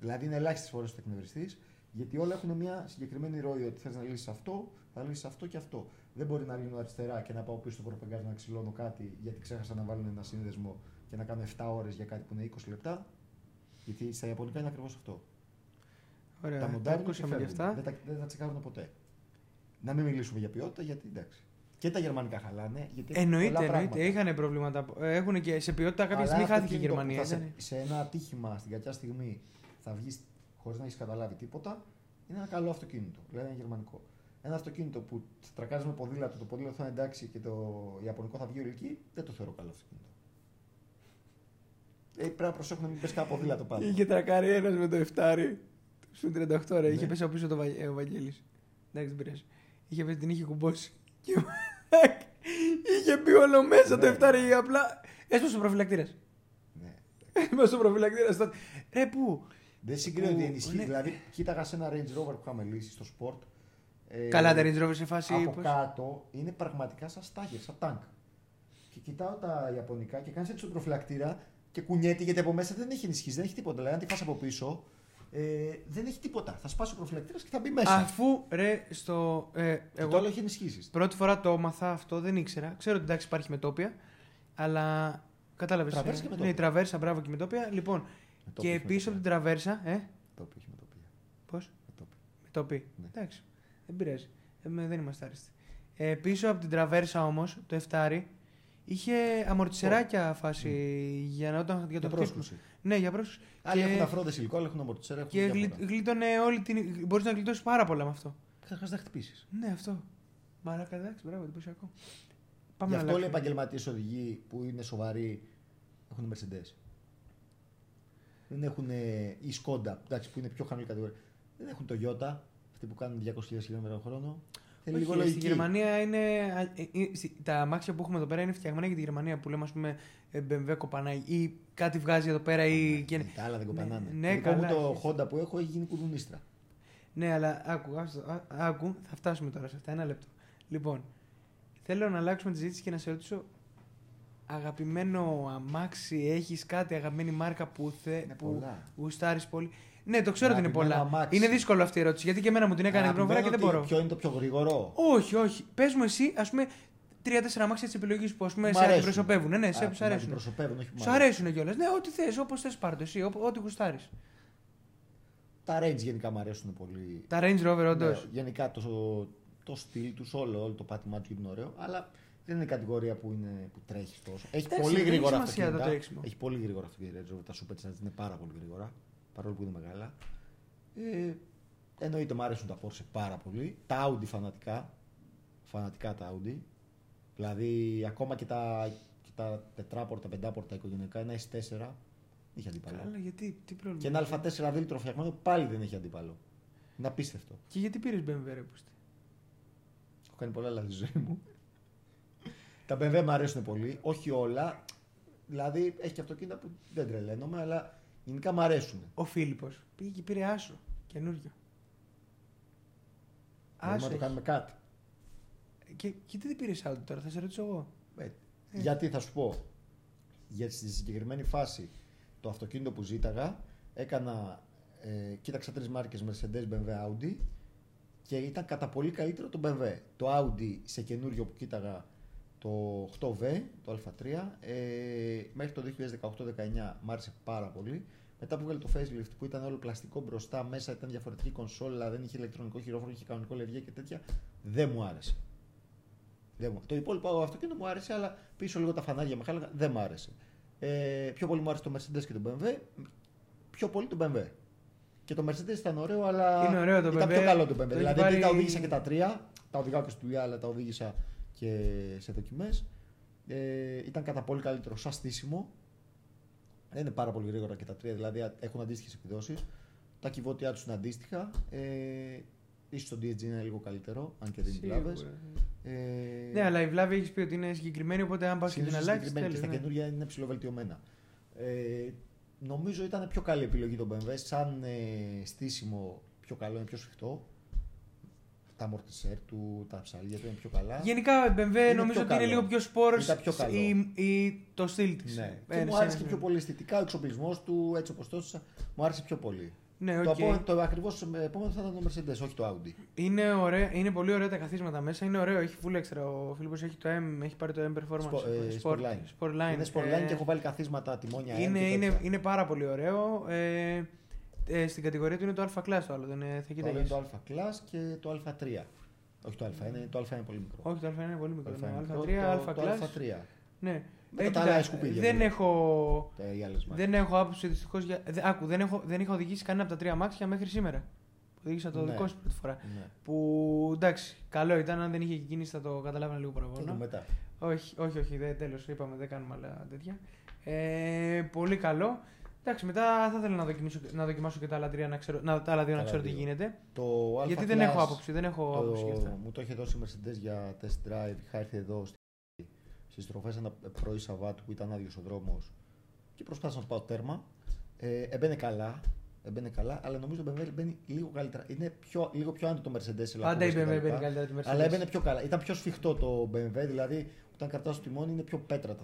S2: Δηλαδή είναι ελάχιστες φορές που θα εκνευριστείς, γιατί όλα έχουν μια συγκεκριμένη ροή. Ότι θε να λύσεις αυτό, θα λύσεις αυτό και αυτό. Δεν μπορεί να λύνω αριστερά και να πάω πίσω στο προπαγκάζ να ξυλώνω κάτι γιατί ξέχασα να βάλουν ένα σύνδεσμο και να κάνω 7 ώρες για κάτι που είναι 20 λεπτά. Γιατί στα Ιαπωνικά είναι ακριβώς αυτό.
S1: Ωραία.
S2: Τα
S1: τα
S2: μοντάρουν και
S1: ακούσαμε και
S2: φεύγουν.
S1: αυτά.
S2: Δεν τα, δεν τα τσεκάρουν ποτέ. Να μην μιλήσουμε για ποιότητα, γιατί εντάξει. Και τα γερμανικά χαλάνε. Γιατί έχουν
S1: Εννοείται,
S2: πολλά
S1: εννοείται.
S2: πράγματα.
S1: Είχαν προβλήματα. Έχουν και σε ποιότητα κάποια
S2: Αλλά
S1: στιγμή
S2: αυτό
S1: χάθηκε η
S2: κινητό που
S1: Γερμανία. ναι,
S2: θα Σε,
S1: ήταν.
S2: σε ένα ατύχημα, στην κακιά στιγμή, θα βγεις χωρίς να έχεις καταλάβει τίποτα, είναι ένα καλό αυτοκίνητο. Δηλαδή ένα γερμανικό. Ένα αυτοκίνητο που τρακάζει με ποδήλατο, το ποδήλατο θα είναι εντάξει και το Ιαπωνικό θα βγει ολική, δεν το θεωρώ καλό αυτοκίνητο. Ε, πρέπει να προσέχουν να μην πέσει κάποιο ποδήλατο πάντα.
S1: Είχε τρακάρει ένας με το 7 Στου 38 ρε.
S2: Ναι.
S1: Είχε πέσει από πίσω το Βα- ε, ο Βαγγέλης. Εντάξει, δεν πειράζει. Είχε πέσει, την είχε κουμπώσει. Και είχε μπει όλο μέσα
S2: Ναι.
S1: το 7 ρε. Απλά έσπασε ο προφυλακτήρας.
S2: ναι.
S1: Έσπασε ο προφυλακτήρα. τότε. Ρε, πού.
S2: Δεν συγκρίνω ότι
S1: Που-
S2: ενισχύει.
S1: ναι.
S2: Δηλαδή, κοίταγα σε ένα Range Rover που είχαμε λύσει στο Sport. Ε,
S1: Καλά, τα Range Rover σε φάση.
S2: Από
S1: πώς-
S2: κάτω είναι πραγματικά σαν στάγερ, σαν τάγκ. Και κοιτάω τα Ιαπωνικά και κάνει έτσι τον προφυλακτήρα και κουνιέται γιατί από μέσα δεν έχει ενισχύσει, δεν έχει τίποτα. Δηλαδή, αν τη φας από πίσω, ε, δεν έχει τίποτα. Θα σπάσει ο προφυλακτήρας και θα μπει μέσα.
S1: Αφού ρε στο. ε,
S2: και το
S1: εγώ
S2: άλλο έχει ενισχύσεις.
S1: πρώτη φορά το μαθα αυτό, δεν ήξερα. Ξέρω ότι εντάξει υπάρχει μετόπια, αλλά κατάλαβες.
S2: Τραβέρσα και μετόπια.
S1: Ναι, τραβέρσα, μπράβο και μετόπια. Λοιπόν, και πίσω από την τραβέρσα, ε,
S2: Το πήγε με το πήγε.
S1: πώ.
S2: Με το πήγε.
S1: Με το πει.
S2: Ναι.
S1: Εντάξει. Δεν πειράζει. Ε, με- δεν είμαστε άριστοι. Ε, πίσω από την τραβέρσα όμως, το εφτάρι, είχε αμορτισεράκια φάση για να όταν για
S2: Για
S1: το χτύπημα.
S2: πρόσκληση.
S1: Ναι, για πρόσκληση.
S2: Άλλοι
S1: και
S2: έχουν αφρόντε υλικό, άλλοι έχουν αμορτισέρα.
S1: και γλι, γλίτωνε όλη την. Μπορείς να γλιτώσεις πάρα πολλά με αυτό.
S2: Καταρχάς να χτυπήσεις.
S1: Ναι, αυτό. Μαλάκα, εντάξει, μπράβο, εντυπωσιακό.
S2: Γι'
S1: Πάμε να
S2: αυτό όλοι οι
S1: αλλάξουμε.
S2: επαγγελματίες οδηγοί που είναι σοβαροί έχουν Mercedes. Δεν έχουν ε, η Skoda, εντάξει, που είναι πιο χαμηλή κατηγορία. Δεν έχουν Toyota, αυτοί που κάνουν 200.000 χιλιόμετρα το χρόνο. Θέλει
S1: Όχι, ε,
S2: λίγο
S1: Στη
S2: λογική.
S1: Γερμανία είναι. α, ε, ε, στη- Τα αμάξια που έχουμε εδώ πέρα είναι φτιαγμένα για τη Γερμανία που λέμε, ας πούμε, ε, BMW κοπανάει ή κάτι βγάζει εδώ πέρα
S2: Ναι,
S1: ή. και-
S2: Τα άλλα δεν κοπανάνε.
S1: Ναι, ναι,
S2: το δικό μου
S1: καλά,
S2: το
S1: έχεις.
S2: Honda που έχω έχει γίνει κουδουνίστρα.
S1: Ναι, αλλά άκου, άστο, α- άκου, θα φτάσουμε τώρα σε αυτά. Ένα λεπτό. Λοιπόν, θέλω να αλλάξουμε τη συζήτηση και να σε ρωτήσω. Αγαπημένο αμάξι, έχεις κάτι, αγαπημένη μάρκα που θε.
S2: Είναι
S1: που
S2: πολλά.
S1: γουστάρεις πολύ. Ναι, το ξέρω ότι είναι πολλά.
S2: Αγαπημένο αμάξι.
S1: Είναι δύσκολο αυτή η ερώτηση γιατί και εμένα μου την έκανε την πρώτη φορά και δεν
S2: Αγαπημένο
S1: μπορώ.
S2: τι- Ποιο είναι το πιο γρήγορο.
S1: Όχι, όχι. Πες μου εσύ, ας πούμε, τρία-τέσσερα μάξια της επιλογής που ας πούμε,
S2: Μ'
S1: σε
S2: αρέσουν.
S1: αντιπροσωπεύουν. Ναι, ναι,
S2: Α,
S1: σε
S2: που
S1: σ'
S2: να
S1: αρέσουν.
S2: αντιπροσωπεύουν, όχι που μ'
S1: Σου αρέσουν κιόλας. Ναι, ό,τι θες, όπως θες πάρτο εσύ, ό- ό,τι γουστάρεις.
S2: Τα Range γενικά μου αρέσουν πολύ.
S1: Τα Range Rover, όντω.
S2: Ναι, γενικά το, το στυλ τους όλο, όλο το πάτημά του είναι ωραίο, αλλά δεν είναι η κατηγορία που, είναι, που τρέχεις τόσο. Έχει
S1: Εντάξει,
S2: πολύ
S1: δεν έχει
S2: γρήγορα
S1: σημασία
S2: αυτοκίνητα.
S1: το τρέξιμο.
S2: Έχει πολύ γρήγορα αυτοκίνητα. Range Rover, Τα Super Charged είναι πάρα πολύ γρήγορα, παρόλο που είναι μεγάλα. Ε, εννοείται μου αρέσουν τα Porsche πάρα πολύ. Τα Audi φανατικά. Φανατικά τα Audi. Δηλαδή ακόμα και τα, και τα τετράπορτα, πεντάπορτα οικογενειακά, ένα S4 είχε αντίπαλο.
S1: Καλά, γιατί, τι πρόβλημα.
S2: Ναι. Και ένα Α4 δίλητρο φτιαγμένο πάλι δεν έχει αντίπαλο. Είναι απίστευτο.
S1: Και γιατί πήρες BMW, ρε πούστη.
S2: Έχω κάνει πολλά λάθη στη ζωή μου. Τα BMW μου αρέσουν πολύ. Όχι όλα. Δηλαδή έχει και αυτοκίνητα που δεν τρελαίνομαι, αλλά γενικά μου αρέσουν.
S1: Ο Φίλιππος πήγε και πήρε άσο. Καινούριο.
S2: Μπορούμε
S1: Άσο.
S2: Δηλαδή, να Ε, το
S1: έχει.
S2: κάνουμε κάτι.
S1: Και, και τι δεν πήρε Audi τώρα, θα σε ρωτήσω εγώ.
S2: Ε, Γιατί θα σου πω. Γιατί στη συγκεκριμένη φάση το αυτοκίνητο που ζήταγα έκανα. Ε, κοίταξα τρεις μάρκες Mercedes, BMW, Audi και ήταν κατά πολύ καλύτερο το BMW. Το Audi σε καινούριο που κοίταγα το 8V, το Α3, ε, μέχρι το 2018-19 μ' άρεσε πάρα πολύ. Μετά που βγάλε το facelift που ήταν όλο πλαστικό μπροστά, μέσα ήταν διαφορετική κονσόλα, δεν είχε ηλεκτρονικό χειρόφωνο, είχε κανονικό λευγέ και τέτοια, δεν μου άρεσε. Δεν μου- Το υπόλοιπο αυτοκίνητο μου άρεσε, αλλά πίσω λίγο τα φανάρια μεγάλα δεν μου άρεσε. Ε, πιο πολύ μου άρεσε το Mercedes και το BMW. Πιο πολύ το BMW. Και το Mercedes ήταν ωραίο, αλλά
S1: Είναι ωραίο το BMW.
S2: ήταν πιο καλό το BMW.
S1: Το
S2: δηλαδή
S1: έχει
S2: δεν τα
S1: πάρει-
S2: οδήγησα και τα τρία. Τα οδηγάω και στη δουλειά, αλλά τα οδήγησα και σε δοκιμές. Ε, ήταν κατά πολύ καλύτερο σαν στήσιμο. Δεν είναι πάρα πολύ γρήγορα και τα τρία, δηλαδή α- έχουν αντίστοιχες επιδόσεις. Τα κυβότια τους είναι αντίστοιχα. Ε, ίσως το DSG είναι λίγο καλύτερο, αν και δεν είναι
S1: Σίγουρα.
S2: βλάβες. Ε,
S1: Ναι, αλλά η βλάβη έχεις πει ότι είναι συγκεκριμένη, οπότε αν πας και την ναι.
S2: συνήθως
S1: αλλάξεις.
S2: συγκεκριμένα και στα καινούργια είναι ψηλοβελτιωμένα. Ε, νομίζω ήταν πιο καλή επιλογή το BMW. Σαν ε, στήσιμο πιο καλό, είναι πιο σφιχτό. Τα αμορτισέρ του, τα ψαλίδια του είναι πιο καλά.
S1: Γενικά η BMW
S2: Είναι
S1: νομίζω
S2: πιο
S1: ότι είναι
S2: καλό.
S1: λίγο πιο σπόρος
S2: Ήταν πιο καλό.
S1: ή, ή το στυλ Ε, της.
S2: Ναι. Και μου άρεσε και πιο πολύ αισθητικά ο εξοπλισμός του, έτσι όπως το έζησα, μου άρεσε πιο πολύ.
S1: Ναι,
S2: Το,
S1: οκ.
S2: επόμενο, το ακριβώς ε, επόμενο θα ήταν το Mercedes, όχι το Audi.
S1: είναι, ωραία, είναι πολύ ωραία τα καθίσματα μέσα. Είναι ωραίο, έχει full extra. Ο Φίλιππος έχει, το M, έχει πάρει το M Performance.
S2: Σπο- ε,
S1: Sport-
S2: Sportline.
S1: Sportline.
S2: Είναι Sportline
S1: Ε,
S2: και έχω βάλει καθίσματα, τιμόνια. M
S1: είναι,
S2: και
S1: είναι,
S2: τέτοια.
S1: είναι πάρα πολύ ωραίο. Ε, ε, στην κατηγορία του είναι το Α class το άλλο. Δεν είναι, θα
S2: Το άλλο είναι
S1: κοίταγες.
S2: το Α class και το Α3. Όχι το Α1, είναι- το Α1 είναι πολύ μικρό.
S1: Όχι, το Α είναι πολύ μικρό.
S2: Το
S1: ναι.
S2: είναι μικρό,
S1: Α3, Α
S2: το- το
S1: class.
S2: Α3.
S1: Ναι.
S2: Μετά
S1: Ε,
S2: τα
S1: κοίτα,
S2: άλλα σκουπίδια,
S1: Δεν
S2: δηλαδή.
S1: έχω.
S2: Τα οι άλλες μάρκες.
S1: Δεν έχω άποψη δυστυχώς για. Δε, άκου, δεν, έχω, δεν είχα οδηγήσει κανένα από τα τρία μάξια μέχρι σήμερα. Οδήγησα το
S2: Ναι.
S1: δικό σου πρώτη φορά.
S2: Ναι.
S1: Που εντάξει, καλό ήταν. Αν δεν είχε κινήσει θα το καταλάβαινα λίγο
S2: Και το
S1: παραπάνω.
S2: μετά.
S1: Όχι, όχι, όχι, δεν, τέλος, είπαμε, δεν κάνουμε άλλα τέτοια. Ε, πολύ καλό. Εντάξει, μετά θα ήθελα να δοκιμάσω, να δοκιμάσω και τα άλλα, τρία, να ξέρω, να, τα άλλα δύο να
S2: Τα άλλα
S1: ξέρω τι
S2: δύο.
S1: γίνεται.
S2: Το α
S1: Γιατί δεν
S2: class,
S1: έχω άποψη, δεν έχω άποψη γι'
S2: Το...
S1: αυτά.
S2: Μου το είχε δώσει η Mercedes για test drive. Είχα έρθει εδώ στι τροφέ ένα πρωί Σαββάτου που ήταν άδειος ο δρόμος και προσπάθησα να πάω τέρμα. Ε, έμπαινε καλά, έμπαινε καλά, αλλά νομίζω το BMW μπαίνει λίγο καλύτερα. Είναι πιο, λίγο πιο άντρο το Mercedes. σε
S1: Πάντα η BMW
S2: λακκούβες και τα
S1: μπαίνει
S2: λοιπά.
S1: καλύτερα τη Mercedes.
S2: Αλλά έμπαινε πιο καλά. Ήταν πιο σφιχτό το BMW, δηλαδή όταν κρατά το τιμόνι είναι πιο πέτρα τα
S1: Α,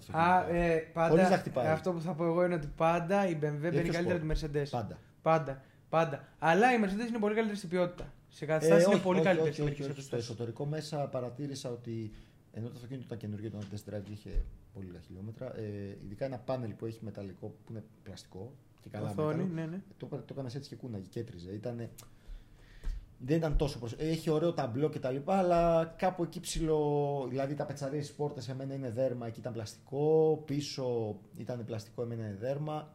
S2: αυτοκίνητα.
S1: ε,
S2: Χωρίς να
S1: πάντα,
S2: χτυπάει.
S1: αυτό που θα πω εγώ είναι ότι πάντα η BMW μπαίνει
S2: πιο
S1: καλύτερα τη
S2: sport.
S1: Mercedes.
S2: Πάντα.
S1: Πάντα. Πάντα. Αλλά η Mercedes είναι πολύ καλύτερη στην ποιότητα. Σε καταστάσεις είναι
S2: Ε, όχι,
S1: πολύ
S2: όχι,
S1: καλύτερη.
S2: όχι, όχι, όχι. Στο εσωτερικό μέσα παρατήρησα ότι ενώ το αυτοκίνητο ήταν καινούργιο, το test drive είχε πολύ λίγα χιλιόμετρα, ε, ειδικά ένα πάνελ που έχει μεταλλικό, που είναι πλαστικό και καλά
S1: Οθόνη,
S2: μέταλλο,
S1: ναι, ναι.
S2: το, το έκανα έτσι και κούναγε, κέτριζε. Ήτανε, δεν ήταν τόσο προσ... Έχει ωραίο ταμπλό και τα λοιπά, αλλά κάπου εκεί ψηλό. Δηλαδή τα πετσαρίες τη πόρτα σε μένα είναι δέρμα, εκεί ήταν πλαστικό. Πίσω ήταν πλαστικό, εμένα είναι δέρμα.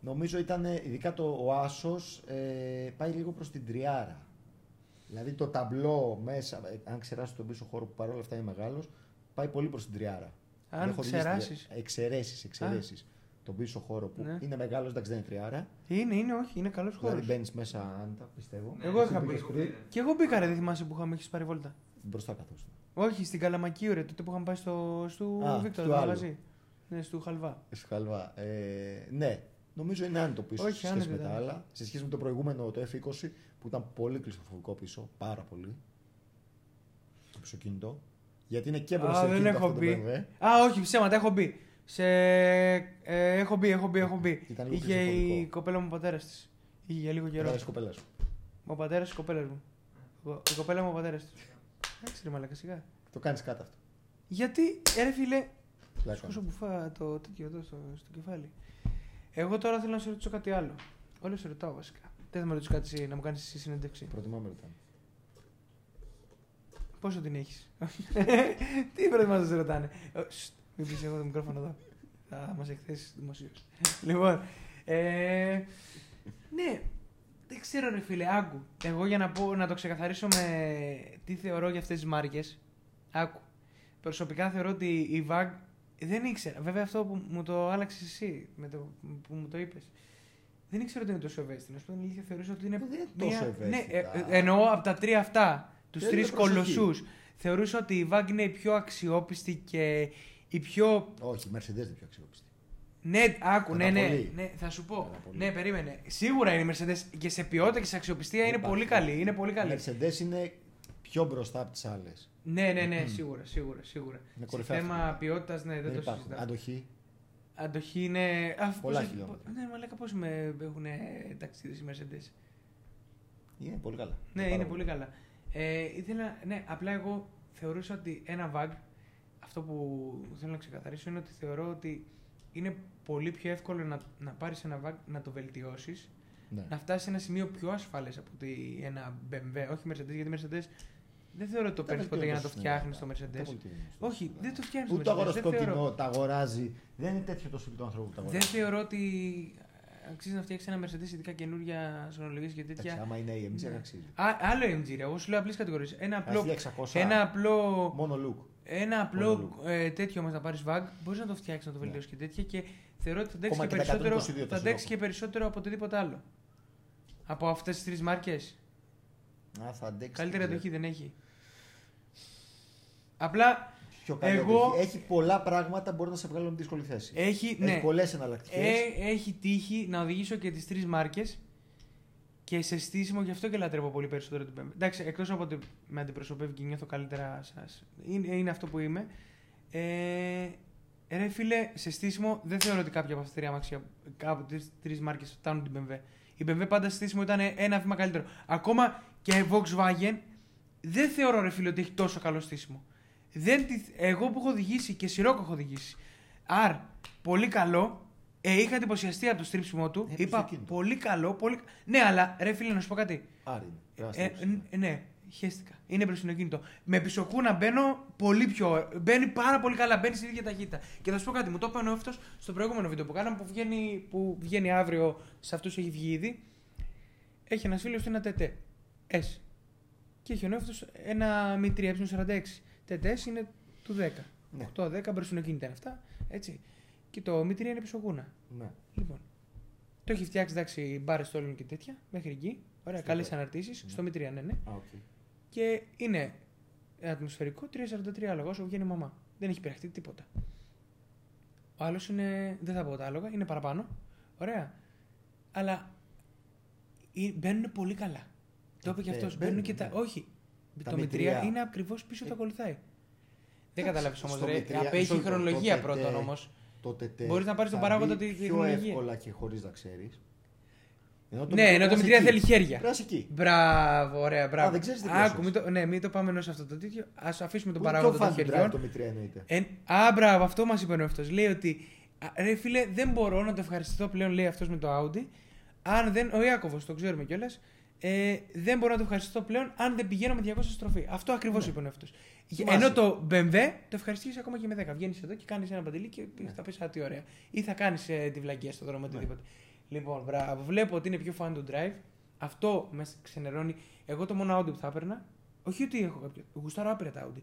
S2: Νομίζω ήταν, ειδικά το ο άσος, ε, πάει λίγο προς την τριάρα. Δηλαδή το ταμπλό μέσα, ε, αν ξεράσει τον πίσω χώρο που παρόλα αυτά είναι μεγάλος, πάει πολύ προς την τριάρα.
S1: Αν ξεράσεις.
S2: Εξαιρέσεις, εξαιρέσεις. Τον πίσω χώρο που
S1: Ναι.
S2: είναι μεγάλος, εντάξει δεν είναι τριάρα.
S1: Είναι, είναι, όχι, είναι καλός χώρο.
S2: Δηλαδή μπαίνεις μέσα άνετα, πιστεύω.
S1: Ναι, Εγώ
S2: Εσύ
S1: είχα
S2: μπήκες
S3: πει.
S2: πριν,
S1: Και εγώ μπήκα, ρε, δεν θυμάσαι που είχαμε, έχεις πάρει βόλτα.
S2: Μπροστά καθόσουν.
S1: Όχι, στην Καλαμακίου, ρε, τότε που είχαμε πάει στο, στο
S2: Α,
S1: Βίκτορα,
S2: στο
S1: το
S2: άλλο.
S1: μαγαζί. Ναι, στο Χαλβά.
S2: Εσύ χαλβά. Ε, ναι, νομίζω είναι άνετο πίσω
S1: Όχι,
S2: σε σχέση
S1: άνετο
S2: με τα
S1: ήταν.
S2: άλλα. Σε σχέση με το προηγούμενο, το F20, που ήταν πολύ κλειστοφοβικό πίσω. Πάρα πολύ. Το πισωκίνητο. Γιατί είναι και μπροστά
S1: Α, δεν έχω μπει. Α, όχι, ψέματα, έχω μπει. Σε... Ε, έχω μπει, έχω μπει, έχω μπει.
S2: Ήταν λίγο
S1: Είχε η
S2: κλειστοφοβικό.
S1: κοπέλα μου ο πατέρας της. Είχε για λίγο καιρό.
S2: Κερά τη κοπέλα σου.
S1: Ο πατέρας της κοπέλας μου. Εγώ- Η κοπέλα μου ο πατέρας της. Εντάξει, ρε, μαλακά, σιγά.
S2: Το κάνεις κάτω αυτό.
S1: Γιατί, ε, ρε φίλε,
S2: Πλάκα.
S1: σκούσα μπουφά το τέτοιο εδώ στο, στο κεφάλι. Εγώ τώρα θέλω να σε ρωτήσω κάτι άλλο. Όλε σε ρωτάω βασικά. Δεν θα με ρωτήσω κάτι εσύ, να μου κάνεις εσύ συνέντευξη.
S2: Προτιμά με ρωτάνε.
S1: Πόσο την έχεις. Τι πρέπει να σε ρωτάνε. Ε, σστ, Μην πεις εγώ το μικρόφωνο εδώ. Θα μας εκθέσεις δημοσίως. λοιπόν. Ε, ναι, δεν ξέρω ρε φίλε, άκου. Εγώ για να, πω, να το ξεκαθαρίσω με τι θεωρώ για αυτές τις μάρκες, άκου. Προσωπικά θεωρώ ότι η VAG δεν ήξερα. Βέβαια αυτό που μου το άλλαξες εσύ, με το, που μου το είπες. Δεν ήξερα ότι είναι τόσο ευαίσθητη. Να σου πω την αλήθεια, θεωρούσα ότι είναι.
S2: Δεν είναι τόσο ευαίσθητα.
S1: Ναι, ε, ε, εννοώ από τα τρία αυτά, τους
S2: Θέλει
S1: τρεις
S2: προσοχή.
S1: κολοσσούς. Θεωρούσα ότι η VAG είναι η πιο αξιόπιστη και η πιο
S2: Όχι, η Mercedes δεν είναι πιο αξιόπιστη.
S1: ναι, άκου, ναι,
S2: Κατά
S1: ναι,
S2: πολύ.
S1: ναι, θα σου πω.
S2: Κατά πολύ.
S1: Ναι, περίμενε. Σίγουρα είναι η Mercedes και σε ποιότητα και σε αξιοπιστία είναι
S2: Υπάρχει.
S1: πολύ καλή. Είναι πολύ καλή.
S2: Η Mercedes είναι πιο μπροστά από τις άλλες.
S1: Ναι, ναι, ναι, σίγουρα, σίγουρα. σίγουρα.
S2: Είναι
S1: Σε
S2: κορυφαία
S1: θέμα
S2: αυτοκίνητα.
S1: ποιότητας, ναι, δεν,
S2: Δεν
S1: το
S2: υπάρχουν.
S1: συζητάμε.
S2: Αντοχή.
S1: Αντοχή είναι. Α,
S2: Πολλά
S1: πώς-
S2: χιλιόμετρα.
S1: Ναι, μαλάκα πώ με έχουν ταξίδι οι Mercedes.
S2: Είναι πολύ καλά.
S1: Ναι,
S2: πάρα
S1: είναι πολύ καλά. Ε, ήθελα, ναι, απλά εγώ θεωρούσα ότι ένα VAG, αυτό που θέλω να ξεκαθαρίσω είναι ότι θεωρώ ότι είναι πολύ πιο εύκολο να, να πάρεις ένα VAG, να το βελτιώσεις,
S2: Ναι.
S1: να φτάσεις σε ένα σημείο πιο ασφαλές από ότι ένα BMW, όχι Mercedes, γιατί Mercedes δεν θεωρώ ότι το
S2: Τα
S1: παίρνεις ποτέ για να το
S2: βελτιώνεις,
S1: φτιάχνεις το
S2: ναι, τα
S1: Mercedes.
S2: βελτιώνεις, τα
S1: Όχι,
S2: βελτιώνεις.
S1: δεν το φτιάχνεις
S2: Ούτε το
S1: Mercedes,
S2: αγοραστικό
S1: δεν θεωρώ.
S2: κοινό τα αγοράζει. Δεν είναι τέτοιο το σούπι του ανθρώπου που τα
S1: Δεν
S2: αγοράζει.
S1: θεωρώ ότι αξίζει να φτιάξεις ένα Mercedes, ειδικά καινούργια σονολογίες και
S2: Εντάξει,
S1: τέτοια.
S2: άμα είναι η MG,
S1: Ναι.
S2: δεν αξίζει.
S1: Α, άλλο MG, ρε. εγώ σου λέω απλές κατηγορίες. Ένα απλό,
S2: 1600.
S1: ένα απλό
S2: Μόνο look.
S1: Ένα
S2: Πολύ
S1: απλό ε, τέτοιο όμως να πάρεις VAG μπορείς να το φτιάξεις, να το βελτιώσεις και τέτοια και θεωρώ ότι θα αντέξεις
S2: Ναι. Ακόμα
S1: και,
S2: και τα 122
S1: περισσότερο,
S2: το
S1: θα αντέξει
S2: συλλόγω.
S1: και περισσότερο από οτιδήποτε άλλο. Από αυτές τις τρεις μάρκες.
S2: Α, θα αντέξει.
S1: Καλύτερη
S2: δεν
S1: αντοχή δεν έχει. Απλά
S2: ξέρω. Πιο καλή
S1: Εγώ-
S2: αντοχή. Έχει πολλά πράγματα που μπορεί να σε βγάλουν δύσκολη θέση.
S1: έχει,
S2: Έχει
S1: ναι,
S2: πολλές εναλλακτικές.
S1: ε, έχει τύχει να οδηγήσω και τις τρεις μάρκες και σε στήσιμο γι' αυτό και λατρεύω πολύ περισσότερο την Πέμπτη. Εντάξει, εκτός από ότι με αντιπροσωπεύει και νιώθω καλύτερα σας, Είναι, είναι αυτό που είμαι. Ε, ρε φίλε, σε στήσιμο δεν θεωρώ ότι κάποια από αυτέ τι τρει μάρκες φτάνουν την BMW. Η BMW πάντα σε στήσιμο ήταν ένα βήμα καλύτερο. Ακόμα και η Volkswagen δεν θεωρώ ρε φίλε ότι έχει τόσο καλό στήσιμο. Δεν τη, εγώ που έχω οδηγήσει και σιρόκο έχω οδηγήσει. Άρα, πολύ καλό. Ε, είχα εντυπωσιαστεί από το στρίψιμο του.
S2: Ε, το
S1: Είπα
S2: αυτοκίνητο.
S1: πολύ καλό, πολύ. Ναι, αλλά ρε φίλε, να σου πω κάτι.
S2: Άρα είναι. Πρέπει να
S1: Ε,
S2: στρίψεις, ναι.
S1: ν- ναι, χαίστηκα. Είναι μπροστινοκίνητο. Με πισωκού να μπαίνω πολύ πιο. Μπαίνει πάρα πολύ καλά, μπαίνει στην ίδια ταχύτητα. Και θα σου πω κάτι, μου το είπε ο Νόφιτο στο προηγούμενο βίντεο που κάναμε που βγαίνει, που βγαίνει αύριο, σε αυτούς έχει βγει ήδη. Έχει ένας φίλος του ένα TT. S. Και έχει ο Νόφιτο ένα μη 3 46. TT είναι του 10.
S2: Ναι.
S1: 8-10 μπροστινοκίνητα είναι αυτά. Έτσι. Και το μη 3 είναι πισωγούνα.
S2: Ναι.
S1: Λοιπόν. Το έχει φτιάξει εντάξει μπάρες όλων και τέτοια μέχρι εκεί. Ωραία,
S2: Στο
S1: καλές
S2: Μητρία.
S1: αναρτήσεις.
S2: Ναι.
S1: Στο Μητρία, ναι, ναι.
S2: Α, οκ.
S1: Και είναι ατμοσφαιρικό 3,43 άλογα όσο βγαίνει η μαμά. Δεν έχει πειραχτεί τίποτα. Ο άλλος είναι. Δεν θα πω τα άλογα, είναι παραπάνω. Ωραία. Αλλά ε, μπαίνουν πολύ καλά. Το είπε και
S2: ε,
S1: αυτός.
S2: μπαίνουν,
S1: Μπαίνουν και τα.
S2: ναι.
S1: Όχι.
S2: Τα
S1: το
S2: μητρία.
S1: μητρία είναι ακριβώς πίσω,
S2: Ε,
S1: το ακολουθάει. Δεν
S2: εντάξει,
S1: κατάλαβε όμως.
S2: στο μητρία- μισό
S1: Απέχει η
S2: λεπτό, το
S1: χρονολογία
S2: τε-
S1: πρώτον όμω.
S2: Το τετέ.
S1: Μπορείς να πάρεις τον
S2: θα
S1: παράγοντα
S2: μπει
S1: τη- τη
S2: Πιο
S1: τεχνολογία.
S2: εύκολα και χωρίς να ξέρεις.
S1: Ναι, ενώ το μητρία θέλει χέρια.
S2: Πρέπει να είσαι εκεί.
S1: Μπράβο, ωραία, μπράβο.
S2: δεν ξέρεις τι
S1: Άκου,
S2: πρόσεξες.
S1: μην το, ναι, μην το πάμε ενώ σε αυτό το τέτοιο. Ας αφήσουμε τον
S2: Ούτε
S1: παράγοντα
S2: το
S1: των
S2: fan drive
S1: χεριών.
S2: Το μητρία εννοείται.
S1: Ε, α, μπράβο, αυτό μας είπε ο αυτό. Λέει ότι. α, Ρε φίλε, δεν μπορώ να το ευχαριστηθώ πλέον, λέει αυτός με το Audi. Αν δεν, ο Ιάκωβος, το ξέρουμε κιόλας. Ε, δεν μπορώ να το ευχαριστηθώ πλέον αν δεν πηγαίνω με 200 στροφή. Αυτό ακριβώς είπε ο αυτό.
S2: Θυμάσαι.
S1: Ενώ το BMW το ευχαριστήσει ακόμα και με 10. Βγαίνεις εδώ και κάνεις ένα παντελή και θα πεις Α, τι ωραία. Ή θα κάνεις ε, τη βλακία στον δρόμο, οτιδήποτε. Λοιπόν, μπράβο. Βλέπω ότι είναι πιο fan του drive. Αυτό μες ξενερώνει. Εγώ το μόνο Audi που θα έπαιρνα. Όχι ότι έχω κάποιο. Γουστάρω άπειρα τα Audi.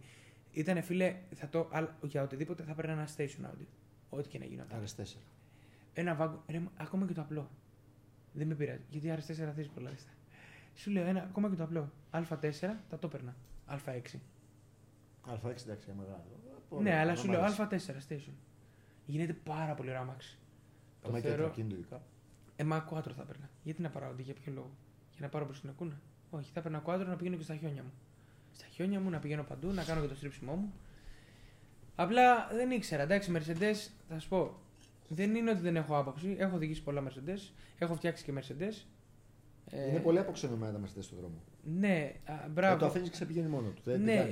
S1: Ήταν φίλε, θα το, αλλά για οτιδήποτε θα έπαιρνα ένα station Audi. Ό,τι και να γινόταν.
S2: RS4.
S1: Ένα βάγκο. Ρε, μα, ακόμα και το απλό. Δεν με πειράζει. Γιατί RS4 θες πολλά λεφτά. Σου λέω ένα, ακόμα και το απλό. Α4 θα το έπαιρνα. Α6.
S2: Α6 εντάξει, μεγάλο.
S1: ναι, αλλά σου λέω Α4 station. Γίνεται πάρα πολύ ωραίο αμάξι. Το
S2: Το
S1: θεωρώ-
S2: θεωρώ. ειδικά.
S1: Ε, μα quattro θα έπαιρνα. Γιατί να πάρω Audi, για ποιο λόγο. Για να πάρω προ την Ακούνα. Όχι, θα έπαιρνα quattro να πηγαίνω και στα χιόνια μου. Στα χιόνια μου, να πηγαίνω παντού, να κάνω και το στρίψιμό μου. Απλά δεν ήξερα. Εντάξει, Mercedes, θα σου πω. Δεν είναι ότι δεν έχω άποψη. Έχω οδηγήσει πολλά Mercedes. Έχω φτιάξει και Mercedes. Ε,
S2: Είναι πολύ αποξενωμένα τα μεσητέ στον δρόμο.
S1: Ναι, α, μπράβο.
S2: Ε, Το αφήνεις και σε πηγαίνει μόνο του. Δεν
S1: ναι,
S2: ναι,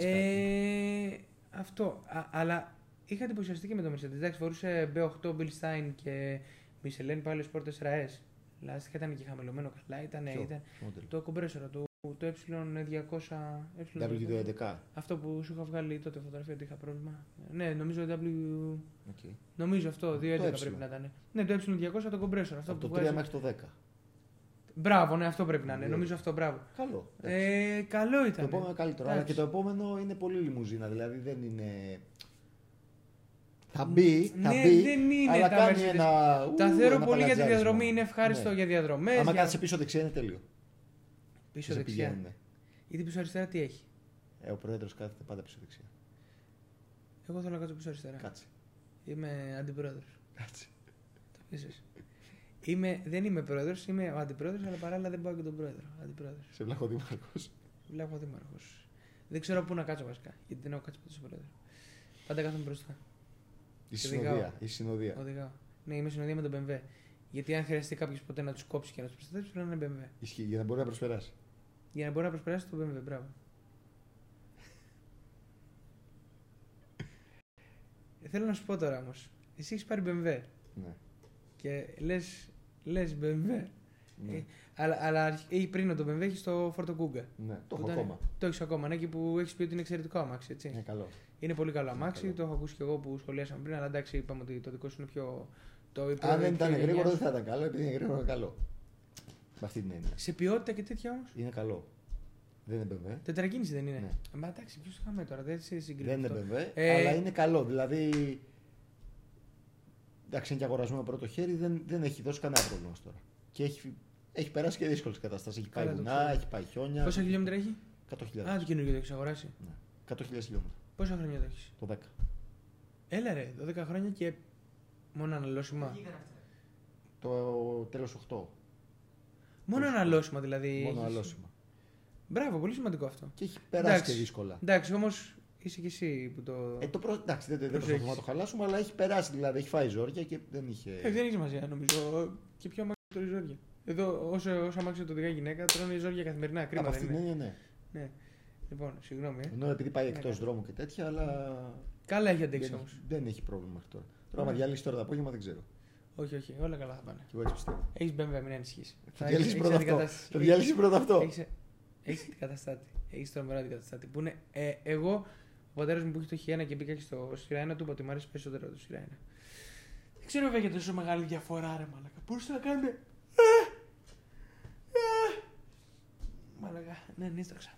S1: ε, Αυτό. Α, αλλά είχα εντυπωσιαστεί και με το Mercedes. Εντάξει, φορούσε B8 Bill Stein και Michelin πάλι Sport 4S. Λάστιχα ήταν και χαμηλωμένο καλά. Ήταν,
S2: Ποιο?
S1: ήταν
S2: Μόντελ.
S1: το κομπρέσορα του, το ε, ε200. ε200.
S2: W211.
S1: Αυτό που σου είχα βγάλει τότε φωτογραφία ότι είχα πρόβλημα. Ναι, νομίζω W.
S2: Οκ.
S1: Νομίζω αυτό, 211
S2: ε.
S1: πρέπει να ήταν. Ναι, το ε200 το κομπρέσορα. Αυτό
S2: Από
S1: που
S2: το 3
S1: βγάζει.
S2: μέχρι το 10.
S1: Μπράβο, ναι, αυτό πρέπει να είναι.
S2: Ναι.
S1: Νομίζω αυτό, μπράβο.
S2: Καλό. εντάξει.
S1: Ε, καλό
S2: το
S1: ήταν.
S2: επόμενο είναι καλύτερο. Αλλά
S1: Εντάξει.
S2: και το επόμενο είναι πολύ λιμουζίνα. Δηλαδή δεν είναι. Θα μπει, θα
S1: Ναι,
S2: μπει,
S1: δεν είναι
S2: αλλά
S1: τα
S2: κάνει
S1: Mercedes.
S2: ένα. ου,
S1: Τα θεωρώ
S2: ένα
S1: πολύ για τη
S2: παλατζάρισμα.
S1: διαδρομή. Είναι ευχάριστο
S2: Ναι.
S1: για διαδρομές.
S2: Άμα
S1: Για...
S2: κάτσε πίσω δεξιά είναι τέλειο.
S1: Πίσω
S2: Σε
S1: δεξιά.
S2: πηγαίνουνε.
S1: Γιατί πίσω αριστερά τι έχει.
S2: Ε, ο πρόεδρος κάθεται πάντα πίσω δεξιά.
S1: Εγώ θέλω να κάτσω πίσω αριστερά.
S2: Κάτσε.
S1: Είμαι αντιπρόεδρος.
S2: Ναι. Κάτσε.
S1: Το πείσες. Είμαι, δεν είμαι πρόεδρος, είμαι ο αντιπρόεδρος, αλλά παράλληλα δεν πάω και τον πρόεδρο. Αντιπρόεδρος.
S2: Σε βλάχο δήμαρχος.
S1: Βλέπω δήμαρχος. Δεν ξέρω πού να κάτσω βασικά. Γιατί δεν έχω κάτσει ποτέ στον πρόεδρο. Πάντα κάθομαι μπροστά.
S2: Η
S1: Και δικάω.
S2: συνοδεία. Η συνοδεία.
S1: Οδηγάω. Ναι, είμαι συνοδεία με τον BMW. Γιατί αν χρειαστεί κάποιος ποτέ να τους κόψει και να τους προστατεύσει, πρέπει να είναι BMW.
S2: Ισχύει για να μπορεί να προσπεράσει.
S1: Για να μπορεί να προσπεράσει το BMW, μπράβο. Ε, Θέλω να σου πω τώρα όμως. Εσύ έχεις πάρει BMW
S2: Ναι.
S1: και λες λες BMW.
S2: Ναι.
S1: Ε, αλλά, αλλά αρχ- ή πριν το BMW έχεις το Ford Kuga.
S2: ναι.
S1: Που
S2: Το έχω
S1: ήταν-
S2: ακόμα.
S1: Το έχεις ακόμα, ναι, και που έχεις πει ότι είναι εξαιρετικό αμάξι. Έτσι.
S2: Είναι καλό.
S1: Είναι πολύ καλό
S2: Είναι
S1: αμάξι,
S2: καλό.
S1: το έχω ακούσει και εγώ που σχολιάσαμε πριν, αλλά εντάξει, είπαμε ότι το δικό σου είναι πιο. Το,
S2: Αν δεν ήταν γρήγορο, δεν
S1: θα...
S2: θα ήταν καλό, επειδή είναι γρήγορο είναι καλό. Με ε, αυτή την έννοια.
S1: Σε ποιότητα και τέτοια όμως.
S2: Είναι καλό. Δεν είναι BMW.
S1: Τετρακίνηση δεν είναι.
S2: Ναι.
S1: Μα εντάξει, ποιος είχαμε τώρα, δεν σε συγκρίνω.
S2: Δεν είναι
S1: αυτό.
S2: BMW,
S1: Ε,
S2: αλλά είναι καλό. Δηλαδή. Εντάξει, είναι και αγορασμένο πρώτο χέρι, δεν, δεν έχει δώσει κανένα πρόβλημα ως τώρα. Και έχει, έχει περάσει και δύσκολες καταστάσεις. Έχει πάει
S1: Καλά, το
S2: βουνά,
S1: ξέρω.
S2: έχει πάει χιόνια.
S1: Πόσα χιλιόμετρα έχει.
S2: 100.000.
S1: Α, το καινούργιο το έχεις αγοράσει.
S2: Ναι. 100.000 χιλιόμετρα.
S1: Πόσα χρόνια το έχεις.
S2: Το 10.
S1: Έλα ρε, 12 χρόνια και μόνο αναλώσιμα.
S3: Τι ήταν αυτά.
S2: Το τέλος 8.
S1: Μόνο
S2: Πώς-
S1: αναλώσιμα δηλαδή.
S2: Μόνο
S1: έχεις.
S2: αλώσιμα.
S1: Μπράβο, πολύ σημαντικό αυτό.
S2: Και έχει περάσει
S1: Εντάξει. Ναι.
S2: και δύσκολα.
S1: Εντάξει, όμως είσαι κι εσύ που το.
S2: Ε, το προ... Εντάξει, δεν, δεν
S1: Προσέχεις.
S2: προσπαθούμε να το χαλάσουμε, αλλά έχει περάσει δηλαδή. Έχει φάει ζόρια και δεν είχε.
S1: Ε, δεν έχει σημασία νομίζω. Και πιο αμάξι τρώει ζόρια. Εδώ, όσο, όσο αμάξι το οδηγά η γυναίκα, τρώνε ζόρια καθημερινά. Κρίμα
S2: Από
S1: δεν
S2: αυτήν την
S1: είναι.
S2: έννοια, ναι.
S1: Ναι. Λοιπόν, συγγνώμη. Ε.
S2: Ενώ επειδή πάει
S1: Ναι,
S2: εκτός
S1: ναι.
S2: δρόμου και τέτοια, αλλά
S1: Καλά έχει
S2: δεν,
S1: αντέξει όμω.
S2: έχει- δεν έχει πρόβλημα μέχρι τώρα. Τώρα, άμα
S1: Ναι.
S2: διαλύσεις τώρα το απόγευμα, δεν ξέρω.
S1: Όχι, όχι, όλα καλά θα πάνε.
S2: Και εγώ έτσι πιστεύω.
S1: Έχεις BMW, μην ανησυχεί.
S2: Θα διαλύσει πρώτα αυτό. Θα διαλύσεις πρώτα αυτό.
S1: Έχεις, έχεις αντικαταστάτη. Έχεις τρομερό αντικαταστάτη. Που είναι, ε, εγώ, ο πατέρας μου που έχει το χι 1 και μπήκα και στο σειρά 1, του είπα ότι μου αρέσει περισσότερο το σειρά 1. Δεν ξέρω βέβαια γιατί τόσο μεγάλη διαφορά, ρε μαλακά. Μπορούσε να κάνετε. Ε, ε. Μαλακά, ναι, νίσταξα.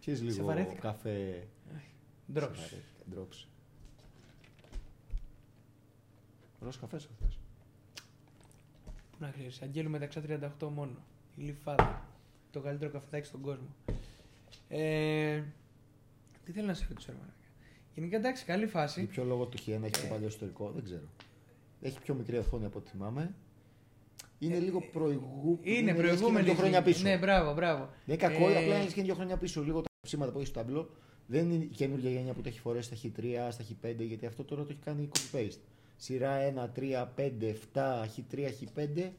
S2: Ξέρεις
S1: Σε
S2: λίγο
S1: βαρέθηκα.
S2: καφέ.
S1: Ντρόπ.
S2: Σε βαρέθηκα, Drops. Ροζ καφές θα θες.
S1: Πού να ξέρεις, Αγγέλου μεταξά 38 μόνο. Η Λιφάδα. Το καλύτερο καφεδάκι στον κόσμο. Ε, τι θέλω να σε ρωτήσω, ρε μαλακά. Γενικά εντάξει, καλή φάση.
S2: Για ποιο λόγο το χιένα έχει
S1: Ε.
S2: το παλιό ιστορικό, δεν ξέρω. Έχει πιο μικρή οθόνη από ό,τι θυμάμαι. Είναι λίγο προηγού...
S1: Ε, Είναι
S2: λες και
S1: προηγούμενη.
S2: δύο χρόνια
S1: ζωή.
S2: πίσω.
S1: Ναι, μπράβο, μπράβο.
S2: Δεν είναι κακό,
S1: Ε,
S2: απλά είναι και δύο χρόνια πίσω. Λίγο τα ψήματα που έχει στο ταμπλό. Δεν είναι η καινούργια γενιά που το έχει φορέσει στα Χ3, στα Χ5, γιατί αυτό τώρα το έχει κάνει copy-paste. Σειρά 1, 3, 5, 7, Χ3, Χ5.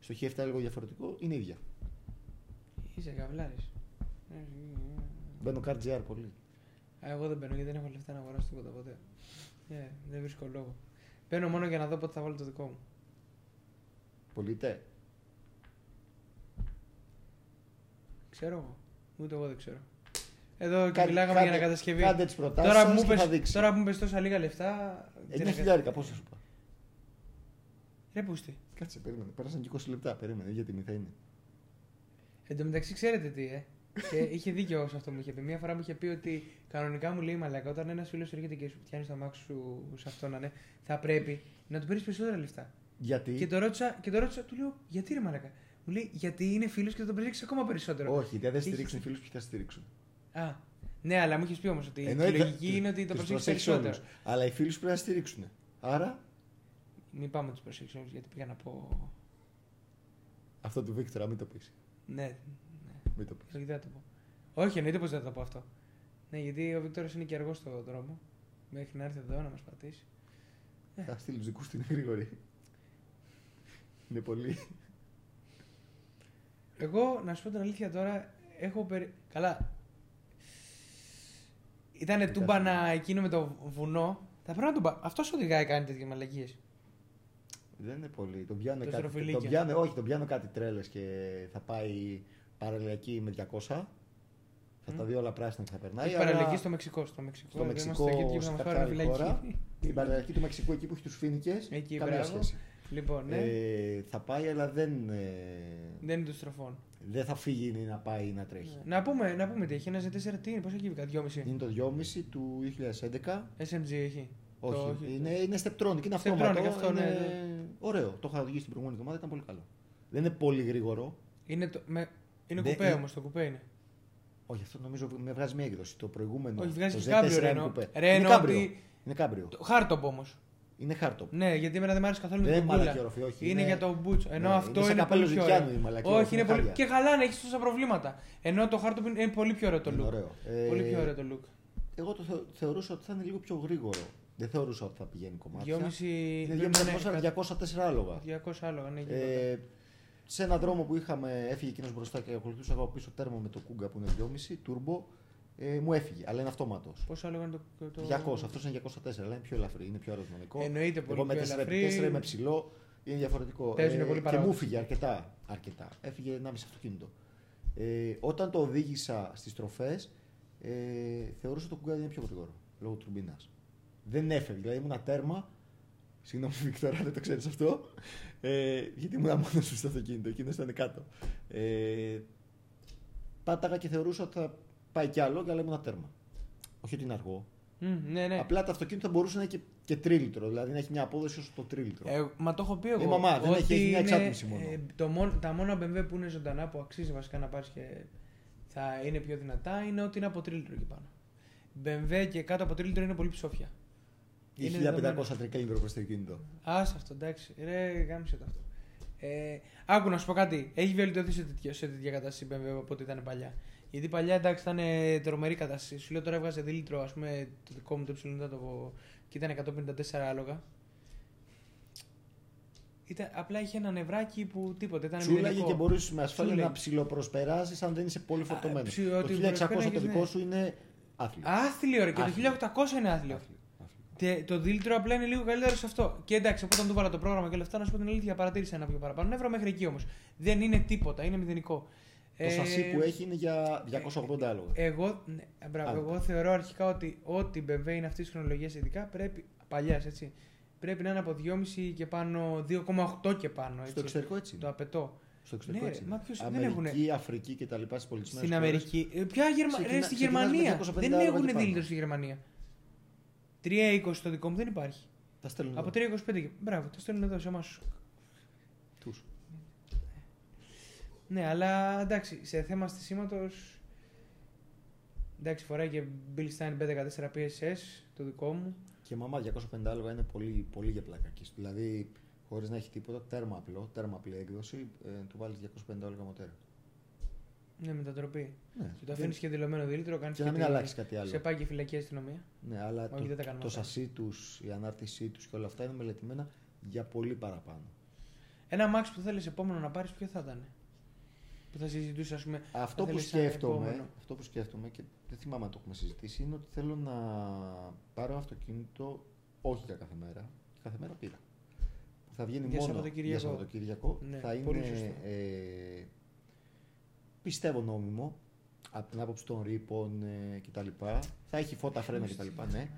S2: Στο Χ7 λίγο διαφορετικό, είναι ίδια.
S1: Είσαι καβλάρης.
S2: Μπαίνω CarGR πολύ.
S1: Α, ε. εγώ δεν μπαίνω γιατί δεν έχω λεφτά να αγοράσω τίποτα ποτέ. Ε, δεν βρίσκω λόγο. Μπαίνω μόνο για να δω πότε θα βάλω το δικό μου.
S2: Πολύτε.
S1: Ξέρω εγώ. Ούτε εγώ δεν ξέρω. Εδώ και
S2: Κα-
S1: μιλάγαμε
S2: κάντε-
S1: για ανακατασκευή.
S2: Κάντε τις προτάσεις
S1: Τώρα
S2: σας
S1: που
S2: και
S1: πες-
S2: θα Ε, ναι, δείξει.
S1: Τώρα που μου πες τόσα λίγα λεφτά. την
S2: Εννιά
S1: ακα-
S2: χιλιάρικα, πόσο σου είπα.
S1: Ρε πούστη.
S2: Κάτσε, περίμενε. Πέρασαν και 20 λεπτά. Περίμενε, για τιμή θα είναι.
S1: Εν τω μεταξύ, ξέρετε τι, ε. και είχε δίκιο σε αυτό που μου είχε πει. Μία φορά μου είχε πει ότι κανονικά μου λέει μαλακά, όταν ένας φίλος έρχεται και σου πιάνει το αμάξι σου σε αυτό να είναι, θα πρέπει να του παίρνεις περισσότερα λεφτά.
S2: Γιατί.
S1: Και το, ρώτησα, και το ρώτησα, του λέω, γιατί ρε μαλακά. Μου λέει, γιατί είναι φίλος και θα τον προσέξεις ακόμα περισσότερο.
S2: Όχι, δεν θα
S1: Είχε-
S2: στηρίξουν φίλου που θα στηρίξουν.
S1: Α, ναι, αλλά μου είχες πει όμως ότι η λογική είναι ότι το προσέξει περισσότερο.
S2: Όλους, αλλά οι φίλους πρέπει να στηρίξουν. Άρα
S1: Μην πάμε τους προσέξεις όλους, γιατί πήγα να πω.
S2: Αυτό του Βίκτορα, μην το πεις.
S1: Ναι,
S2: Μην το πεις.
S1: γιατί δεν θα το πω. Όχι, εννοείται πως δεν θα το πω αυτό. Ναι, γιατί ο Βίκτορας είναι και αργός στον δρόμο. Μέχρι να έρθει εδώ να μας πατήσει. Ε.
S2: Θα στείλει τους δικούς του, είναι γρήγοροι. Είναι πολύ.
S1: Εγώ, να σου πω την αλήθεια τώρα, έχω περί... Καλά. Ήτανε
S2: Ήταν
S1: τούμπανα εκείνο με το βουνό. Τα πρέπει να τον πα- Αυτός οδηγάει κάνει τέτοιες μαλακίες.
S2: Δεν είναι πολύ. Τον πιάνω,
S1: Το
S2: κάτι,
S1: στροφιλίκι.
S2: τον πιάνω, όχι, τον πιάνω κάτι τρέλες και θα πάει παραλιακή με 200. Θα τα δει όλα πράσινα και θα περνάει.
S1: Έχει
S2: αλλά
S1: παραλλαγή στο Μεξικό. Στο Μεξικό.
S2: στο
S1: εδώ είμαστε
S2: Μεξικό,
S1: εκεί που θα
S2: σε
S1: μας
S2: κάποια
S1: πάρουν
S2: άλλη χώρα.
S1: φυλακή.
S2: Την παραλιακή του Μεξικού, εκεί που έχει τους φοίνικε.
S1: Εκεί,
S2: καμία
S1: μπράβο.
S2: σχέση.
S1: Λοιπόν, ναι.
S2: Ε, θα πάει, αλλά δεν, ε,
S1: Δεν είναι του στροφών.
S2: δεν θα φύγει να πάει ή να τρέχει.
S1: Να πούμε, να πούμε τι έχει. Ένα Z4 τι είναι, πόσα κύβηκα, 2,5.
S2: Είναι το 2,5 του 2011.
S1: SMG έχει. Το
S2: Όχι,
S1: όχι.
S2: είναι, είναι Steptronic,
S1: Steptronic,
S2: είναι αυτόματο.
S1: αυτό, ναι,
S2: είναι... Ωραίο, το είχα οδηγήσει την προηγούμενη εβδομάδα, ήταν πολύ καλό. Δεν είναι πολύ γρήγορο.
S1: Είναι, το, με, είναι
S2: Δεν-
S1: κουπέ
S2: Ναι, είναι-
S1: όμως, το κουπέ είναι.
S2: Όχι, αυτό νομίζω με βγάζει μία έκδοση. Το προηγούμενο.
S1: Όχι, βγάζει
S2: το
S1: και κάμπριο,
S2: ZSM
S1: Ρένο.
S2: Coupé.
S1: Ρένο,
S2: είναι κάμπριο.
S1: ότι-
S2: Είναι κάμπριο.
S1: Το- Χάρτομπ όμως.
S2: Είναι χάρτο.
S1: Ναι, γιατί εμένα δεν μ' άρεσε καθόλου
S2: Δεν
S1: με την
S2: είναι
S1: κουπούλα.
S2: μαλακιόροφη, όχι,
S1: Είναι,
S2: είναι-
S1: για τον Μπούτσο. Ενώ
S2: Ναι,
S1: αυτό
S2: είναι
S1: είναι,
S2: σαν
S1: πολύ
S2: καπέλο
S1: πιο
S2: Ζητιάνου
S1: ωραίο.
S2: η μαλακιόροφη,
S1: Όχι, είναι
S2: είναι
S1: πολύ...
S2: χάλια.
S1: και χαλάνε, έχεις τόσα προβλήματα. Ενώ το Χάρτομπ είναι είναι πολύ πιο ωραίο το
S2: Είναι
S1: look.
S2: ωραίο. Ε,
S1: Πολύ πιο ωραίο το look.
S2: Εγώ το θεω- θεωρούσα ότι θα είναι λίγο πιο γρήγορο. Δεν θεωρούσα ότι θα πηγαίνει κομμάτια.
S1: 2,5
S2: Είναι
S1: πρέπει να
S2: 2,5 204 άλογα.
S1: 200 άλογα, ναι. γύρω.
S2: Ε, σε έναν δρόμο που είχαμε, έφυγε εκείνος μπροστά και ακολουθούσα εγώ πίσω τέρμα με το κούγκα που είναι 2,5, τουρμπο, ε, μου έφυγε. Αλλά είναι αυτόματος.
S1: Πόσο άλογα είναι το. Ε, ναι, το...
S2: 200, αυτός είναι 204, αλλά είναι πιο ελαφρύ, είναι πιο αεροδυναμικό.
S1: Εννοείται πολύ
S2: Εγώ με
S1: πιο
S2: 4x4
S1: ελαφρύ.
S2: με ψηλό είναι διαφορετικό. Ε,
S1: Παίζουνε πολύ
S2: και μου
S1: παράγοντες.
S2: έφυγε αρκετά, αρκετά. Έφυγε 1,5 αυτοκίνητο. Ε, όταν το οδήγησα στις τροφές, ε, θεωρούσα το κουγκάδι είναι πιο γρήγορο λόγω τουρμπίνας. Δεν έφευγε, δηλαδή ήμουν τέρμα. Συγγνώμη, Βικτόρα, δεν το ξέρεις αυτό. Ε, γιατί ήμουν μόνος του στο αυτοκίνητο, εκείνο ήταν κάτω. Ε, πάταγα και θεωρούσα ότι θα πάει κι άλλο, αλλά ήμουν τέρμα. Όχι ότι είναι αργό,
S1: Μμμ, Ναι, ναι.
S2: Απλά το αυτοκίνητο θα μπορούσε να είναι και, και τρίλιτρο, δηλαδή να έχει μια απόδοση όσο το τρίλιτρο.
S1: Ε, μα το έχω πει εγώ.
S2: Η μαμά, δεν
S1: ότι
S2: έχει- έχει μια
S1: είναι, ε,
S2: εξάτμιση μόνο.
S1: το μόνο. Τα μόνα BMW που είναι ζωντανά που αξίζει βασικά να πάρεις και θα είναι πιο δυνατά είναι ότι είναι από τρίλιτρο εκεί πάνω. BMW και κάτω από τρίλιτρο είναι πολύ ψόφια.
S2: Ή
S1: είναι
S2: 1500 τρικέλιτρο προ το κίνητο.
S1: Α αυτό, εντάξει. Ρε, γάμισε το αυτό. Ε, άκου να σου πω κάτι. Έχει βελτιωθεί σε τέτοια, σε τέτοια κατάσταση η BMW από ό,τι ήταν παλιά. Γιατί παλιά εντάξει ήταν ε, τρομερή κατάσταση. Σου λέω τώρα έβγαζε δίλητρο, ας πούμε, το δικό μου το ψηλό ήταν το. και ήταν 154 άλογα. Ήταν, απλά είχε ένα νευράκι που τίποτα. Ήταν
S2: Τσούλαγε
S1: μηδενικό.
S2: και μπορούσε με ασφάλεια
S1: Τσούλαγε.
S2: να ψηλοπροσπεράσεις αν δεν είσαι πολύ φορτωμένος.
S1: ψι-
S2: Το
S1: ότι
S2: 1600 το
S1: προσπέραγες,
S2: δικό
S1: ναι.
S2: σου είναι άθλιο.
S1: Άθλιο ρε, και το
S2: Άθλιο.
S1: 1800 είναι άθλιο.
S2: Άθλιο, άθλιο.
S1: Και το δίλητρο απλά είναι λίγο καλύτερο σε αυτό. Και εντάξει, από όταν του βάλα το πρόγραμμα και όλα αυτά, να σου πω την αλήθεια, παρατήρησα ένα πιο παραπάνω. Νεύρο μέχρι εκεί όμως. Δεν είναι τίποτα, είναι μηδενικό. Ε,
S2: Το σασί που έχει είναι για 280 άλογα.
S1: Εγώ, ναι, μπράβο,
S2: Άνετα.
S1: εγώ θεωρώ αρχικά ότι ό,τι BMW είναι αυτή τη χρονολογία ειδικά πρέπει. παλιάς, έτσι. Πρέπει να είναι από 2,5 και πάνω, 2,8 και πάνω. Έτσι.
S2: Στο εξωτερικό έτσι.
S1: ε, Το
S2: είναι.
S1: απαιτώ.
S2: Στο εξωτερικό
S1: Ναι,
S2: έτσι.
S1: ρε,
S2: είναι.
S1: μα ποιος- δεν
S2: Αμερική,
S1: έχουνε.
S2: Αφρική και τα λοιπά στις πολιτισμένες
S1: Στην Αμερική. Ε, Ποια Γερμα...
S2: Ξεκινά-
S1: Ρε, στη
S2: ξεκινάς με
S1: Γερμανία.
S2: 250
S1: Δεν
S2: ευρώ
S1: έχουν
S2: και πάνω.
S1: δίλητρο στη Γερμανία. 3,20 το δικό μου δεν υπάρχει.
S2: Τα στέλνουν
S1: Από
S2: εδώ.
S1: 3,25 και. Μπράβο, το στέλνουν εδώ σε εμάς.
S2: Τους.
S1: Ναι, αλλά εντάξει, σε θέμα στισίματος. Εντάξει, φοράει και Bill Stein 514 PSS, το δικό μου.
S2: Και μαμά 250 άλογα είναι πολύ, πολύ για πλάκα εκεί. Δηλαδή, χωρίς να έχει τίποτα, τέρμα απλό, τέρμα απλή έκδοση, ε, του βάλεις 250 άλογα μοτέρα.
S1: Ναι, μετατροπή.
S2: Ναι.
S1: Και το αφήνεις και δηλωμένο δίλητρο, κάνεις
S2: Και να μην αλλάξει κάτι άλλο.
S1: Σε πάει και φυλακή αστυνομία.
S2: Ναι, αλλά
S1: Όχι, δεν τα
S2: το,
S1: κάνουμε
S2: το
S1: αυτά.
S2: σασί τους, η ανάρτησή τους και όλα αυτά είναι μελετημένα για πολύ παραπάνω.
S1: Ένα Max που θέλεις επόμενο να πάρεις, ποιο θα ήταν. Που θα συζητούσες, ας πούμε.
S2: Αυτό που,
S1: θέλεις ένα επόμενο.
S2: σκέφτομαι, αυτό που σκέφτομαι και δεν θυμάμαι αν το έχουμε συζητήσει είναι ότι θέλω να πάρω αυτοκίνητο όχι για κάθε μέρα. Κάθε μέρα πήρα. Που θα βγαίνει
S1: Για
S2: μόνο
S1: Σαββατοκυριακό.
S2: για Σαββατοκύριακο.
S1: Ναι,
S2: θα
S1: πολύ
S2: είναι
S1: σωστό.
S2: ε, πιστεύω νόμιμο από την άποψη των ρήπων ε, κτλ. Θα έχει φώτα φρένα κτλ. Ναι.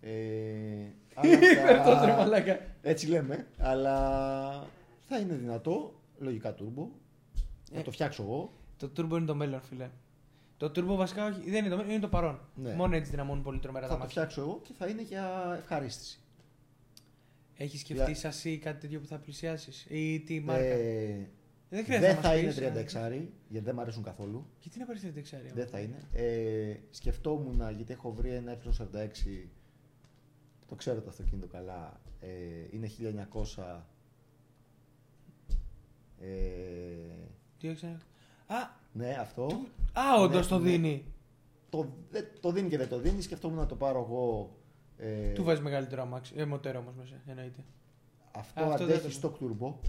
S2: Ε, αλλά
S1: Είπε
S2: θα-
S1: αυτό ρε μαλάκα.
S2: Έτσι λέμε, αλλά θα είναι δυνατό, λογικά turbo.
S1: Ε.
S2: Θα το φτιάξω εγώ.
S1: Το turbo είναι το μέλλον, φίλε. Το turbo βασικά όχι, δεν είναι το μέλλον, είναι το παρόν.
S2: Ναι.
S1: Μόνο έτσι δυναμώνουν πολύ τρομερά τα
S2: Θα το
S1: μάτια.
S2: φτιάξω εγώ και θα είναι για ευχαρίστηση.
S1: Έχεις σκεφτεί
S2: Δηλα-
S1: σασί ή κάτι τέτοιο που θα πλησιάσεις, ή τη μάρκα.
S2: Ε,
S1: δεν χρειάζεται
S2: δεν
S1: να
S2: θα
S1: μας
S2: είναι
S1: πεις, αλλά-
S2: 36, γιατί δεν μου αρέσουν καθόλου.
S1: Γιατί να πάρει 36,
S2: Δεν θα είναι. Ε, σκεφτόμουν, γιατί έχω βρει ένα ε46, το ξέρω το αυτοκίνητο καλά, ε, είναι 1900. Ε,
S1: Τι έξανα. Α,
S2: ναι, αυτό.
S1: α όντως
S2: Ναι,
S1: το
S2: ναι.
S1: δίνει.
S2: Το, δε- το δίνει και δεν το δίνει. Σκεφτόμουν να το πάρω εγώ. Ε,
S1: Του βάζεις μεγαλύτερο αμάξι. Ε, μοτέρα όμως μέσα, εννοείται.
S2: Αυτό,
S1: Αυτό δεν
S2: αντέχει
S1: το-
S2: στο turbo.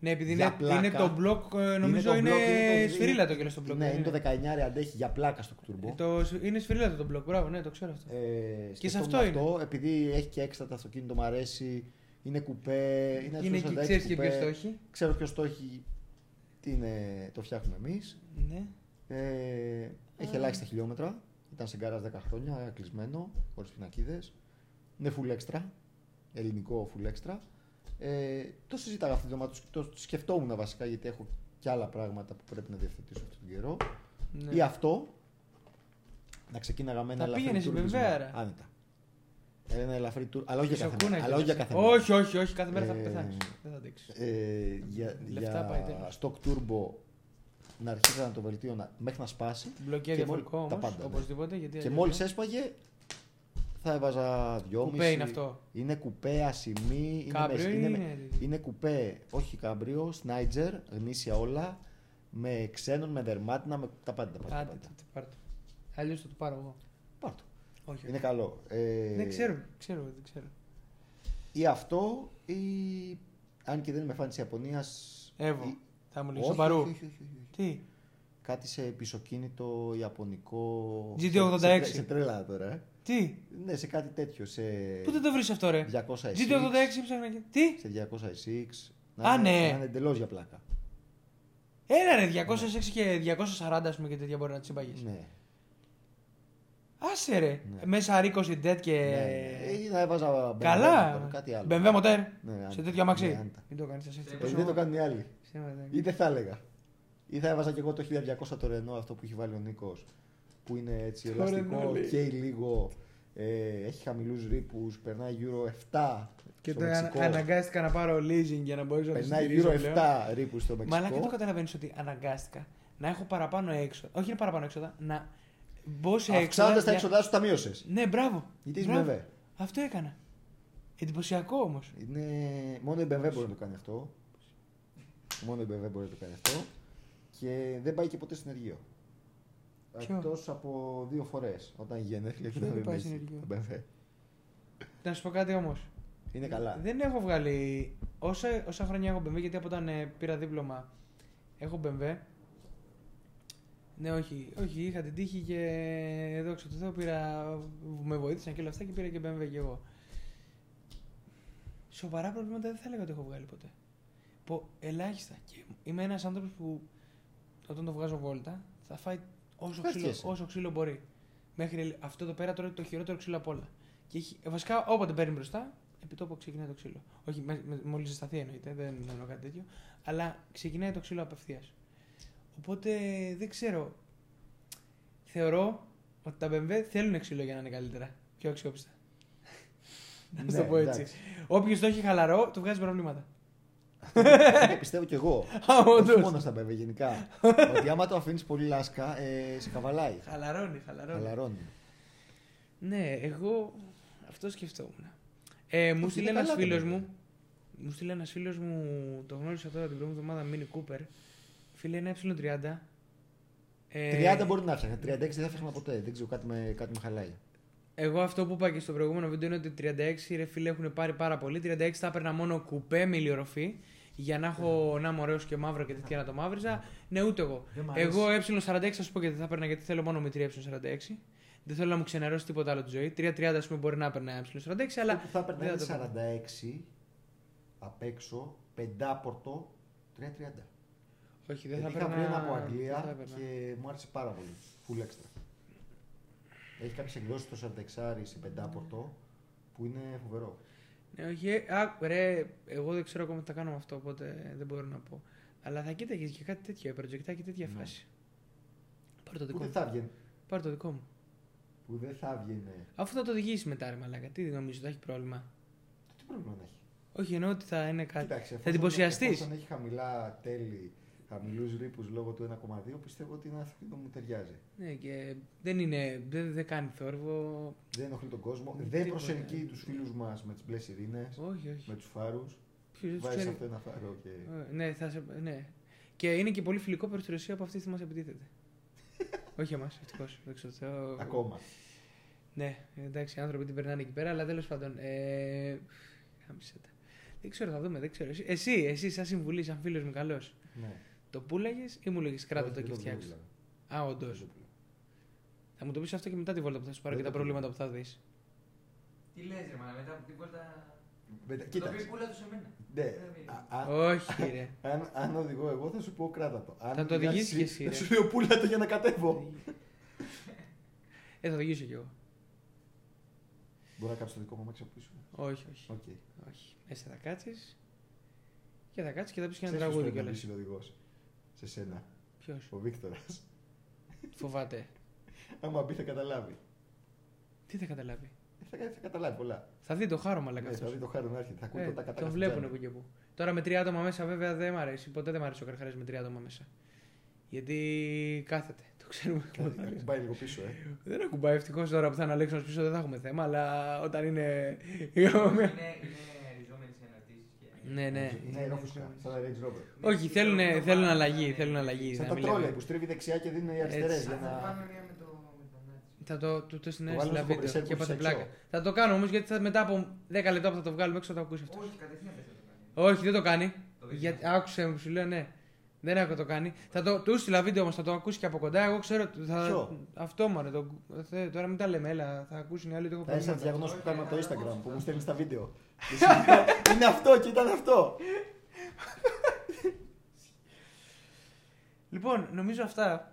S1: Ναι, επειδή
S2: Για
S1: είναι,
S2: πλάκα.
S1: είναι το μπλοκ, ε, νομίζω
S2: το
S1: είναι,
S2: μπλοκ, είναι το-
S1: σφυρίλατο και στο μπλοκ.
S2: Ναι,
S1: δεν
S2: είναι το 19 αντέχει για πλάκα στο κτουρμπο.
S1: Το- είναι σφυρίλατο το μπλοκ, μπράβο, ναι, το ξέρω αυτό.
S2: Ε,
S1: Και σε
S2: σκεφτόμουν
S1: αυτό είναι.
S2: επειδή έχει και έξτρα το αυτοκίνητο, μου αρέσει. Είναι κουπέ. Ε, Είναι,
S1: είναι
S2: αυτός
S1: και
S2: ο
S1: ξέρει
S2: εντάξει
S1: και
S2: κουπέ.
S1: ποιος το έχει.
S2: Ξέρω ποιος το έχει. Τι είναι, το φτιάχνουμε εμείς.
S1: Ναι.
S2: Ε, έχει ελάχιστα χιλιόμετρα. Ήταν σε γκαράζ 10 χρόνια, κλεισμένο, χωρίς πινακίδες. Είναι full extra. Ελληνικό full extra. Ε, το συζήταγα αυτή τη βδομάδα, το, το σκεφτόμουν βασικά γιατί έχω και άλλα πράγματα που πρέπει να διευθετήσω αυτόν τον καιρό.
S1: ναι.
S2: Ή αυτό. Να ξεκίναγα με ένα
S1: Τα
S2: ελαφρύ
S1: πήγαινες στην
S2: τουρισμό.
S1: Βεβαίρα.
S2: Άνετα. Ένα ελαφρύ τουρ. Αλλά όχι
S1: Και
S2: για κάθε
S1: σοκούνα και
S2: μέρα. Αλλά όχι για
S1: τέτοια.
S2: κάθε μέρα.
S1: Όχι, όχι, όχι, κάθε μέρα θα
S2: Ε,
S1: πεθάνεις. Δεν θα αντέξεις.
S2: Ε, για,
S1: Λεφτά πάει
S2: για
S1: τέλος.
S2: stock turbo να αρχίσει να το βελτίωνα μέχρι να σπάσει.
S1: Μπλοκιά
S2: και μόλι-
S1: διαφορετικό
S2: τα
S1: όμως.
S2: πάντα, ναι.
S1: Οπωσδήποτε. Γιατί
S2: Και
S1: αλλιώς
S2: μόλις
S1: δεν-
S2: έσπαγε, θα έβαζα δυόμιση.
S1: Κουπέ είναι αυτό.
S2: Είναι κουπέ, ασημή. Είναι,
S1: Κάμπριο
S2: μεσ-
S1: είναι.
S2: είναι, με- είναι κουπέ, όχι κάμπριο, σνάιτζερ, γνήσια όλα. Με ξένων, με δερμάτινα, με τα πάντα. Τα πάντα, τα
S1: Άντε,
S2: πάντα.
S1: τότε πάρ' το. Αλλιώς θα το πάρω εγώ.
S2: Πάρ' το.
S1: Όχι.
S2: Είναι
S1: όχι.
S2: καλό. Ε,
S1: Ναι, ξέρω, ξέρω, δεν ξέρω.
S2: Ή αυτό, ή αν και δεν είμαι φαν της Ιαπωνίας. Ε,
S1: Εύω. Θα μου λήξει παρού. Τι.
S2: Κάτι σε πισωκίνητο ιαπωνικό.
S1: GT86.
S2: Σε, σε, σε τρέλα τώρα. ε.
S1: Τι.
S2: Ναι, σε κάτι τέτοιο. Σε
S1: Πού δεν το ε. βρεις αυτό, ρε.
S2: 200 SX.
S1: GT86 ψάχνα και. Τι.
S2: Σε 200 SX.
S1: Α,
S2: είναι-
S1: ναι.
S2: Να είναι εντελώς για πλάκα.
S1: Έλα ρε, 206 και 240 ας πούμε και τέτοια μπορεί να τις συμπαγείς.
S2: Ναι.
S1: Άσε ρε.
S2: Ναι.
S1: Μέσα R20 dead και.
S2: ναι. Ή να έβαζα BMW,
S1: Ε, Καλά.
S2: τώρα, Κάτι άλλο.
S1: BMW μοτέρ.
S2: Ναι, άντε.
S1: Σε τέτοιο αμαξί.
S2: Ναι, άντε.
S1: Μην το κάνεις εσύ.
S2: Ε, δεν το κάνουν οι άλλοι.
S1: κάνουμε.
S2: Ή δεν θα έλεγα. Ή θα έβαζα και εγώ το 1200 το Renault αυτό που έχει βάλει ο Νίκος. Που είναι έτσι
S1: Το Renault,
S2: ελαστικό,
S1: λέει.
S2: καίει λίγο. Ε, έχει χαμηλούς ρήπους, περνάει γύρω 7.
S1: Και
S2: στο
S1: το ανα-
S2: Μεξικό.
S1: αναγκάστηκα να πάρω leasing για να μπορέσω να το
S2: Περνάει
S1: στηρίζω
S2: γύρω
S1: πλέον.
S2: 7 ρήπους στο Μεξικό.
S1: Μαλάκα δεν το καταλαβαίνεις ότι αναγκάστηκα να έχω παραπάνω έξοδα. Όχι είναι παραπάνω έξοδα, να μπω σε έξοδα.
S2: Αυξάνοντα τα
S1: για-
S2: έξοδά σου, τα μείωσες.
S1: ε, Ναι, μπράβο.
S2: Γιατί είσαι
S1: Μπράβο.
S2: BMW.
S1: Αυτό έκανα. Εντυπωσιακό όμως.
S2: Είναι... Μόνο η BMW μπορεί να το κάνει αυτό. Μόνο η BMW μπορεί να το κάνει αυτό. Και δεν πάει και ποτέ συνεργείο.
S1: Ποιο?
S2: Εκτός από δύο φορές όταν γενέθλια και
S1: Δεν
S2: ήταν
S1: πάει
S2: μέσα
S1: συνεργείο.
S2: το BMW.
S1: Να σου πω κάτι όμως.
S2: Είναι καλά.
S1: Δεν έχω βγάλει. Όσα, όσα χρόνια έχω BMW, γιατί από όταν ε, πήρα δίπλωμα έχω BMW. Ναι, όχι, όχι, είχα την τύχη και δόξα τω Θεώ πήρα. Με βοήθησαν και όλα αυτά και πήρα και BMW και εγώ. Σοβαρά προβλήματα δεν θα έλεγα ότι έχω βγάλει ποτέ. Πο, ελάχιστα. Και είμαι ένας άνθρωπος που όταν το βγάζω βόλτα θα φάει όσο ξύλο,
S2: Ευχαριστιέσαι.
S1: όσο ξύλο μπορεί. Μέχρι αυτό εδώ πέρα τρώει το χειρότερο ξύλο από όλα. Και έχει, ε, βασικά όποτε παίρνει μπροστά, επί τόπου ξεκινάει το ξύλο. Όχι, με, με, μόλις ζεσταθεί εννοείται, δεν εννοώ κάτι τέτοιο. Αλλά ξεκινάει το ξύλο απευθείας. Οπότε δεν ξέρω. Θεωρώ ότι τα BMW θέλουν ξύλο για να είναι καλύτερα. Πιο αξιόπιστα. Να σου το
S2: Ναι,
S1: πω έτσι.
S2: εντάξει.
S1: Όποιος το έχει χαλαρό, του βγάζει προβλήματα.
S2: Το πιστεύω κι εγώ.
S1: Α,
S2: Όχι
S1: όντως.
S2: μόνο στα BMW γενικά. Ότι άμα το αφήνεις πολύ λάσκα, ε, σε καβαλάει.
S1: Χαλαρώνει, χαλαρώνει.
S2: Χαλαρώνει.
S1: Ναι, εγώ αυτό σκεφτόμουν. Ε, μου
S2: Όχι,
S1: στείλε
S2: είναι
S1: ένα
S2: καλά τα
S1: φίλο
S2: παιδιά.
S1: μου. Μου στείλε ένας φίλος μου. Το γνώρισα τώρα την προηγούμενη εβδομάδα. Mini Cooper. Φίλε, ε ένα ε30. Ε.
S2: 30 μπορεί να φτιάχνα. 36 δεν θα φτιάχνα ποτέ. Δεν ξέρω, κάτι με, κάτι με χαλάει.
S1: Εγώ αυτό που είπα και στο προηγούμενο βίντεο είναι ότι 36 ρε φίλε έχουν πάρει πάρα πολύ. 36 θα έπαιρνα μόνο κουπέ με ηλιορροφή για να
S2: Ναι.
S1: έχω να είμαι ωραίος και μαύρο και τέτοια να το μαύριζα. Ναι, ούτε εγώ.
S4: Δεν μ' αρέσει.
S1: Εγώ ε46 θα σου πω γιατί θα έπαιρνα γιατί θέλω μόνο μικρή ε46. Δεν θέλω να μου ξενερώσει τίποτα άλλο τη ζωή. 330 ας πούμε μπορεί να έπαιρνα ε46, αλλά.
S2: Αυτό που θα
S1: δεν
S2: έπαιρνα
S1: το πω.
S2: είναι 46 απ' έξω, πεντάπορτο, 3.30.
S1: Όχι, δεν θα
S2: Γιατί είχα
S1: έπαιρνα.
S2: πριν από
S1: δεν θα
S2: Αγγλία
S1: έπαιρνα.
S2: και μου άρεσε πάρα πολύ. Full extra. Έχει κάποιες εκδόσεις το 46 σε πεντάπορτο που είναι φοβερό.
S1: Ναι, όχι, ε, α, ρε, εγώ δεν ξέρω ακόμα τι θα κάνω με αυτό, οπότε δεν μπορώ να πω. Αλλά θα κοίταγες και κάτι τέτοιο, προτζεκτά και τέτοια
S2: Ναι.
S1: φάση. Πάρε το
S2: Που
S1: δικό
S2: δεν
S1: μου.
S2: θα βγαίνει.
S1: Πάρε το δικό μου.
S2: Που δεν θα βγαίνει.
S1: Αφού θα το οδηγήσει μετά, ρε Μαλάκα, τι νομίζω, θα έχει πρόβλημα.
S2: Τι πρόβλημα να έχει.
S1: Όχι, εννοώ ότι θα είναι κάτι.
S2: Κοίταξε,
S1: θα εντυπωσιαστείς.
S2: Εφόσον έχει χαμηλά τέλη, χαμηλούς ρήπους λόγω του 1,2, πιστεύω ότι ένα αυτοκίνητο που μου ταιριάζει.
S1: Ναι, και δεν είναι. Δεν, δεν κάνει θόρυβο.
S2: Δεν ενοχλεί τον κόσμο,
S1: Τίποτα.
S2: δεν προσελκύει τους φίλους μας με τις μπλε σιρήνες,
S1: Όχι, όχι.
S2: με τους φάρους.
S1: Ποιος δεν τους
S2: Βάζεις
S1: ξέρει.
S2: αυτό ένα φάρο και.
S1: Ε, Ναι, θα σε, ναι. Και είναι και πολύ φιλικό προς τη Ρωσία που αυτή μας επιτίθεται. όχι εμάς, ευτυχώς. Δόξα τω Θεώ.
S2: Ακόμα.
S1: Ναι, εντάξει, οι άνθρωποι την περνάνε εκεί πέρα, αλλά τέλος πάντων. Ε, χάμισε τα. Δεν ξέρω, θα δούμε. Δεν ξέρω. Εσύ, εσύ, εσύ σαν συμβουλή, σαν φίλος μου καλός.
S2: Ναι.
S1: Το που λέγες ή μου λέγε κράτα
S5: Όχι,
S1: το
S5: δεν
S1: και
S5: το
S1: φτιάξε.
S5: βλέπω.
S1: Α, όντως.
S5: Δεν το βλέπω.
S1: Θα μου το πεις αυτό και μετά τη βόλτα που θα σου πάρω
S5: Δεν
S1: και τα
S5: το βλέπω.
S1: προβλήματα που θα δεις.
S3: Τι λες ρε μάνα, μετά από την κόρτα...
S2: Μετά,
S3: Το πει
S2: κοίταξε.
S3: πουλά του σε μένα.
S2: Ναι.
S3: Δεν
S2: Α- α-
S1: Όχι, ρε.
S2: αν, αν οδηγώ εγώ θα σου πω κράτα το. Αν
S1: Θα το
S2: οδηγάς
S1: οδηγήσεις κι εσύ,
S2: Θα
S1: ρε.
S2: σου λέω πουλά το για να κατέβω.
S1: Ε, θα οδηγήσω κι εγώ.
S2: Μπορώ να κάψω το δικό μου αμάξι από πίσω.
S1: Όχι, όχι.
S2: Οκ.
S1: όχι. Μέσα θα κάτσεις. Και θα κάτσεις και θα πεις και ένα
S2: Ξέρεις ποιος
S1: τραγούδι
S2: πρέπει να
S1: κιόλας.
S2: πείσει ο οδηγός. Σε σένα.
S1: Ποιος.
S2: Ο Βίκτορας.
S1: Φοβάται.
S2: Άμα μπει θα καταλάβει.
S1: Τι θα καταλάβει.
S2: Ε, Θα, θα καταλάβει πολλά.
S1: Θα δει το χάρο
S2: Ναι,
S1: μαλακά
S2: θα δει
S1: αυτό.
S2: το χάρο να έρχεται. Θα ακούει
S1: Ε,
S2: το τα
S1: τον βλέπουν που και που. Τώρα με τρία άτομα μέσα βέβαια δεν μ' αρέσει. Ποτέ δεν μ' αρέσει ο Καρχαρή με τρία άτομα μέσα. Γιατί κάθεται. Το ξέρουμε.
S2: Πάει λίγο πίσω, ε.
S1: δεν ακουμπάει ευτυχώς τώρα που θα είναι ο Αλέξανδρος πίσω δεν θα έχουμε θέμα, αλλά όταν είναι.
S2: Ναι,
S3: Είναι είναι ριζόμενοι σε αναρτήσεις και...
S1: ναι, ναι.
S2: Ναι, ρόφουσκα. Σαν τα Range Rover.
S1: Όχι, θέλουν, θέλουν αλλαγή.
S3: Ναι.
S1: Θέλουν αλλαγή.
S2: Σαν
S1: να
S2: τα
S1: μην λέμε.
S2: τρόλια που στρίβει δεξιά και δίνουν οι αριστερέ.
S1: Έτσι.
S2: Για
S3: Αν θα
S2: να...
S3: πάμε μια με το με το Νάτσι.
S1: Θα το, το, το
S2: Το βάλουμε
S1: συνέστησα βίντεο
S2: στο κομπρεσέρ
S1: και
S2: που
S1: πάτε
S2: σε
S1: πλάκα.
S2: ξέρω.
S1: Θα το κάνω όμως γιατί θα, μετά από 10 λεπτά που θα το βγάλουμε έξω θα το ακούσεις αυτός.
S3: Όχι, κατευθείαν δεν θα το κάνει.
S1: Όχι, δεν το κάνει.
S3: Το
S1: Γιατί,
S3: δείχνει.
S1: άκουσε μου, σου λέω ναι. Δεν έχω το κάνει. Θα το, του στείλα βίντεο όμως, θα το ακούσει και από κοντά. Εγώ ξέρω. ότι Θα,
S2: Ποιο?
S1: Αυτό μόνο. Το, θε- τώρα μην τα λέμε, έλα. Θα ακούσουν οι άλλοι. Το έχω
S2: Θα είσαι
S1: προβλήματα.
S2: διαγνώση που κάνουμε από το Instagram που μου στέλνεις τα βίντεο.
S1: Ε,
S2: Είναι αυτό και ήταν αυτό.
S1: Λοιπόν, νομίζω αυτά.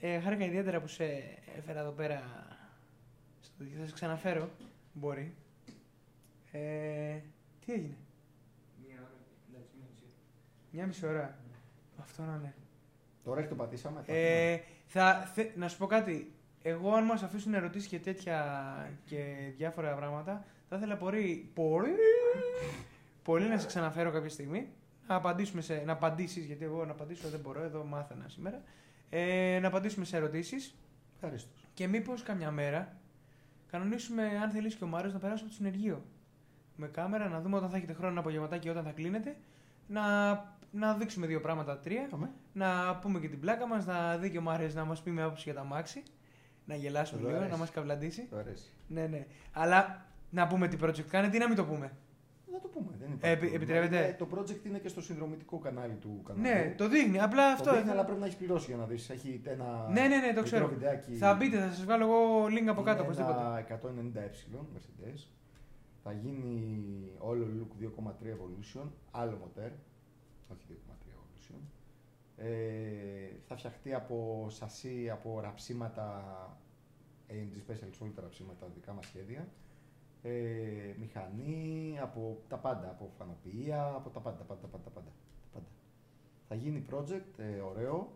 S1: Ε, χάρηκα ιδιαίτερα που σε έφερα εδώ πέρα. Στο, θα σε ξαναφέρω. Μπορεί. Ε, τι έγινε.
S3: Μια ώρα. Εντάξει, μια μισή ώρα.
S1: Μια μισή ώρα. Αυτό να είναι.
S2: Τώρα έχει το πατήσαμε. τα έχουμε.
S1: Ε, θα, θε- να σου πω κάτι. Εγώ, αν μα αφήσουν ερωτήσεις και τέτοια και διάφορα πράγματα, θα ήθελα πολύ, πολύ, πολύ να σε ξαναφέρω κάποια στιγμή. Να απαντήσουμε σε. Να απαντήσεις, γιατί εγώ να απαντήσω δεν μπορώ, εδώ μάθαινα σήμερα. Ε, να απαντήσουμε σε ερωτήσεις
S2: Ευχαριστώ.
S1: και μήπως καμιά μέρα κανονίσουμε, αν θέλεις και ο Μάριος, να περάσουμε το συνεργείο. Με κάμερα, να δούμε όταν θα έχετε χρόνο ένα απογευματάκι, όταν θα κλείνετε, να, να δείξουμε δύο πράγματα, τρία
S2: Είχαμε.
S1: να πούμε και την πλάκα μας, να δει και ο Μάριος να μας πει μια άποψη για τα μάξι. Να γελάσουμε
S2: Εδώ
S1: λίγο,
S2: αρέσει.
S1: να μας καβλαντήσει.
S2: Το αρέσει.
S1: Ναι, ναι. Αλλά να πούμε τι project κάνετε ή να μην το πούμε.
S2: Να το πούμε. Δεν
S1: Ε,
S2: υπάρχει.
S1: επι-
S2: πρόβλημα.
S1: επιτρέπετε?
S2: Είναι- Το project είναι και στο συνδρομητικό κανάλι του καναλιού.
S1: Ναι, το δείχνει. Απλά
S2: αυτό.
S1: αυτό.
S2: Δείχνει, αλλά πρέπει να έχεις πληρώσει για να δεις. Έχει ένα.
S1: Ναι, ναι, ναι, το
S2: μικρό
S1: ξέρω.
S2: βιντεάκι.
S1: Θα μπείτε, θα σας βγάλω εγώ link από κάτω
S2: Είναι
S1: οπωσδήποτε.
S2: ένα 190 ε Mercedes. Θα γίνει όλο look 2,3 Evolution, άλλο μοτέρ, όχι 2,3 Evolution. Ε, θα φτιαχτεί από σασί, από ραψίματα, AMG Special όλα τα ραψίματα, δικά μας σχέδια. Ε, μηχανή, από τα πάντα, από φανοποιία, από τα πάντα, τα πάντα, τα πάντα, τα πάντα, τα πάντα. Θα γίνει project, ε, ωραίο.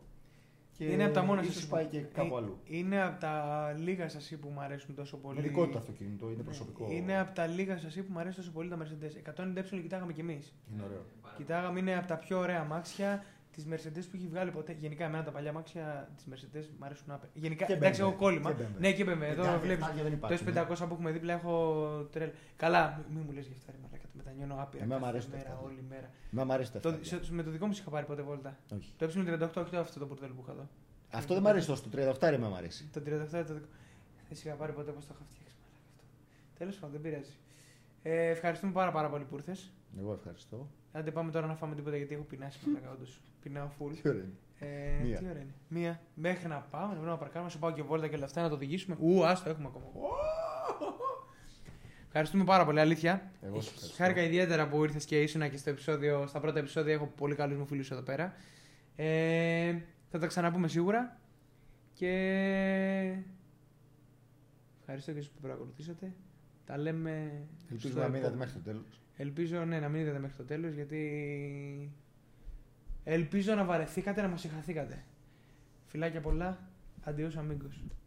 S2: Και
S1: Είναι από τα μόνα
S2: ίσως
S1: σας που-
S2: πάει και κάπου
S1: Ε,
S2: αλλού.
S1: Είναι από τα λίγα σασί που μου αρέσουν τόσο πολύ.
S2: Είναι δικό του το αυτοκίνητο, είναι
S1: Ναι.
S2: προσωπικό.
S1: Είναι από τα λίγα σασί που μου αρέσουν τόσο πολύ τα Mercedes. 190 κοιτάγαμε κι εμείς.
S2: Είναι ωραίο.
S3: Πάρα
S1: Κοιτάγαμε, είναι από τα πιο ωραία μάξια τη Mercedes που έχει βγάλει ποτέ. Γενικά, εμένα τα παλιά μάξια τη Mercedes μου αρέσουν άπε. Γενικά,
S2: Και
S1: εντάξει,
S2: BMW,
S1: έχω κόλλημα.
S2: και BMW.
S1: Ναι, και BMW. Εδώ
S2: Πεντάρια,
S1: βλέπει.
S2: εφτάρια δεν
S1: Το
S2: υπάρχουν, ναι.
S1: S500 που έχουμε δίπλα έχω τρέλα. Καλά, μην μου λες για αυτά, ρε μαλάκα. Τα μετανιώνω άπειρα.
S5: Εμένα μου
S1: κάθε
S5: αρέσουν τα
S1: μέρα,
S5: εφτάρια.
S1: όλη μέρα.
S5: Να ναι. μ' αρέσει το
S1: Το,
S5: 7.
S1: σε- με το δικό μου είχα πάρει ποτέ βόλτα.
S5: Όχι.
S1: Το ε38, όχι το αυτό το πορτέλ που είχα εδώ.
S5: Αυτό δεν μ' αρέσει τόσο. Το 38 ρε με μ' αρέσει.
S1: Το 37 ήταν το δικό. Δεν σε είχα πάρει ποτέ πώς το είχα φτιάξει. Τέλος πάντων, δεν πειράζει. Ε, ευχαριστούμε πάρα, πάρα πολύ που ήρθες.
S5: Εγώ ευχαριστώ.
S1: Άντε πάμε τώρα να φάμε τίποτα γιατί έχω πεινάσει μαλάκα, όντως. Πεινάω full.
S5: Τι ωραία είναι.
S1: Ε,
S5: Μία.
S1: Τι ώρα είναι. Μία. Μέχρι να πάμε, να βρούμε να παρκάρουμε, να σου πάω και βόλτα και όλα αυτά να το οδηγήσουμε. Ου, άστο, έχουμε ακόμα. Ω! Ευχαριστούμε πάρα πολύ, αλήθεια.
S5: Εγώ σε ευχαριστώ.
S1: Χάρηκα ιδιαίτερα που ήρθες και ήσουν και στο επεισόδιο, στα πρώτα επεισόδια. Έχω πολύ καλούς μου φίλους εδώ πέρα. Ε, θα τα ξαναπούμε σίγουρα. Και ευχαριστώ και εσείς που παρακολουθήσατε. Τα λέμε.
S5: Ελπίζω
S1: στο
S5: να μην είδατε
S1: επόμενο.
S5: μέχρι το τέλος.
S1: Ελπίζω ναι, να μην είδατε μέχρι το τέλος γιατί. Ελπίζω να βαρεθήκατε, να μας συγχαθήκατε. Φιλάκια πολλά. Αντίο αμίγκος.